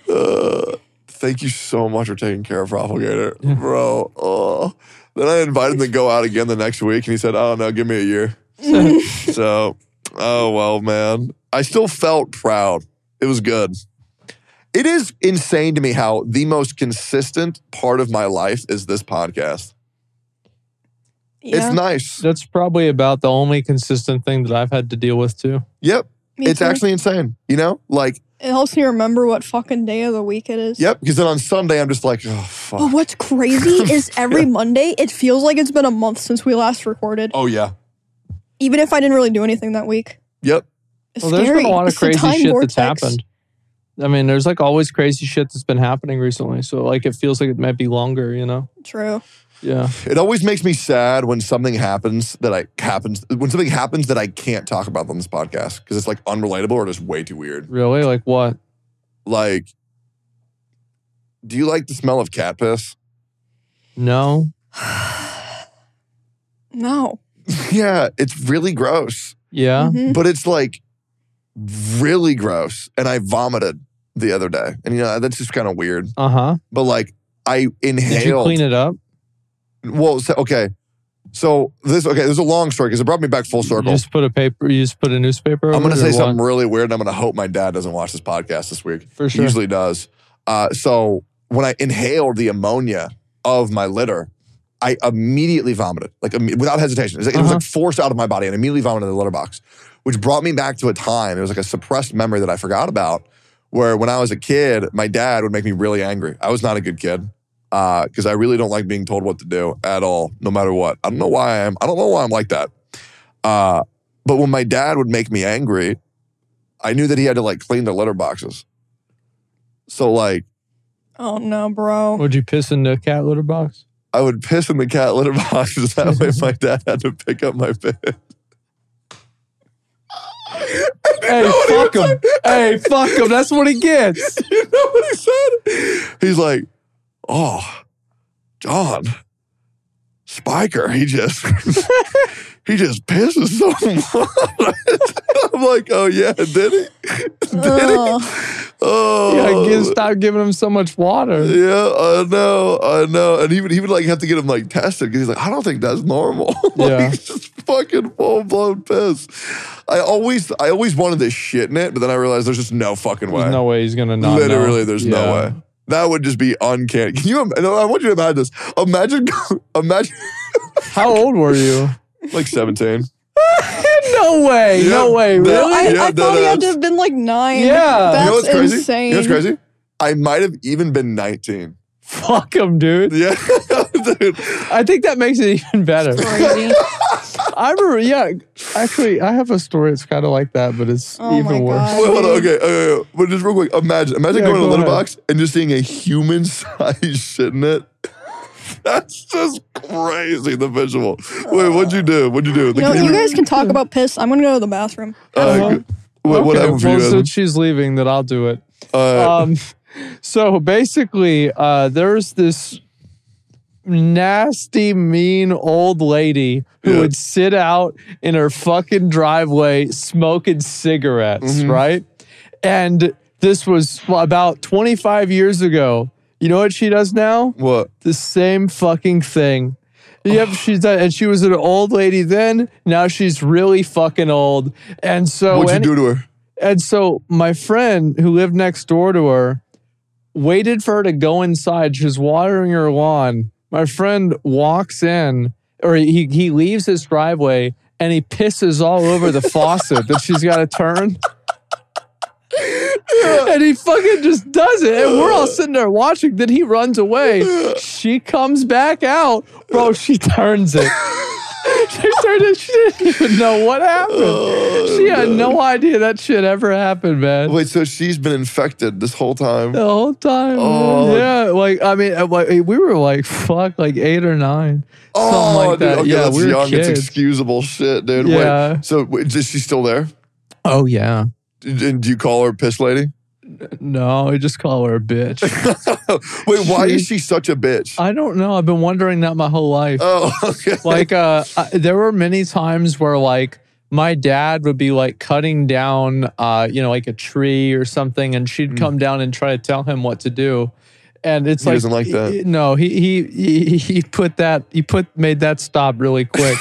S1: Uh, thank you so much for taking care of Rafflegator, bro. Oh. Then I invited him to go out again the next week, and he said, "Oh no, give me a year." so, oh well, man. I still felt proud. It was good. It is insane to me how the most consistent part of my life is this podcast.
S3: Yeah.
S1: It's nice.
S2: That's probably about the only consistent thing that I've had to deal with too.
S1: Yep.
S3: Me
S1: it's
S3: too.
S1: actually insane. You know, like
S3: It helps me remember what fucking day of the week it is.
S1: yep. Because then on Sunday I'm just like, oh
S3: But
S1: fuck.
S3: what's crazy is every Monday, it feels like it's been a month since we last recorded,
S1: Oh yeah.
S3: even if I didn't really do anything that week.
S1: Yep.
S3: It's
S2: Well,
S3: scary.
S2: there's been a lot of
S3: It's the
S2: crazy
S3: time
S2: shit
S3: vortex.
S2: that's happened. I mean, there's like always crazy shit that's been happening recently. So like it feels like it might be longer, you know?
S3: True.
S2: Yeah.
S1: It always makes me sad when something happens that I happens when something happens that I can't talk about on this podcast because it's like unrelatable or just way too weird.
S2: Really? Like what?
S1: Like, do you like the smell of cat piss?
S2: No.
S3: No.
S1: yeah, it's really gross,
S2: Yeah.
S3: Mhm.
S1: but it's like really gross. And I vomited the other day, and you know that's just kind of weird.
S3: Hmm.
S2: Uh huh.
S1: But like, I
S2: Did you
S1: inhaled.
S2: clean it up?
S1: Well, so, okay. So this okay, there's a long story because it brought me back full
S2: You
S1: circle.
S2: just put a paper. You just put a newspaper.
S1: I'm
S2: over
S1: gonna
S2: it,
S1: say
S2: or
S1: something
S2: what?
S1: really weird, and I'm gonna hope my dad doesn't watch this podcast this week.
S2: for
S1: He
S2: sure.
S1: usually does. Uh, so when I inhaled the ammonia of my litter, I immediately vomited, like imme- without hesitation. It was, like, it was
S2: Uh-huh.
S1: like forced out of my body, and immediately vomited in the litter box, which brought me back to a time. It was like a suppressed memory that I forgot about, where when I was a kid, my dad would make me really angry. I was not a good kid because I really don't like being told what to do at all, no matter what. I don't know why I am. I don't know why I'm like that. Uh, but when my dad would make me angry, I knew that he had to like clean the litter boxes. So like
S3: Oh no, bro.
S2: Would you piss in the cat litter box?
S1: I would piss in the cat litter boxes. That way my dad had to pick up my piss.
S2: Hey, fuck him. hey, fuck him. That's what he gets.
S1: You know what he said? He's like, oh, John, Spiker, he just he just pisses so much. I'm like, oh yeah, did he?
S3: Ugh.
S1: Oh
S2: Yeah, give, stop giving him so much water.
S1: Yeah, I know, I know. And he would, he would like have to get him like tested because he's like, I don't think that's normal. like,
S2: Yeah.
S1: it's just fucking full blown piss. I always, I always wanted to shit in it, but then I realized there's just no fucking way.
S2: There's no way he's gonna not. know.
S1: Literally, there's no
S2: Yeah.
S1: way. That would just be uncanny. Can you? im- no, I want you to imagine this. Imagine, imagine
S2: How old were you?
S1: like 17.
S2: no way.
S1: Yeah,
S2: No way.
S1: that-
S2: Really?
S3: I,
S1: Yeah,
S3: I thought he
S1: that
S3: had to
S1: is.
S3: have been like nine.
S2: Yeah.
S1: you know
S3: That's
S1: what's crazy?
S3: insane.
S1: You know what's crazy? I might have even been 19.
S2: Fuck him, dude.
S1: Yeah, dude.
S2: I think that makes it even better.
S3: Crazy.
S2: I remember, yeah. Actually, I have a story. It's kind of like that, but it's
S3: Oh my
S2: even worse.
S3: God.
S1: Wait, hold on. Okay, okay, okay. but just real quick, imagine, imagine
S2: Yeah,
S1: going to a
S2: go
S1: litter
S2: ahead.
S1: box and just seeing a human size shit in it. That's just crazy. The visual. Wait, what'd you do? What'd you do? The
S3: No,
S1: kid-
S3: you guys can talk about piss. I'm gonna go to the bathroom.
S1: uh,
S2: Uh-huh.
S1: what, what
S2: Okay,
S1: happened for
S2: well,
S1: you?
S2: since
S1: Adam?
S2: she's leaving, that I'll do it.
S1: Uh,
S2: Um, so basically, uh, there's this nasty, mean old lady who
S1: Yeah.
S2: would sit out in her fucking driveway smoking cigarettes,
S1: Mhm.
S2: right? And this was about 25 years ago. You know what she does now?
S1: what?
S2: The same fucking thing. Yep, she's done, and she was an old lady then. Now she's really fucking old, and so
S1: What'd
S2: any-
S1: you do to her?
S2: and so my friend who lived next door to her waited for her to go inside. She's watering her lawn. My friend walks in, or he he leaves his driveway and he pisses all over the faucet that she's got to turn. And he fucking just does it. And we're all sitting there watching. Then he runs away. She comes back out. Bro, she turns it. She turned it. She didn't even know what happened.
S1: Oh,
S2: She had no idea that shit ever happened, man.
S1: Wait, so she's been infected this whole time?
S2: The whole time. man.
S1: Oh.
S2: Yeah. Like, I mean, uh, like, we were like, fuck, like eight or nine. something like
S1: Oh, dude,
S2: that.
S1: okay,
S2: yeah,
S1: that's
S2: we were
S1: young.
S2: kids.
S1: It's excusable shit, dude.
S2: Yeah.
S1: Wait, so wait, is she still there?
S2: oh, yeah.
S1: And do you call her piss lady?
S2: No, I just call her a bitch.
S1: Wait, why is
S2: She-
S1: she such a bitch?
S2: I don't know. I've been wondering that my whole life.
S1: oh, okay.
S2: like, uh, I, there were many times where, like, my dad would be like cutting down, uh, you know, like a tree or something, and she'd
S1: Mm.
S2: come down and try to tell him what to do. And it's
S1: He
S2: like,
S1: doesn't like that.
S2: No, he he he he put that he put made that stop really quick.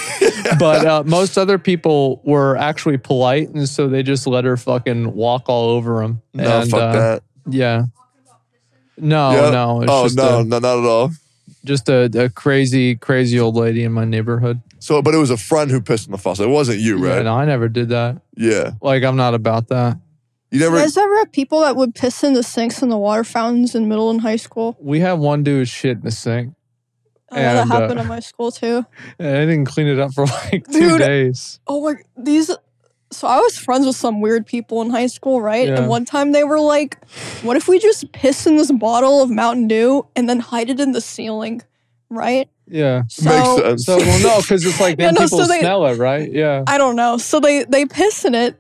S2: but uh, most other people were actually polite, and so they just let her fucking walk all over them.
S1: no,
S2: and,
S1: fuck
S2: uh,
S1: that.
S2: Yeah. No,
S1: Yeah.
S2: no, it's
S1: Oh
S2: just
S1: no,
S2: a,
S1: no, not at all.
S2: just a, a crazy, crazy old lady in my neighborhood.
S1: So, but it was a friend who pissed in the faucet. It wasn't you,
S2: Yeah,
S1: right?
S2: no, I never did that.
S1: Yeah.
S2: Like, I'm not about that.
S1: You never.
S3: You guys ever have people that would piss in the sinks and the water fountains in middle and high school?
S2: We had one dude shit in the sink,
S3: Oh, yeah, that
S2: And, uh,
S3: happened at my school too.
S2: and I didn't clean it up for like two
S3: Dude.
S2: days.
S3: Oh my, these. So I was friends with some weird people in high school, right?
S2: Yeah.
S3: And one time they were like, "What if we just piss in this bottle of Mountain Dew and then hide it in the ceiling?" Right?
S2: Yeah.
S3: So
S1: makes sense.
S2: So, well, no, because it's like
S3: Yeah,
S2: then
S3: no,
S2: people
S3: so they-
S2: smell it, right? Yeah.
S3: I don't know. So they they piss in it,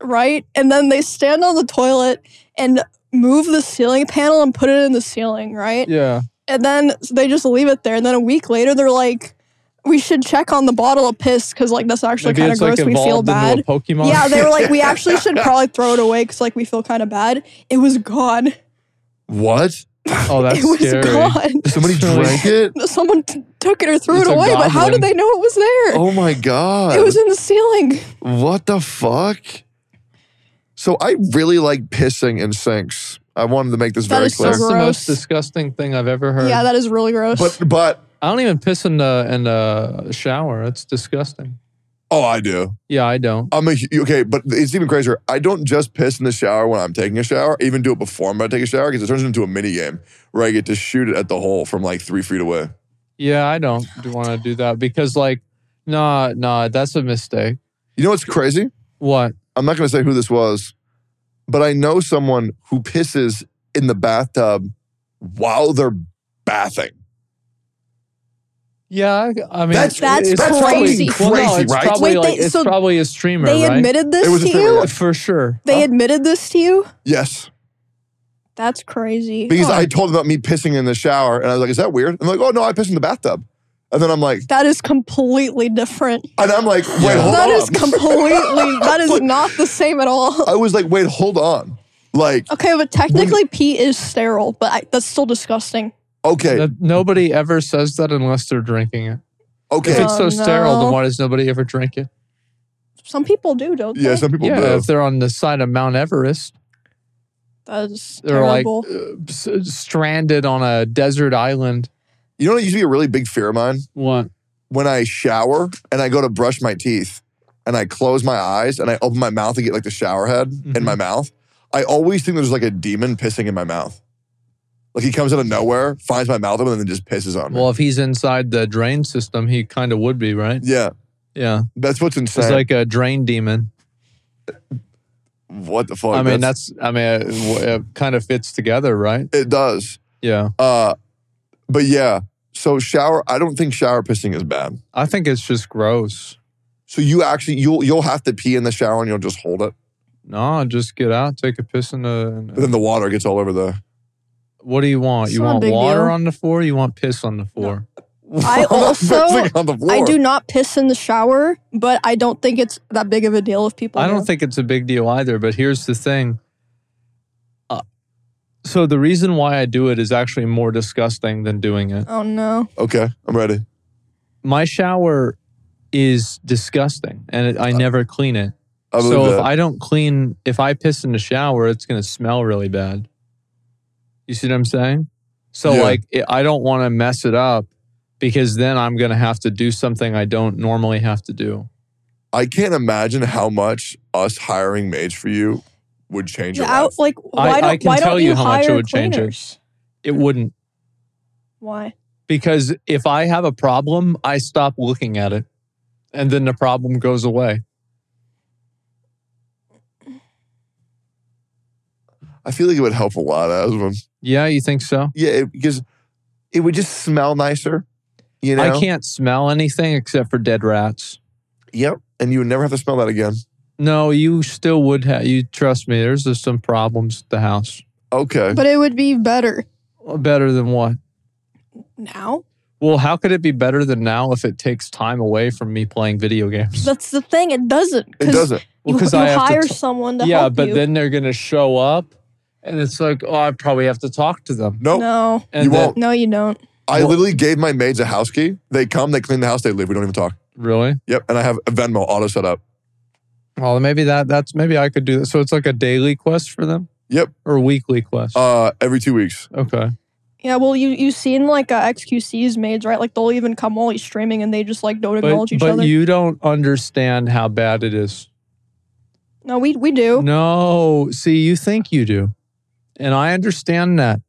S3: right? And then they stand on the toilet and move the ceiling panel and put it in the ceiling, right?
S2: Yeah.
S3: And then they just leave it there. And then a week later, they're like, "We should check on the bottle of piss because like that's actually
S2: Maybe
S3: kind of
S2: it's like
S3: gross. we feel
S2: evolved
S3: bad."
S2: into a Pokemon.
S3: Yeah, they were like, "We actually should probably throw it away because like we feel kind of bad." It was gone.
S1: what?
S2: oh, that's
S3: it was
S2: scary.
S3: gone.
S1: Somebody
S2: It's really-
S1: drank it?
S3: Someone t- took it or threw
S2: It's
S3: it
S2: a
S3: away. But how
S2: goblin.
S3: did they know it was there?
S1: Oh my god!
S3: It was in the ceiling.
S1: what the fuck? So I really like pissing in sinks. I wanted to make this
S3: That
S1: very
S3: is so
S1: clear.
S2: That's the
S3: Gross.
S2: most disgusting thing I've ever heard.
S3: Yeah, that is really gross.
S1: but but
S2: I don't even piss in the in the shower. That's disgusting.
S1: oh, I do.
S2: Yeah, I don't.
S1: I'm a hu- okay, but it's even crazier. I don't just piss in the shower when I'm taking a shower. I even do it before I'm about to take a shower because it turns into a mini game where I get to shoot it at the hole from like three feet away.
S2: Yeah, I don't want to do that because like, nah, nah, that's a mistake.
S1: You know what's crazy?
S2: What?
S1: I'm not going to say who this was, but I know someone who pisses in the bathtub while they're bathing.
S2: Yeah, I I mean
S1: That's-
S3: That's crazy.
S2: Probably, well, no,
S1: crazy,
S2: it's
S1: right?
S2: Probably
S3: Wait,
S2: like,
S3: they-
S2: it's
S3: so
S2: probably a streamer,
S3: they
S2: right?
S3: admitted
S1: It was
S3: this
S1: a
S3: to
S1: theory,
S3: you.
S1: yeah.
S2: For sure.
S3: They admitted this to you.
S1: Yes,
S3: That's crazy.
S1: because I told them about me pissing in the shower, and I was like, "Is that weird?" And they're like, "Oh no, I piss in the bathtub." And then I'm like,
S3: that is completely different.
S1: and I'm like, "Wait,
S2: Yeah.
S1: hold
S3: That
S1: on."
S3: is completely. that is not the same at all.
S1: I was like, "Wait, hold on." Like,
S3: Okay, but technically pee is sterile, but I, that's still disgusting.
S1: okay,
S2: That- nobody ever says that unless they're drinking it. If
S1: okay,
S2: it's
S3: Oh,
S2: so sterile,
S3: no.
S2: then why does nobody ever drink it?
S3: Some people do, don't
S1: yeah.
S3: they?
S1: Some people
S2: yeah,
S1: do.
S2: if they're on the side of Mount Everest,
S3: that is
S2: they're
S3: terrible.
S2: like uh, s- stranded on a desert island.
S1: You know what used to be a really big fear of mine
S2: What?
S1: when I shower and I go to brush my teeth and I close my eyes and I open my mouth and get like the shower head in
S2: Mhm.
S1: my mouth, I always think there's like a demon pissing in my mouth. Like he comes out of nowhere, finds my mouth open, and then just pisses on me.
S2: Well, if he's inside the drain system, he kind of would be, right?
S1: yeah,
S2: Yeah,
S1: that's what's
S2: it's
S1: insane.
S2: like a drain demon.
S1: what the fuck?
S2: I mean, that's, I mean, it, w- it kind of fits together, right?
S1: it does.
S2: Yeah,
S1: Uh, but yeah, so shower. I don't think shower pissing is bad.
S2: I think it's just gross.
S1: So you actually you'll you'll have to pee in the shower and you'll just hold it,
S2: No, just get out, take a piss in the.
S1: but then the water gets all over the.
S2: what do you want?
S3: It's
S2: You
S3: not a
S2: want
S3: big
S2: water
S3: deal.
S2: on the floor? You want piss on the floor?
S3: I also-
S1: Pissing on the floor.
S3: I do not piss in the shower, but I don't think it's that big of a deal if people.
S2: I don't
S3: do.
S2: think it's a big deal either, but here's the thing. Uh, so the reason why I do it is actually more disgusting than doing it.
S3: Oh no!
S1: Okay, I'm ready.
S2: My shower is disgusting and it, I
S3: Uh,
S2: never clean it.
S1: I believe
S2: so
S1: that.
S2: if I don't clean, if I piss in the shower, it's going to smell really bad. You see what I'm saying? So
S1: Yeah.
S2: like it, I don't want to mess it up because then I'm going to have to do something I don't normally have to do.
S1: I can't imagine how much us hiring maids for you would change your
S3: Yeah, I-
S1: life.
S3: like why
S2: I
S3: don't
S2: can
S3: why
S2: tell
S3: don't
S2: you
S3: you,
S2: how
S3: hire
S2: much it would change it.
S3: cleaners?
S2: It wouldn't
S3: Why?
S2: because if I have a problem, I stop looking at it and then the problem goes away.
S1: I feel like it would help a lot, Aslan.
S2: Yeah, you think so?
S1: Yeah, it, because it would just smell nicer. You know.
S2: I can't smell anything except for dead rats.
S1: Yep. And you would never have to smell that again.
S2: No, you still would have. You trust me. There's just some problems at the house.
S1: Okay.
S3: But it would be better
S2: Better than what?
S3: now.
S2: Well, how could it be better than now if it takes time away from me playing video games?
S3: That's the thing. It doesn't.
S1: It
S3: 'cause
S1: doesn't.
S2: Well,
S3: You,
S2: 'cause
S3: you
S2: I have to
S3: hire
S2: t-
S3: someone to
S2: yeah,
S3: help
S2: but
S3: you.
S2: then they're gonna show up, and it's like, oh, I probably have to talk to them.
S1: Nope.
S3: no,
S2: And
S1: You
S2: then-
S1: won't.
S3: no, you don't.
S1: I
S2: Well-
S1: literally gave my maids a house key. They come, they clean the house, they leave. We don't even talk.
S2: Really?
S1: Yep. And I have a Venmo auto set up.
S2: Well, maybe that. That's maybe I could do that. So it's like a daily quest for them.
S1: Yep.
S2: Or weekly quest.
S1: Uh, every two weeks.
S2: okay.
S3: Yeah, well, you you seen like uh, XQC's maids, right? Like they'll even come while he's streaming, and they just like don't
S2: But,
S3: acknowledge each
S2: but
S3: other.
S2: you don't understand how bad it is.
S3: no, we we do.
S2: No, see, you think you do. And I understand that.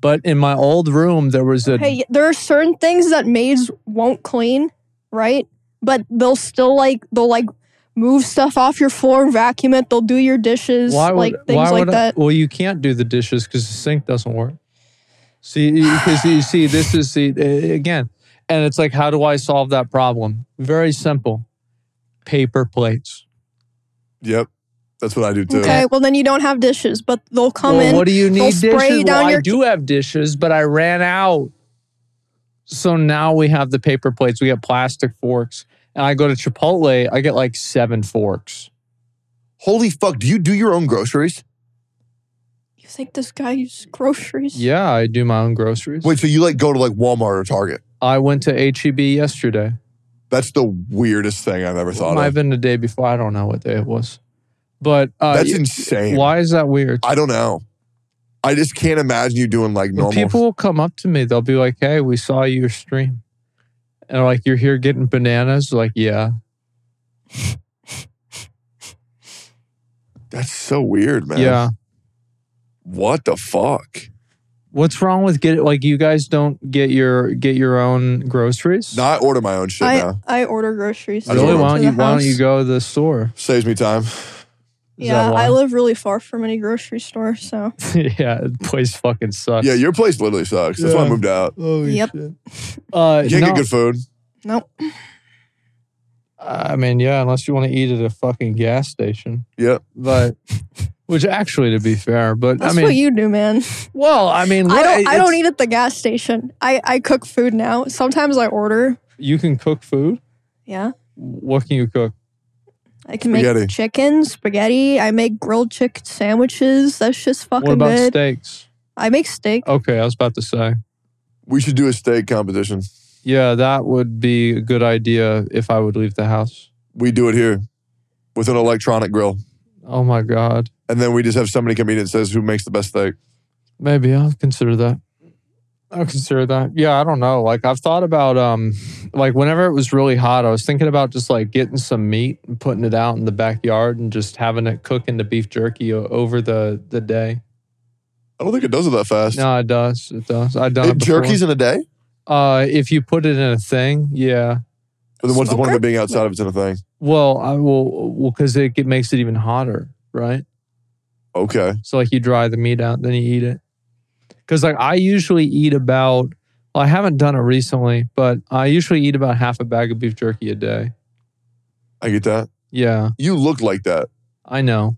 S2: But in my old room, there was a.
S3: Hey, y- there are certain things that maids won't clean, right? But they'll still like they'll like move stuff off your floor, and vacuum it. They'll do your dishes, like things like
S2: would I-
S3: that.
S2: well, you can't do the dishes because the sink doesn't work. See, because you see, this is the uh, again, and it's like, how do I solve that problem? Very simple, paper plates.
S1: Yep. That's what I do too.
S3: okay, well then you don't have dishes, but they'll come
S2: Well,
S3: in.
S2: what do you need
S3: spray
S2: dishes?
S3: down
S2: Well, I
S3: your-
S2: do have dishes, but I ran out. So now we have the paper plates. We have plastic forks, and I go to Chipotle. I get like seven forks.
S1: Holy fuck, do you do your own groceries?
S3: you think this guy uses groceries?
S2: Yeah, I do my own groceries.
S1: Wait, so you like go to like Walmart or Target?
S2: I went to HEB yesterday.
S1: That's the weirdest thing I've ever thought
S2: Might have
S1: of.
S2: been the day before. I don't know what day it was. But uh,
S1: That's
S2: y-
S1: insane.
S2: why is that weird?
S1: I don't know. I just can't imagine you doing like
S2: When
S1: normal.
S2: people will come up to me, they'll be like, "Hey, we saw your stream," and they're like, "You're here getting bananas?" Like, yeah.
S1: That's so weird, man.
S2: Yeah.
S1: What the fuck?
S2: What's wrong with get like you guys don't get your get your own groceries?
S1: Now I order my own shit
S3: I,
S1: now.
S3: I order groceries.
S1: I
S2: really?
S1: don't
S2: Why
S3: to
S2: don't you
S3: the
S2: why don't you
S3: house.
S2: go to the store?
S1: Saves me time.
S2: Is
S3: Yeah,
S2: that
S3: I
S2: why?
S3: live really far from any grocery store, so
S2: yeah, the place fucking sucks.
S1: Yeah, your place literally sucks. That's why I
S2: Yeah.
S1: moved out.
S2: Holy
S3: Yep.
S2: shit. Uh,
S1: You can't
S2: no,
S1: get good food.
S3: no.
S2: I mean, yeah, unless you want to eat at a fucking gas station,
S1: Yeah.
S2: but which actually, to be fair, but
S3: That's
S2: I mean,
S3: what you do, man.
S2: Well, I mean,
S3: I
S2: look,
S3: don't. I don't
S2: it's-
S3: eat at the gas station. I I cook food now. Sometimes I order.
S2: You can cook food.
S3: Yeah,
S2: What can you cook?
S3: I can
S1: Spaghetti.
S3: make chicken spaghetti. I make grilled chicken sandwiches. That's just fucking
S2: what about Oh,
S3: good.
S2: steaks?
S3: I make steak.
S2: Okay, I was about to say.
S1: We should do a steak competition.
S2: Yeah, that would be a good idea if I would leave the house.
S1: We do it here with an electronic grill.
S2: Oh my god,
S1: And then we just have somebody come in and says who makes the best steak.
S2: maybe I'll consider that. I'll consider that. Yeah, I don't know. Like I've thought about um, like whenever it was really hot, I was thinking about just like getting some meat and putting it out in the backyard and just having it cook into beef jerky o- over the the day.
S1: I don't think it does it that fast.
S2: No, it does. It does. I done it
S1: it
S2: before.
S1: jerkies in a day?
S2: Uh, if you put it in a thing, yeah.
S1: But then what's the point of
S3: Smoker?
S1: it being outside if it's in a thing?
S2: Well, I will well because it, get- makes it even hotter, right?
S1: Okay.
S2: So like you dry the meat out, then you eat it. Because like I usually eat about, well, I haven't done it recently, but I usually eat about half a bag of beef jerky a day.
S1: I get that.
S2: Yeah,
S1: You look like that.
S2: I know.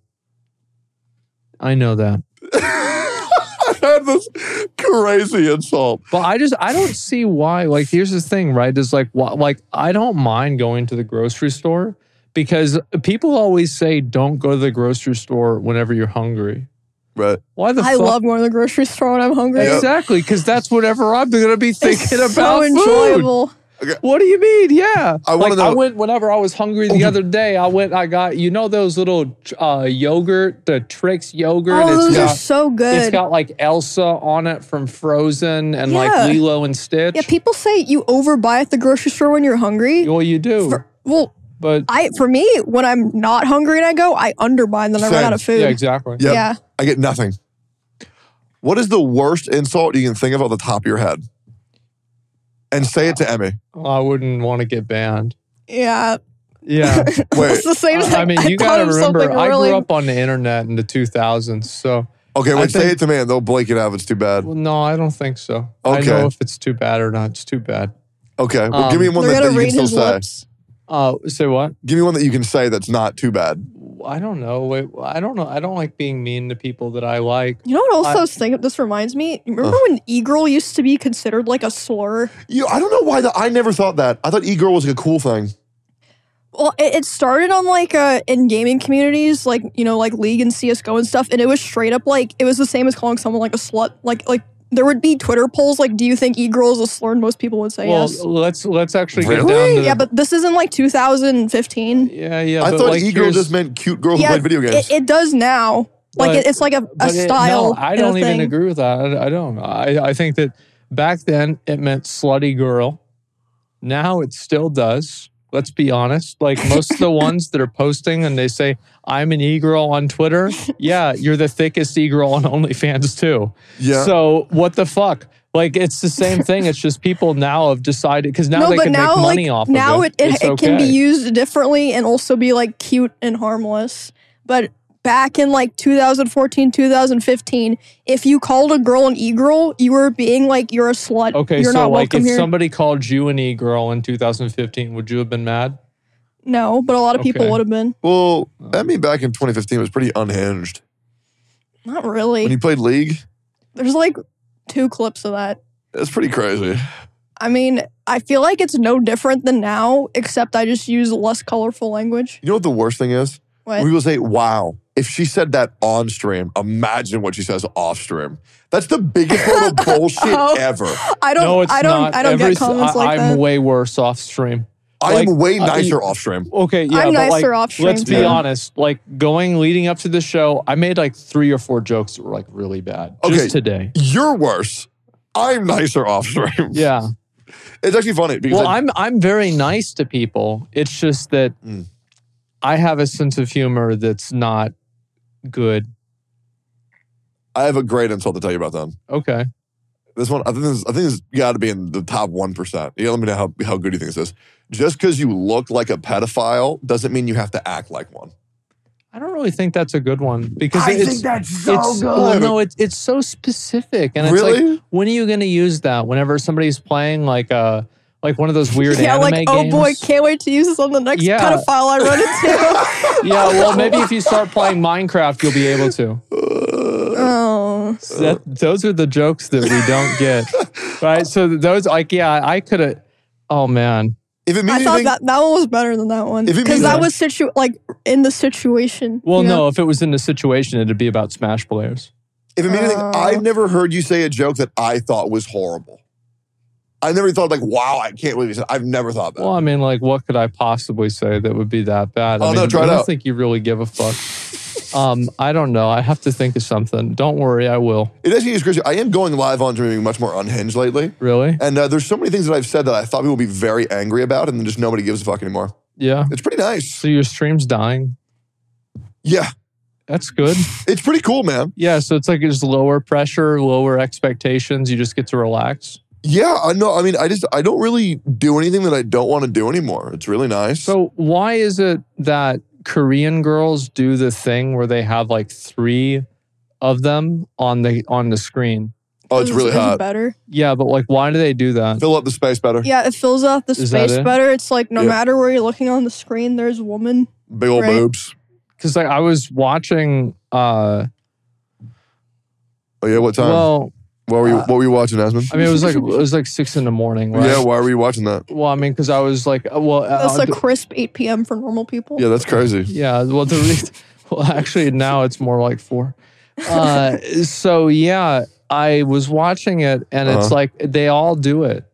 S2: I know that,
S1: I had this crazy insult.
S2: but I just I don't see why. Like, here's the thing, right? Is like, why, like I don't mind going to the grocery store because people always say don't go to the grocery store whenever you're hungry.
S1: Right.
S2: Why the
S3: I
S2: fuck
S3: love going to the grocery store when I'm hungry.
S1: Yep.
S2: Exactly, because that's whatever I'm going to be
S3: It's
S2: thinking about.
S3: so
S2: food.
S3: enjoyable.
S2: What do you mean? Yeah,
S1: I wanna
S2: Like,
S1: know-
S2: I went whenever I was hungry the
S1: Oh, you-
S2: other day. I went. I got you know those little uh, yogurt, the Trix yogurt.
S3: Oh,
S2: it's
S3: those
S2: got
S3: are so
S2: it's
S3: good.
S2: got like Elsa on it from Frozen and
S3: Yeah.
S2: like Lilo and Stitch.
S3: Yeah, people say you overbuy at the grocery store when you're hungry.
S2: well, you do,
S3: For- well,
S2: but
S3: I for me when I'm not hungry and I go, I underbuy and then I
S1: Same.
S3: run out of food.
S2: yeah, exactly.
S1: Yep.
S3: Yeah.
S1: I get nothing. What is the worst insult you can think of off the top of your head? And say it to Emmy.
S2: I wouldn't want to get banned.
S3: Yeah,
S2: Yeah,
S1: Wait.
S3: it's the same thing.
S2: I mean, you
S3: thought
S2: gotta
S3: of
S2: remember,
S3: something
S2: I
S3: really-
S2: grew up on the internet in the 2000s, so
S1: Okay,
S2: I
S1: wait, say
S2: think-
S1: it to me and they'll blink it out if it's too bad.
S2: well, no, I don't think so. I
S1: Okay.
S2: know if it's too bad or not. It's too bad.
S1: Okay. Well,
S2: Um,
S1: give me one
S3: They're
S1: that, that
S3: gonna
S1: you can
S3: read
S1: still
S3: his
S1: say.
S3: lips.
S2: Uh, say what?
S1: Give me one that you can say that's not too bad.
S2: I don't know. Wait, I don't know. I don't like being mean to people that I like.
S3: You know what else
S2: I-
S3: I, was thinking? This reminds me. You Remember when e-girl used to be considered like a slur?
S1: You, I don't know why that. I never thought that. I thought e-girl was like a cool thing.
S3: Well, it, it started on like uh, in gaming communities, like you know, like League and CS:GO and stuff, and it was straight up like it was the same as calling someone like a slut. Like like there would be Twitter polls like, "Do you think e-girl is a slur?" And most people would say
S2: well,
S3: yes.
S2: let's let's actually get
S1: Really?
S2: down to the-
S3: Yeah, but this isn't like 2015.
S2: yeah, yeah.
S1: I
S2: but
S1: thought
S2: like,
S1: e-girl
S2: here's-
S1: just meant cute girl who
S3: Yeah,
S1: played video games.
S3: It, it does now, Like
S2: But-
S3: it, it's like a, a
S2: But it-
S3: style.
S2: no, I
S3: and a
S2: don't even
S3: thing.
S2: agree with that. I, I don't. I, I think that back then it meant slutty girl. Now it still does. Let's be honest. Like most of the ones that are posting and they say, I'm an e girl on Twitter. Yeah, you're the thickest e girl on OnlyFans too.
S1: Yeah.
S2: So what the fuck? Like it's the same thing. It's just people now have decided because now
S3: no,
S2: they
S3: but
S2: can
S3: now
S2: make money
S3: like
S2: off
S3: now
S2: of it.
S3: it,
S2: It's
S3: it, can be
S2: okay.
S3: used differently and also be like cute and harmless. But back in like 2014, 2015, if you called a girl an e-girl, you were being like you're a slut.
S2: Okay,
S3: you're
S2: so
S3: not
S2: like if
S3: welcome here.
S2: somebody called you an e girl in 2015, would you have been mad?
S3: no, but a lot of people
S2: Okay.
S3: would have been.
S1: well, I mean, back in 2015 was pretty unhinged.
S3: Not
S1: When
S3: really.
S1: you played League,
S3: There's like two clips of that.
S1: that's pretty crazy.
S3: I mean, I feel like it's no different than now, except I just use less colorful language.
S1: You know what the worst thing is?
S3: What?
S1: People say, wow. If she said that on stream, imagine what she says off stream. That's the biggest load of bullshit
S3: Oh.
S1: ever.
S3: I don't.
S2: no, it's
S3: I don't.
S2: not.
S3: I don't
S2: Every
S3: get comments
S2: s- I,
S3: like
S2: am
S3: that.
S2: way worse off stream.
S1: I
S2: Like,
S1: am way
S2: uh,
S1: nicer
S2: you-
S1: off stream.
S2: Okay, yeah,
S3: I'm
S2: but like,
S3: nicer off stream,
S2: let's be
S3: too.
S2: honest. Like going leading up to the show, I made like three or four jokes that were like really bad.
S1: Okay.
S2: Just today.
S1: You're worse. I'm nicer off stream.
S2: Yeah.
S1: It's actually funny because
S2: Well,
S1: I-
S2: I'm I'm very nice to people. It's just that
S1: Mm.
S2: I have a sense of humor that's not good.
S1: I have a great insult to tell you about them.
S2: Okay.
S1: This one, I think this, I think this got to be in the top one percent. Yeah, let me know how, how good you think this is. Just because you look like a pedophile doesn't mean you have to act like one.
S2: I don't really think that's a good one because it's
S1: that's
S2: it's well, no, it, it's so specific and it's like
S1: really?
S2: when are you going to use that? Whenever somebody's playing like a like one of those weird
S3: yeah,
S2: anime
S3: like oh
S2: games?
S3: boy, can't wait to use this on the next
S2: Yeah.
S3: pedophile I run into.
S2: yeah, well, maybe if you start playing Minecraft, you'll be able to.
S1: Uh,
S3: oh,
S2: So that- those are the jokes that we don't get, right? So those, like, yeah, I could have. Oh man,
S1: if it means
S3: I thought
S1: anything,
S3: that that one was better than that one
S1: If it means
S3: because that
S1: that-
S3: was situ like in the situation.
S2: well,
S3: you know?
S2: no, if it was in the situation, it'd be about Smash players.
S1: if it means anything,
S3: Uh.
S1: I've never heard you say a joke that I thought was horrible. I never thought like, wow, I can't believe you said. I've never thought that.
S2: Well, I mean, like, what could I possibly say that would be that bad?
S1: Oh,
S2: I mean,
S1: no, try it
S2: I don't
S1: out.
S2: think you really give a fuck. um, I don't know. I have to think of something. Don't worry, I will.
S1: It actually is crazy. I am going live on streaming much more unhinged lately,
S2: Really?
S1: and uh, there's so many things that I've said that I thought people would be very angry about, and then just nobody gives a fuck anymore.
S2: Yeah.
S1: It's pretty nice.
S2: So your stream's dying.
S1: Yeah,
S2: That's good.
S1: it's pretty cool, man.
S2: Yeah. So it's like it's lower pressure, lower expectations. You just get to relax.
S1: Yeah, I know. I mean, I just I don't really do anything that I don't want to do anymore. It's really nice.
S2: So why is it that Korean girls do the thing where they have like three of them on the on the screen?
S1: oh, it's
S3: Is-
S1: really
S3: is it
S1: hot.
S3: Better.
S2: Yeah, but like why do they do that?
S1: Fill up the space better.
S3: Yeah, it fills out the
S2: Is that
S3: space
S2: it?
S3: better. It's like no
S1: Yeah.
S3: matter where you're looking on the screen, there's a woman.
S1: Big old
S3: Right.
S1: boobs.
S2: Because like I was watching uh
S1: Oh yeah, what time?
S2: well
S1: what were you
S2: uh,
S1: What were you watching, Asman?
S2: I mean it was like it was like six in the morning, right?
S1: Yeah, why were you watching that?
S2: Well, I mean, because I was like, uh, well,
S3: That's
S2: uh,
S3: a crisp 8 p.m. for normal people.
S1: Yeah, that's crazy.
S2: yeah. Well, the re- well, actually, now it's more like four. Uh, so yeah, I was watching it, and it's
S1: Uh-huh.
S2: like they all do it.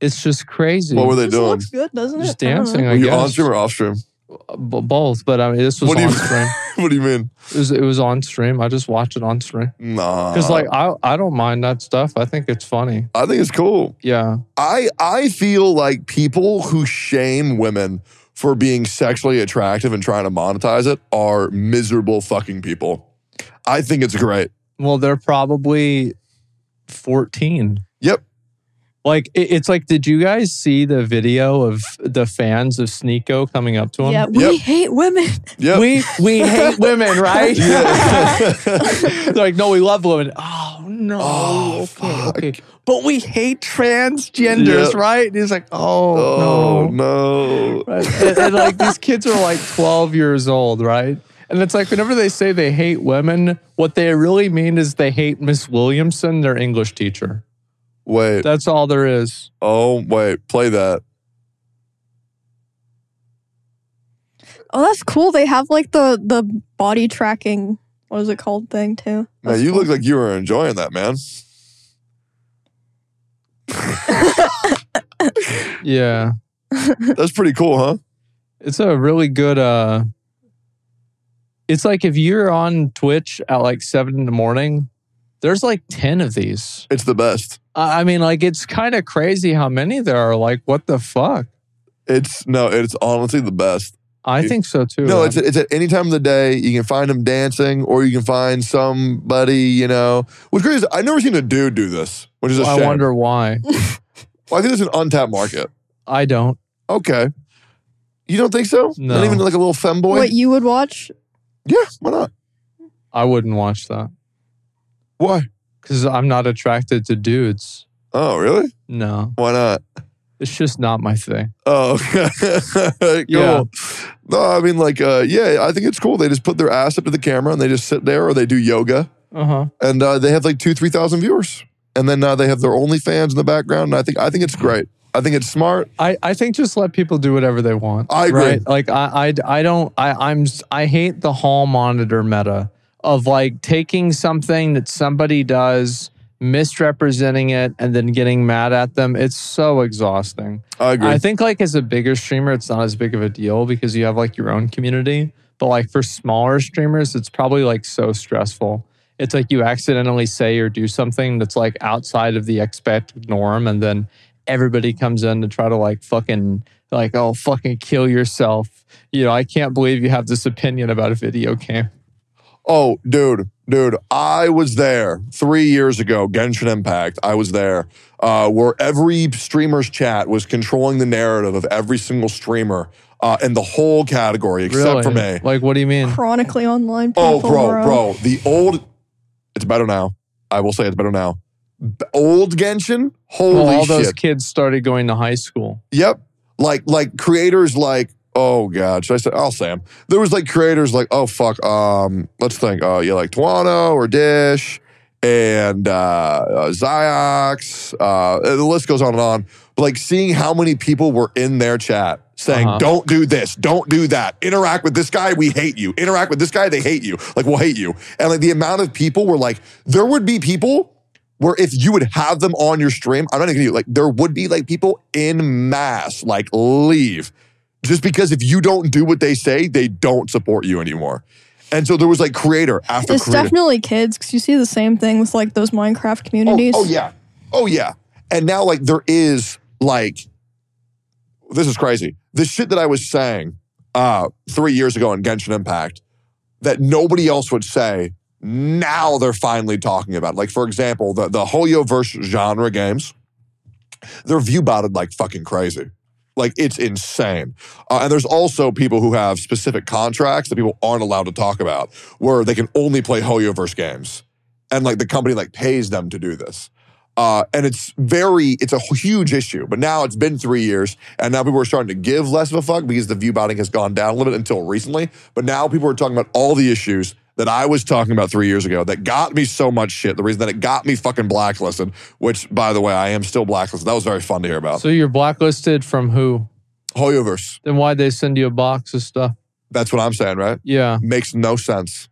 S2: It's just crazy.
S1: What were they
S3: This
S1: doing?
S3: looks good, doesn't it?
S2: Just
S3: I don't know.
S2: dancing,
S1: Were
S2: I
S1: you on
S2: guess. Uh,
S1: stream or off stream?
S2: B- both, but I mean, this was
S1: What do
S2: on
S1: you-
S2: stream.
S1: what do you mean?
S2: It was, it was on stream. I just watched it on stream
S1: Nah.
S2: because, like, I I don't mind that stuff. I think it's funny.
S1: I think it's cool.
S2: Yeah.
S1: I I feel like people who shame women for being sexually attractive and trying to monetize it are miserable fucking people. I think it's great.
S2: Well, they're probably fourteen.
S1: Yep.
S2: Like it, it's like, did you guys see the video of the fans of Sneeko coming up to him?
S3: Yeah, we
S1: Yep.
S3: hate women.
S1: Yep.
S2: We we hate women, right?
S1: Yeah.
S2: They're like, no, we love women. Oh no.
S1: Oh,
S2: okay,
S1: fuck.
S2: okay. But we hate transgenders,
S1: Yeah.
S2: right? And he's like, oh,
S1: Oh no.
S2: Right? And, and, like these kids are like 12 years old, right? And it's like whenever they say they hate women, what they really mean is they hate Miss Williamson, their English teacher.
S1: Wait.
S2: That's all there is.
S1: Oh, wait. Play that.
S3: Oh, that's cool. They have like the the body tracking. What is it called? Thing too.
S1: Man,
S3: That's
S1: you
S3: cool.
S1: look like you were enjoying that, man.
S2: Yeah.
S1: That's pretty cool, huh?
S2: It's a really good uh It's like if you're on Twitch at like seven in the morning, there's like 10 of these.
S1: It's the best.
S2: I I mean, like, it's kind of crazy how many there are. Like, what the fuck?
S1: It's no, it's honestly the best.
S2: I
S1: It-
S2: think so too.
S1: No,
S2: man.
S1: it's it's at any time of the day. You can find him dancing, or you can find somebody. You know, what's great is I've never seen a dude do this, which is a
S2: I
S1: shame.
S2: wonder why.
S1: Well, I think there's an untapped market.
S2: I don't.
S1: Okay, you don't think so?
S2: No.
S1: Not even like a little femboy.
S3: What you would watch?
S1: yeah, why not?
S2: I wouldn't watch that
S1: Why?
S2: because I'm not attracted to dudes.
S1: Oh, really?
S2: No,
S1: Why not?
S2: it's just not my thing.
S1: Oh, cool.
S2: Yeah.
S1: No, I mean, like, uh, yeah, I think it's cool. They just put their ass up to the camera and they just sit there, or they do yoga,
S2: Uh huh.
S1: and uh, they have like two, three thousand viewers, and then uh, they have their OnlyFans in the background. And I think, I think it's great. I think it's smart.
S2: I, I think just let people do whatever they want.
S1: I agree.
S2: Right? Like I, I I don't I I'm s- I hate the hall monitor meta of like taking something that somebody does, misrepresenting it, and then getting mad at them. It's so exhausting.
S1: I agree.
S2: I think like as a bigger streamer, it's not as big of a deal because you have like your own community. But like for smaller streamers, it's probably like so stressful. It's like you accidentally say or do something that's like outside of the expected norm, and then everybody comes in to try to like fucking like oh fucking kill yourself. You know, I can't believe you have this opinion about a video game.
S1: Oh, dude, dude, I was there three years ago, Genshin Impact. I was there uh, where every streamer's chat was controlling the narrative of every single streamer uh, in the whole category except
S2: really?
S1: for me.
S2: Like, what do you mean?
S3: Chronically online. People,
S1: Oh, bro, bro, the old, it's better now. I will say it's better now. B- old Genshin, holy
S2: Well, all
S1: shit.
S2: those kids started going to high school.
S1: Yep. Like like creators like oh god should I say I'll say 'em. There was like creators like oh fuck um let's think uh yeah like Tuano or Dish and uh, uh Ziox uh and the list goes on and on. But like seeing how many people were in their chat saying
S2: Uh-huh.
S1: don't do this don't do that interact with this guy we hate you interact with this guy they hate you like we'll hate you and like the amount of people were like there would be people where if you would have them on your stream, I'm not even gonna do like there would be like people in mass like leave just because if you don't do what they say, they don't support you anymore. And so there was like creator after
S3: It's
S1: creator.
S3: definitely kids because you see the same thing with like those Minecraft
S1: Oh,
S3: communities.
S1: oh yeah, oh yeah. And now like there is like this is crazy. The shit that I was saying uh, three years ago in Genshin Impact that nobody else would say. Now they're finally talking about. it. Like for example, the the Holyoverse genre games. they're view botted like fucking crazy. Like it's insane. Uh, and there's also people who have specific contracts that people aren't allowed to talk about where they can only play Hoyoverse games. And like the company like pays them to do this. Uh, and it's very, it's a huge issue. But now it's been three years, and now people are starting to give less of a fuck because the view botting has gone down a little bit until recently. But now people are talking about all the issues that I was talking about three years ago that got me so much shit. The reason that it got me fucking blacklisted, which by the way, I am still blacklisted. That was very fun to hear about.
S2: So you're blacklisted from who?
S1: Hoyoverse.
S2: Then why'd they send you a box of stuff?
S1: That's what I'm saying, right?
S2: Yeah.
S1: Makes no sense.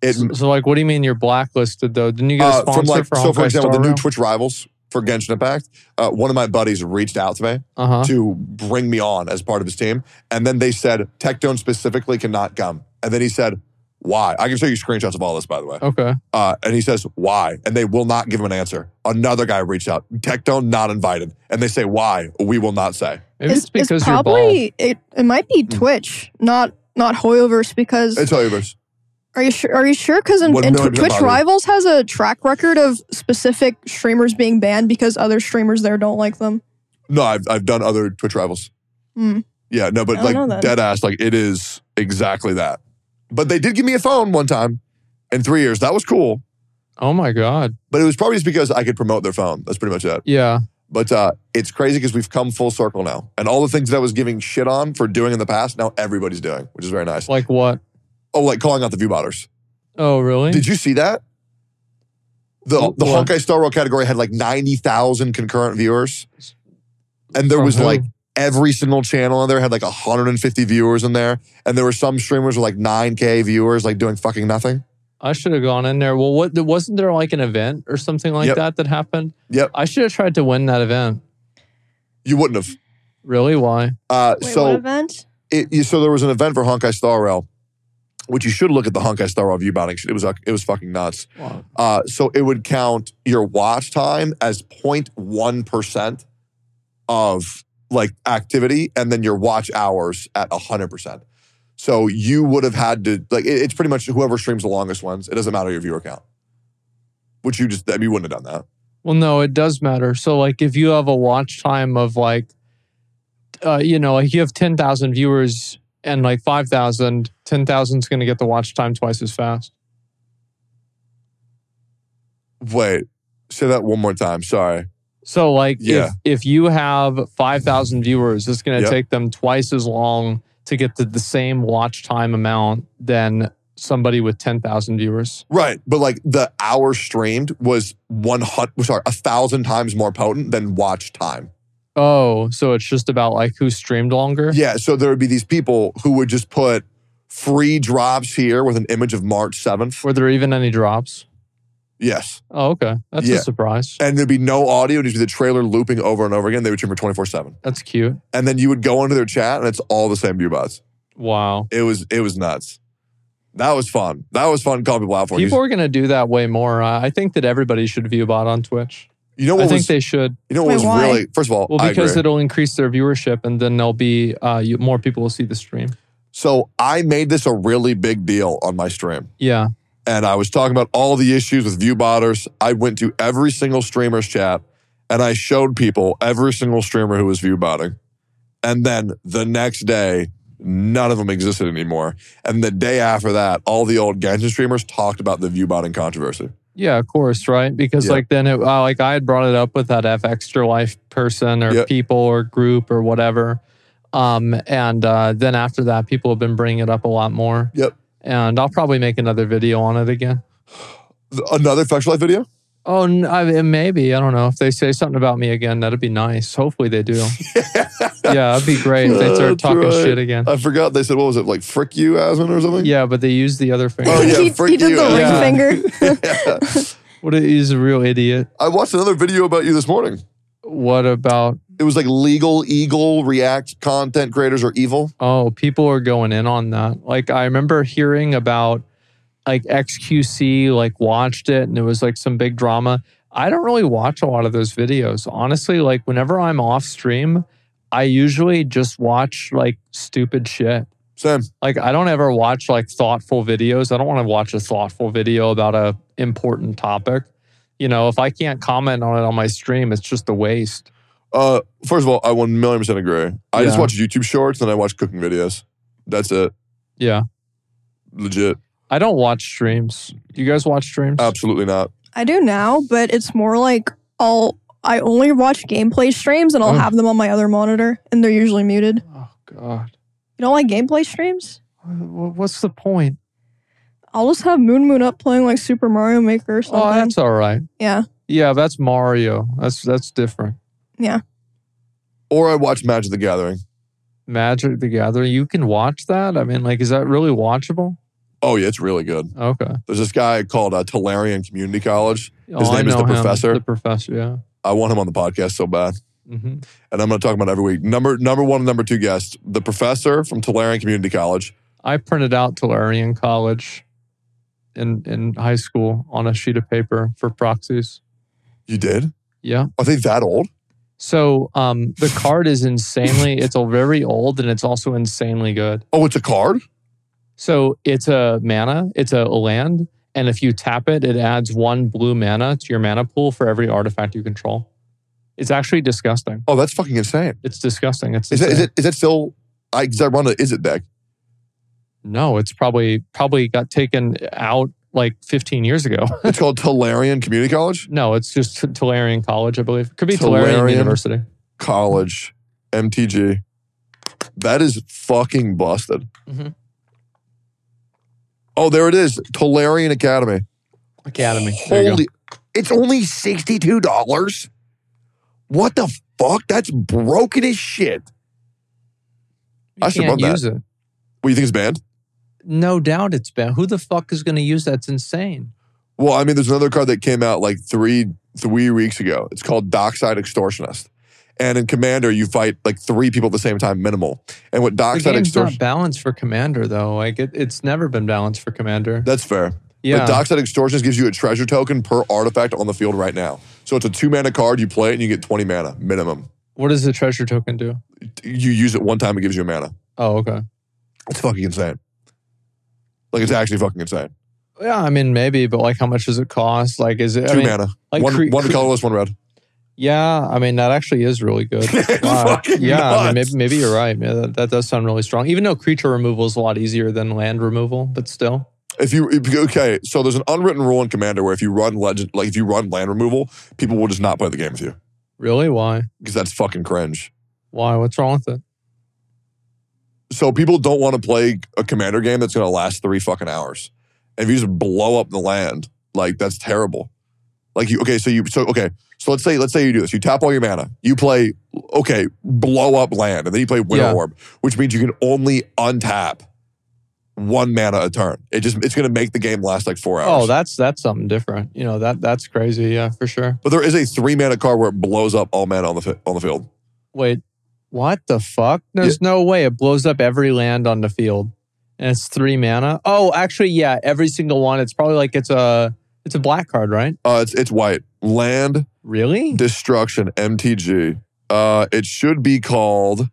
S1: It
S2: So, so, like, what do you mean you're blacklisted though? Didn't you get a
S1: uh,
S2: sponsor
S1: from like
S2: for
S1: so for example, the new
S2: Twitch?
S1: Twitch rivals for Genshin Impact. Uh, one of my buddies reached out to me
S2: Uh huh.
S1: to bring me on as part of his team. And then they said, Tectone specifically cannot come. And then he said, why? I can show you screenshots of all this, by the way.
S2: Okay.
S1: Uh, and he says, why? And they will not give him an answer. Another guy reached out, Tectone not invited. And they say, why? We will not say.
S2: Maybe it's, because you're
S3: probably
S2: bald.
S3: it. It might be Twitch, not not Hoyoverse, because
S1: Hmm. It's Hoyoverse.
S3: Are you sure? Are you sure? Because in,
S1: What
S3: in
S1: million
S3: Tw- Twitch
S1: bother you?
S3: Rivals has a track record of specific streamers being banned because other streamers there don't like them.
S1: No, I've, I've done other Twitch rivals.
S3: Hmm.
S1: Yeah, no, but
S3: I don't know
S1: like
S3: then.
S1: dead ass, like it is exactly that. But they did give me a phone one time in three years. That was cool.
S2: Oh my god.
S1: But it was probably just because I could promote their phone. That's pretty much it.
S2: Yeah.
S1: But uh, it's crazy because we've come full circle now. And all the things that I was giving shit on for doing in the past, now everybody's doing, which is very nice.
S2: Like what?
S1: Oh, like calling out the view botters.
S2: Oh really?
S1: Did you see that? The,
S2: Wh-
S1: the
S2: what?
S1: Honkai Star Rail category had like 90,000 concurrent viewers. And there
S2: From
S1: was
S2: who?
S1: like every single channel in there had like 150 viewers in there. And there were some streamers with like 9K viewers, like doing fucking nothing.
S2: I should have gone in there. Well, what wasn't there like an event or something like
S1: Yep.
S2: that that happened?
S1: Yep.
S2: I should have tried to win that event.
S1: You wouldn't have.
S2: Really? Why?
S1: Uh,
S3: Wait,
S1: so
S3: what event?
S1: it, you- so there was an event for Honkai Star Rail which you should look at the Honkai Star Rail view bounding. It was uh, it was fucking nuts.
S2: Wow.
S1: Uh, so it would count your watch time as 0.1 percent of like activity, and then your watch hours at 100 percent. So you would have had to like it- it's pretty much whoever streams the longest wins. It doesn't matter your viewer count. Which you just you wouldn't have done that.
S2: Well, no, it does matter. So, like, if you have a watch time of like, uh, you know, like you have 10,000 viewers and like 5,000, 10,000 is going to get the watch time twice as fast.
S1: Wait, say that one more time. Sorry.
S2: So, like,
S1: Yeah.
S2: if, if you have 5,000 viewers, it's going to
S1: Yep.
S2: take them twice as long to get to the same watch time amount than somebody with 10,000 viewers.
S1: Right, but like the hour streamed was one hundred, sorry, a thousand times more potent than watch time.
S2: Oh, so it's just about like who streamed longer?
S1: Yeah, so there would be these people who would just put free drops here with an image of March seventh.
S2: Were there even any drops?
S1: Yes,
S2: Oh, okay. That's
S1: Yeah.
S2: a surprise.
S1: and there'd be no audio; it'd just be the trailer looping over and over again. They would stream for twenty four seven,
S2: That's cute.
S1: and then you would go into their chat, and it's all the same view bots.
S2: Wow.
S1: It was it was nuts. That was fun. That was fun. Call people out for You-
S2: People are going to do that way more. I I think that everybody should view bot on Twitch.
S1: You know
S2: I
S1: what
S2: think
S1: was?
S2: they should.
S1: you know what
S3: Wait,
S1: was
S3: why?
S1: really? First of all,
S2: Well,
S1: I
S2: because
S1: agree.
S2: it'll increase their viewership and then there'll be uh, you, more people will see the stream.
S1: so I made this a really big deal on my stream.
S2: Yeah.
S1: and I was talking about all the issues with view botters. I went to every single streamer's chat and I showed people every single streamer who was view botting. And then the next day, none of them existed anymore. And the day after that, all the old Genshin streamers talked about the view botting controversy.
S2: Yeah, of course, right? Because
S1: Yeah.
S2: like then it, uh, like I had brought it up with that F extra life person or
S1: Yeah.
S2: people or group or whatever. Um, and uh, then after that, people have been bringing it up a lot more.
S1: Yep.
S2: And I'll probably make another video on it again.
S1: Th- Another Factual Life video?
S2: Oh, n- I mean, maybe. I don't know. If they say something about me again, that'd be nice. Hopefully they do. yeah, that'd be great if they start
S1: That's
S2: talking
S1: right.
S2: shit again.
S1: I forgot they said, what was it, like Frick You Asmund or something?
S2: Yeah, but they use the other finger.
S1: Oh, yeah,
S3: he,
S1: frick
S3: he did
S1: you.
S3: the
S2: Yeah.
S3: ring finger.
S1: Yeah.
S2: What a, he's a real idiot.
S1: I watched another video about you this morning.
S2: What about
S1: It was like legal eagle react content creators are evil.
S2: oh, people are going in on that. Like I remember hearing about like XQC like watched it and it was like some big drama. I don't really watch a lot of those videos. Honestly, like whenever I'm off stream, I usually just watch like stupid shit.
S1: Sam,
S2: like i don't ever watch like thoughtful videos i don't want to watch a thoughtful video about a important topic you know if i can't comment on it on my stream it's just a waste
S1: Uh, first of all, I one million percent agree. I just
S2: Yeah.
S1: watch YouTube shorts and I watch cooking videos. That's it.
S2: yeah
S1: Legit.
S2: i don't watch streams you guys watch streams
S1: Absolutely not.
S3: I do now, but it's more like I'll I only watch gameplay streams and I'll
S2: Oh.
S3: have them on my other monitor and they're usually muted.
S2: oh god
S3: You don't like gameplay streams?
S2: Wh- wh- what's the point
S3: I'll just have Moon Moon up playing like Super Mario Maker or
S2: oh
S3: something.
S2: that's all right
S3: yeah.
S2: yeah that's mario that's that's different
S1: Or I watch Magic the Gathering.
S2: magic the gathering you can watch that i mean like is that really watchable
S1: Oh yeah, it's really good.
S2: okay
S1: There's this guy called uh, Tolarian Community College.
S2: Oh, I
S1: name is The
S2: know him.
S1: Professor?
S2: the professor yeah
S1: I want him on the podcast so bad,
S2: hmm
S1: and I'm going to talk about it every week. Number number one, and number two guest, the professor from Tolarian Community College.
S2: I printed out Tulare College in in high school on a sheet of paper for proxies.
S1: You did?
S2: Yeah.
S1: Are they that old?
S2: So um, the card is insanely. It's a very old and it's also insanely good.
S1: Oh, it's a card.
S2: So it's a mana. It's a land, and if you tap it, it adds one blue mana to your mana pool for every artifact you control. It's actually disgusting.
S1: Oh, that's fucking insane.
S2: It's disgusting. It's
S1: Is that, is
S2: insane.
S1: it is that still? I because I run an is it deck.
S2: No, it's probably probably got taken out like 15 years ago.
S1: It's called Tolarian Community College.
S2: No, it's just T- Tulare College, I believe. Could be Tulare
S1: Tulare.
S2: University.
S1: college, MTG. That is fucking busted.
S2: Mhm.
S1: Oh, there it is. Tolarian Academy.
S2: Academy. There you go.
S1: Holy, it's only $62. What the fuck? That's broken as shit. I should
S2: can't
S1: run that.
S2: use it.
S1: What, you think it's banned?
S2: No doubt it's banned. Who the fuck is going to use that? It's insane.
S1: Well, I mean, there's another card that came out like three three weeks ago. It's called Dockside Extortionist. And in Commander, you fight like three people at the same time, minimal. And what Doc
S2: the
S1: said,
S2: game's
S1: extortion.
S2: not balanced for Commander though. Like it, it's never been balanced for Commander.
S1: That's fair.
S2: yeah,
S1: But Doc said Extortions gives you a treasure token per artifact on the field right now. So it's a two mana card. You play it and you get 20 mana minimum.
S2: what does the treasure token do?
S1: You use it one time, it gives you a mana.
S2: Oh, okay.
S1: It's fucking insane. Like, it's actually fucking insane.
S2: Yeah, I mean maybe, but like, how much does it cost? Like, is it I
S1: Two
S2: mean,
S1: mana.
S2: like
S1: one
S2: cre-
S1: one
S2: cre-
S1: colorless, one red.
S2: Yeah, I mean that actually is really good.
S1: It's fucking
S2: yeah, I mean,
S1: nuts.
S2: maybe, maybe you're right. Yeah, that, that does sound really strong. Even though creature removal is a lot easier than land removal, but still,
S1: If you if you- okay, so there's an unwritten rule in Commander where if you run legend, like if you run land removal, people will just not play the game with you
S2: really, why?
S1: because that's fucking cringe.
S2: Why? What's wrong with it?
S1: So people don't want to play a Commander game that's going to last three fucking hours. And if you just blow up the land, like that's terrible. Like you okay, so you so okay, so let's say let's say you do this. You tap all your mana. You play okay, blow up land, and then you play Winter
S2: Yeah.
S1: Orb, which means you can only untap one mana a turn. It just it's going to make the game last like four hours.
S2: Oh, that's that's something different. You know that that's crazy. Yeah, for sure.
S1: But there is a three mana card where it blows up all mana on the fi- on the field.
S2: Wait, what the fuck? There's no way it blows up every land on the field, and it's three mana. Oh, actually, yeah, every single one. It's probably like it's a it's a black card, right?
S1: Uh, it's it's white land
S2: Really?
S1: destruction MTG. Uh, it should be called.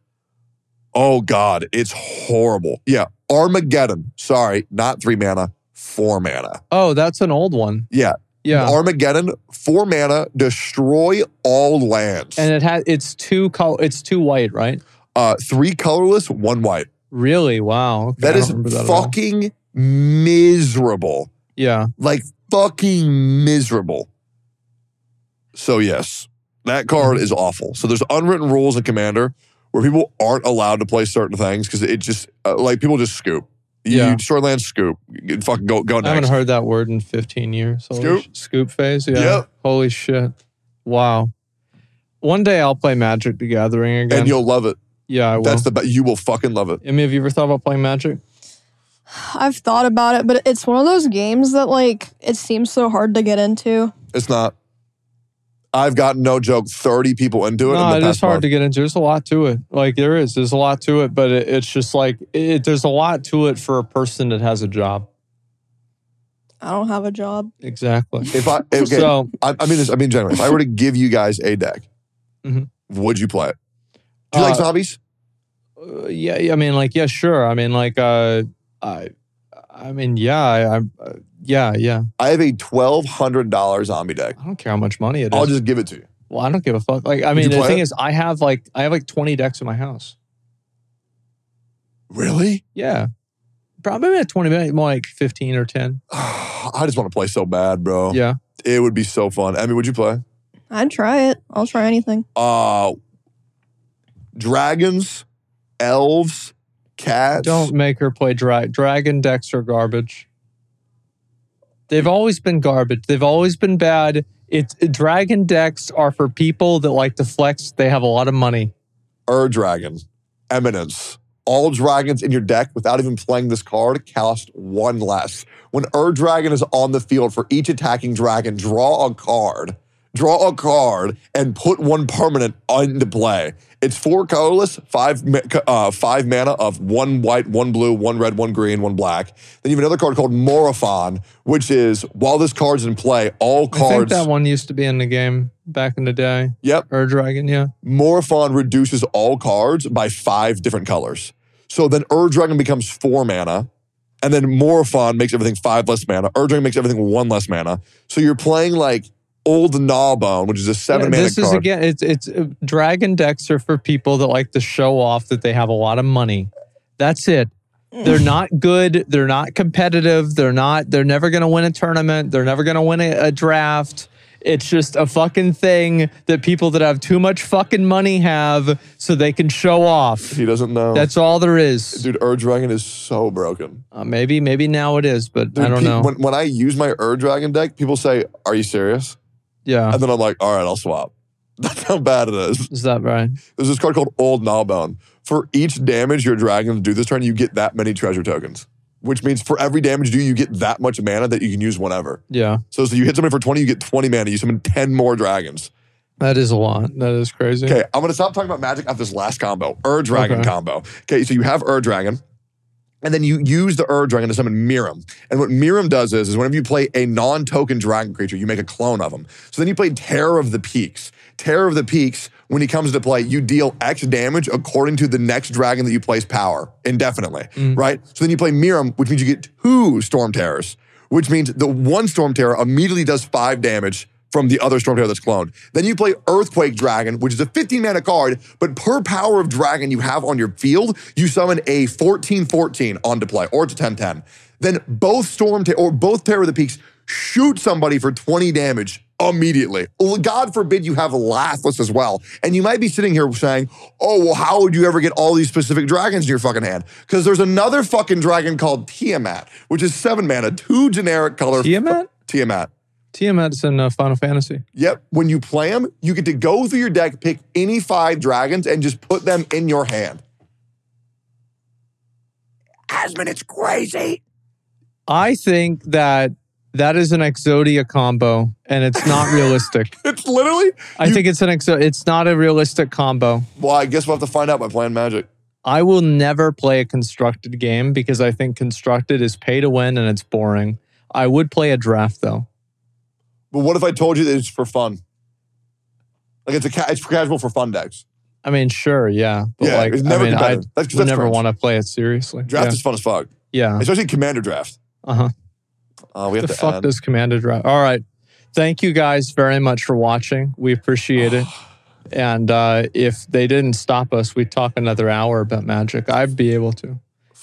S1: Oh God, it's horrible. Yeah, Armageddon. Sorry, not three mana, four mana.
S2: Oh, that's an old one.
S1: Yeah,
S2: Yeah.
S1: Armageddon, four mana, destroy all lands.
S2: and it has it's two col- it's two white, right?
S1: uh, three colorless, one white.
S2: Really? Wow. Okay, I
S1: That
S2: don't
S1: is
S2: remember that at all.
S1: fucking miserable.
S2: Yeah.
S1: like fucking miserable. So yes, that card
S2: Mm-hmm.
S1: is awful. So there's unwritten rules in Commander where people aren't allowed to play certain things because it just uh, like people just scoop. You
S2: Yeah.
S1: short land scoop. You Fucking go go
S2: I haven't
S1: next.
S2: heard that word in 15 years. Holy
S1: Scoop?
S2: sh- scoop phase. Yeah.
S1: Yep.
S2: Holy shit. Wow. One day I'll play Magic the Gathering again.
S1: and you'll love it.
S2: yeah, I will.
S1: That's the be- you will fucking love it.
S2: I mean, have you ever thought about playing Magic?
S3: I've thought about it, but it's one of those games that like it seems so hard to get into.
S1: It's not. I've gotten no joke. Thirty people into it.
S2: No,
S1: in the
S2: it is
S1: past
S2: hard
S1: month.
S2: to get into. There's a lot to it. Like there is, there's a lot to it, but it, it's just like it, there's a lot to it for a person that has a job.
S3: I don't have a job.
S2: Exactly.
S1: If I okay,
S2: So
S1: I, I mean, this, I mean, generally, if I were to give you guys a deck,
S2: Mhm.
S1: would you play it? Do you
S2: Uh,
S1: like zombies?
S2: uh, yeah, yeah, I mean, like yeah, sure. I mean, like uh, I, I mean, yeah, I, I uh, yeah, yeah.
S1: I have a twelve hundred dollar zombie deck.
S2: I don't care how much money it is.
S1: I'll just give it to you.
S2: Well, I don't give a fuck. Like, I
S1: Would you
S2: mean, the
S1: play
S2: thing
S1: it?
S2: is, I have like, I have like 20 decks in my house.
S1: Really?
S2: Yeah. Probably at 20, maybe more like 15 or 10.
S1: I just want to play so bad, bro.
S2: Yeah.
S1: It would be so fun. I mean, would you play?
S3: I'd try it. I'll try anything.
S1: Uh dragons, elves, cats.
S2: Don't make her play dra- dragon decks are garbage. They've always been garbage. They've always been bad. It's dragon decks are for people that like to flex. They have a lot of money.
S1: Ur dragon. Eminence. All dragons in your deck without even playing this card cost one less. When Ur Dragon is on the field for each attacking dragon, draw a card. Draw a card and put one permanent into play. It's four colorless, five ma- uh, five mana of one white, one blue, one red, one green, one black. Then you have another card called Morophon, which is while this card's in play, all
S2: I think
S1: cards.
S2: that one used to be in the game back in the day.
S1: Yep.
S2: Or dragon, yeah.
S1: Morophon reduces all cards by five different colors. So then Ur Dragon becomes four mana, and then Morophon makes everything five less mana. Ur Dragon makes everything one less mana. So you're playing like Old Gnawbone, which is a seven
S2: Yeah,
S1: mana
S2: this
S1: card.
S2: is again it's it's uh, dragon decks are for people that like to show off that they have a lot of money that's it they're not good they're not competitive they're not they're never going to win a tournament they're never going to win a, a draft it's just a fucking thing that people that have too much fucking money have so they can show off
S1: he doesn't know.
S2: that's all there is
S1: Dude, Ur Dragon is so broken.
S2: uh, maybe maybe now it is but
S1: Dude,
S2: i don't
S1: pe-
S2: know
S1: When, when I use my Ur Dragon deck, people say, Are you serious?
S2: yeah
S1: And then I'm like, All right, I'll swap. That's how bad it is.
S2: is that right
S1: There's this card called Old Gnawbone. For each damage your dragons do this turn, you get that many treasure tokens. Which means for every damage you do, you get that much mana that you can use whenever.
S2: yeah
S1: So, so you hit somebody for 20, you get 20 mana. You summon 10 more dragons.
S2: That is a lot. That is crazy.
S1: Okay, I'm gonna stop talking about magic after this last combo, Ur Dragon
S2: Okay.
S1: combo. Okay, so you have Ur Dragon, and then you use the Ur Dragon to summon Miram. And what Miram does is, is whenever you play a non-token dragon creature, you make a clone of him. So then you play Terror of the Peaks. Terror of the Peaks, when he comes to play, you deal X damage according to the next dragon that you place power indefinitely, right? So then you play Miram, which means you get two Storm Terrors, which means the one Storm Terror immediately does five damage from the other Storm Terror that's cloned. Then you play Earthquake Dragon, which is a 15 mana card, but per power of dragon you have on your field, you summon a 14 14 onto play, or it's a 10 10. Then both Storm Terror, or both Terror of the Peaks shoot somebody for 20 damage immediately. Well, God forbid you have Lathless as well. And you might be sitting here saying, oh, well, how would you ever get all these specific dragons in your fucking hand? Because there's another fucking dragon called Tiamat, which is seven mana, two generic color.
S2: Tiamat?
S1: Tiamat.
S2: Tiamat's in uh, Final Fantasy.
S1: Yep. When you play them, you get to go through your deck, pick any five dragons, and just put them in your hand. Asmund, it's crazy.
S2: I think that that is an Exodia combo, and it's not realistic.
S1: It's literally.
S2: I
S1: You-
S2: think it's an exo- It's not a realistic combo.
S1: Well, I guess we'll have to find out by playing Magic.
S2: I will never play a constructed game because I think constructed is pay to win and it's boring. I would play a draft though.
S1: But what if I told you that it's for fun? Like it's a ca- it's casual for fun decks.
S2: I mean, sure, yeah, but
S1: yeah,
S2: like,
S1: it's
S2: I
S1: never
S2: mean, I
S1: competitive. That's,
S2: would
S1: that's
S2: never
S1: cringe.
S2: want to play it seriously.
S1: Draft is fun as fuck,
S2: yeah, yeah.
S1: especially Commander Draft.
S2: uh huh.
S1: Uh, we have
S2: The
S1: to
S2: fuck
S1: end.
S2: does Commander draft? All right, thank you guys very much for watching. We appreciate it. And uh, if they didn't stop us, we'd talk another hour about Magic. I'd be able to.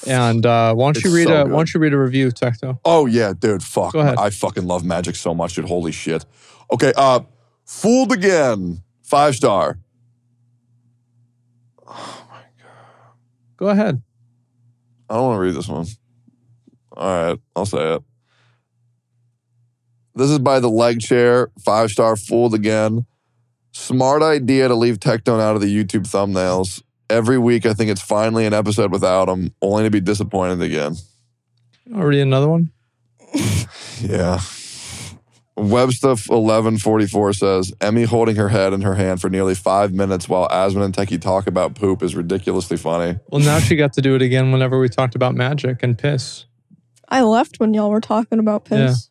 S2: And uh, why don't you
S1: It's
S2: read
S1: so
S2: a
S1: good.
S2: why don't you read a review, Tecto?
S1: Oh yeah, dude. Fuck.
S2: Go ahead.
S1: I fucking love magic so much, dude. Holy shit. Okay, uh, fooled again. Five star.
S2: Go ahead.
S1: I don't want to read this one. All right, I'll say it. This is by the leg chair, five star fooled again. Smart idea to leave Tectone out of the YouTube thumbnails. Every week, I think it's finally an episode without him, only to be disappointed again.
S2: Already another one.
S1: Yeah. Webstuff1144 says Emmy holding her head in her hand for nearly five minutes while Asmund and Techie talk about poop is ridiculously funny.
S2: Well, now she got to do it again whenever we talked about magic and piss.
S3: I left when y'all were talking about piss.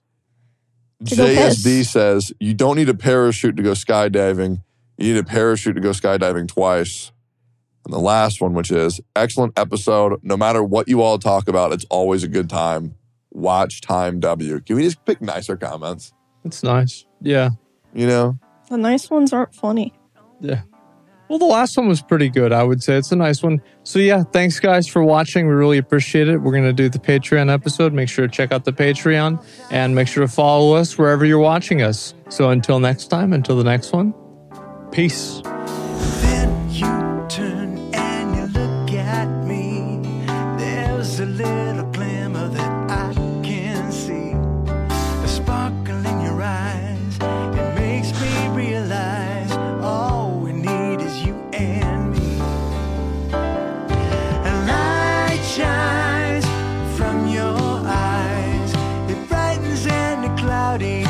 S2: Yeah.
S3: To go piss.
S1: JSD says you don't need a parachute to go skydiving. You need a parachute to go skydiving twice. And the last one, which is excellent episode. No matter what you all talk about, it's always a good time. Watch Time W. Can we just pick nicer comments?
S2: That's nice. Yeah.
S1: You know?
S3: The nice ones aren't funny.
S2: Well, the last one was pretty good, I would say. It's a nice one. So, yeah, thanks guys for watching. We really appreciate it. We're going to do the Patreon episode. Make sure to check out the Patreon and make sure to follow us wherever you're watching us. So, until next time, until the next one, peace.
S5: Then you turn and you look at me. There's a little glimmer that I can see. The sparkle in your eyes, it makes me realize all we need is you and me. A light shines from your eyes, it brightens any cloudy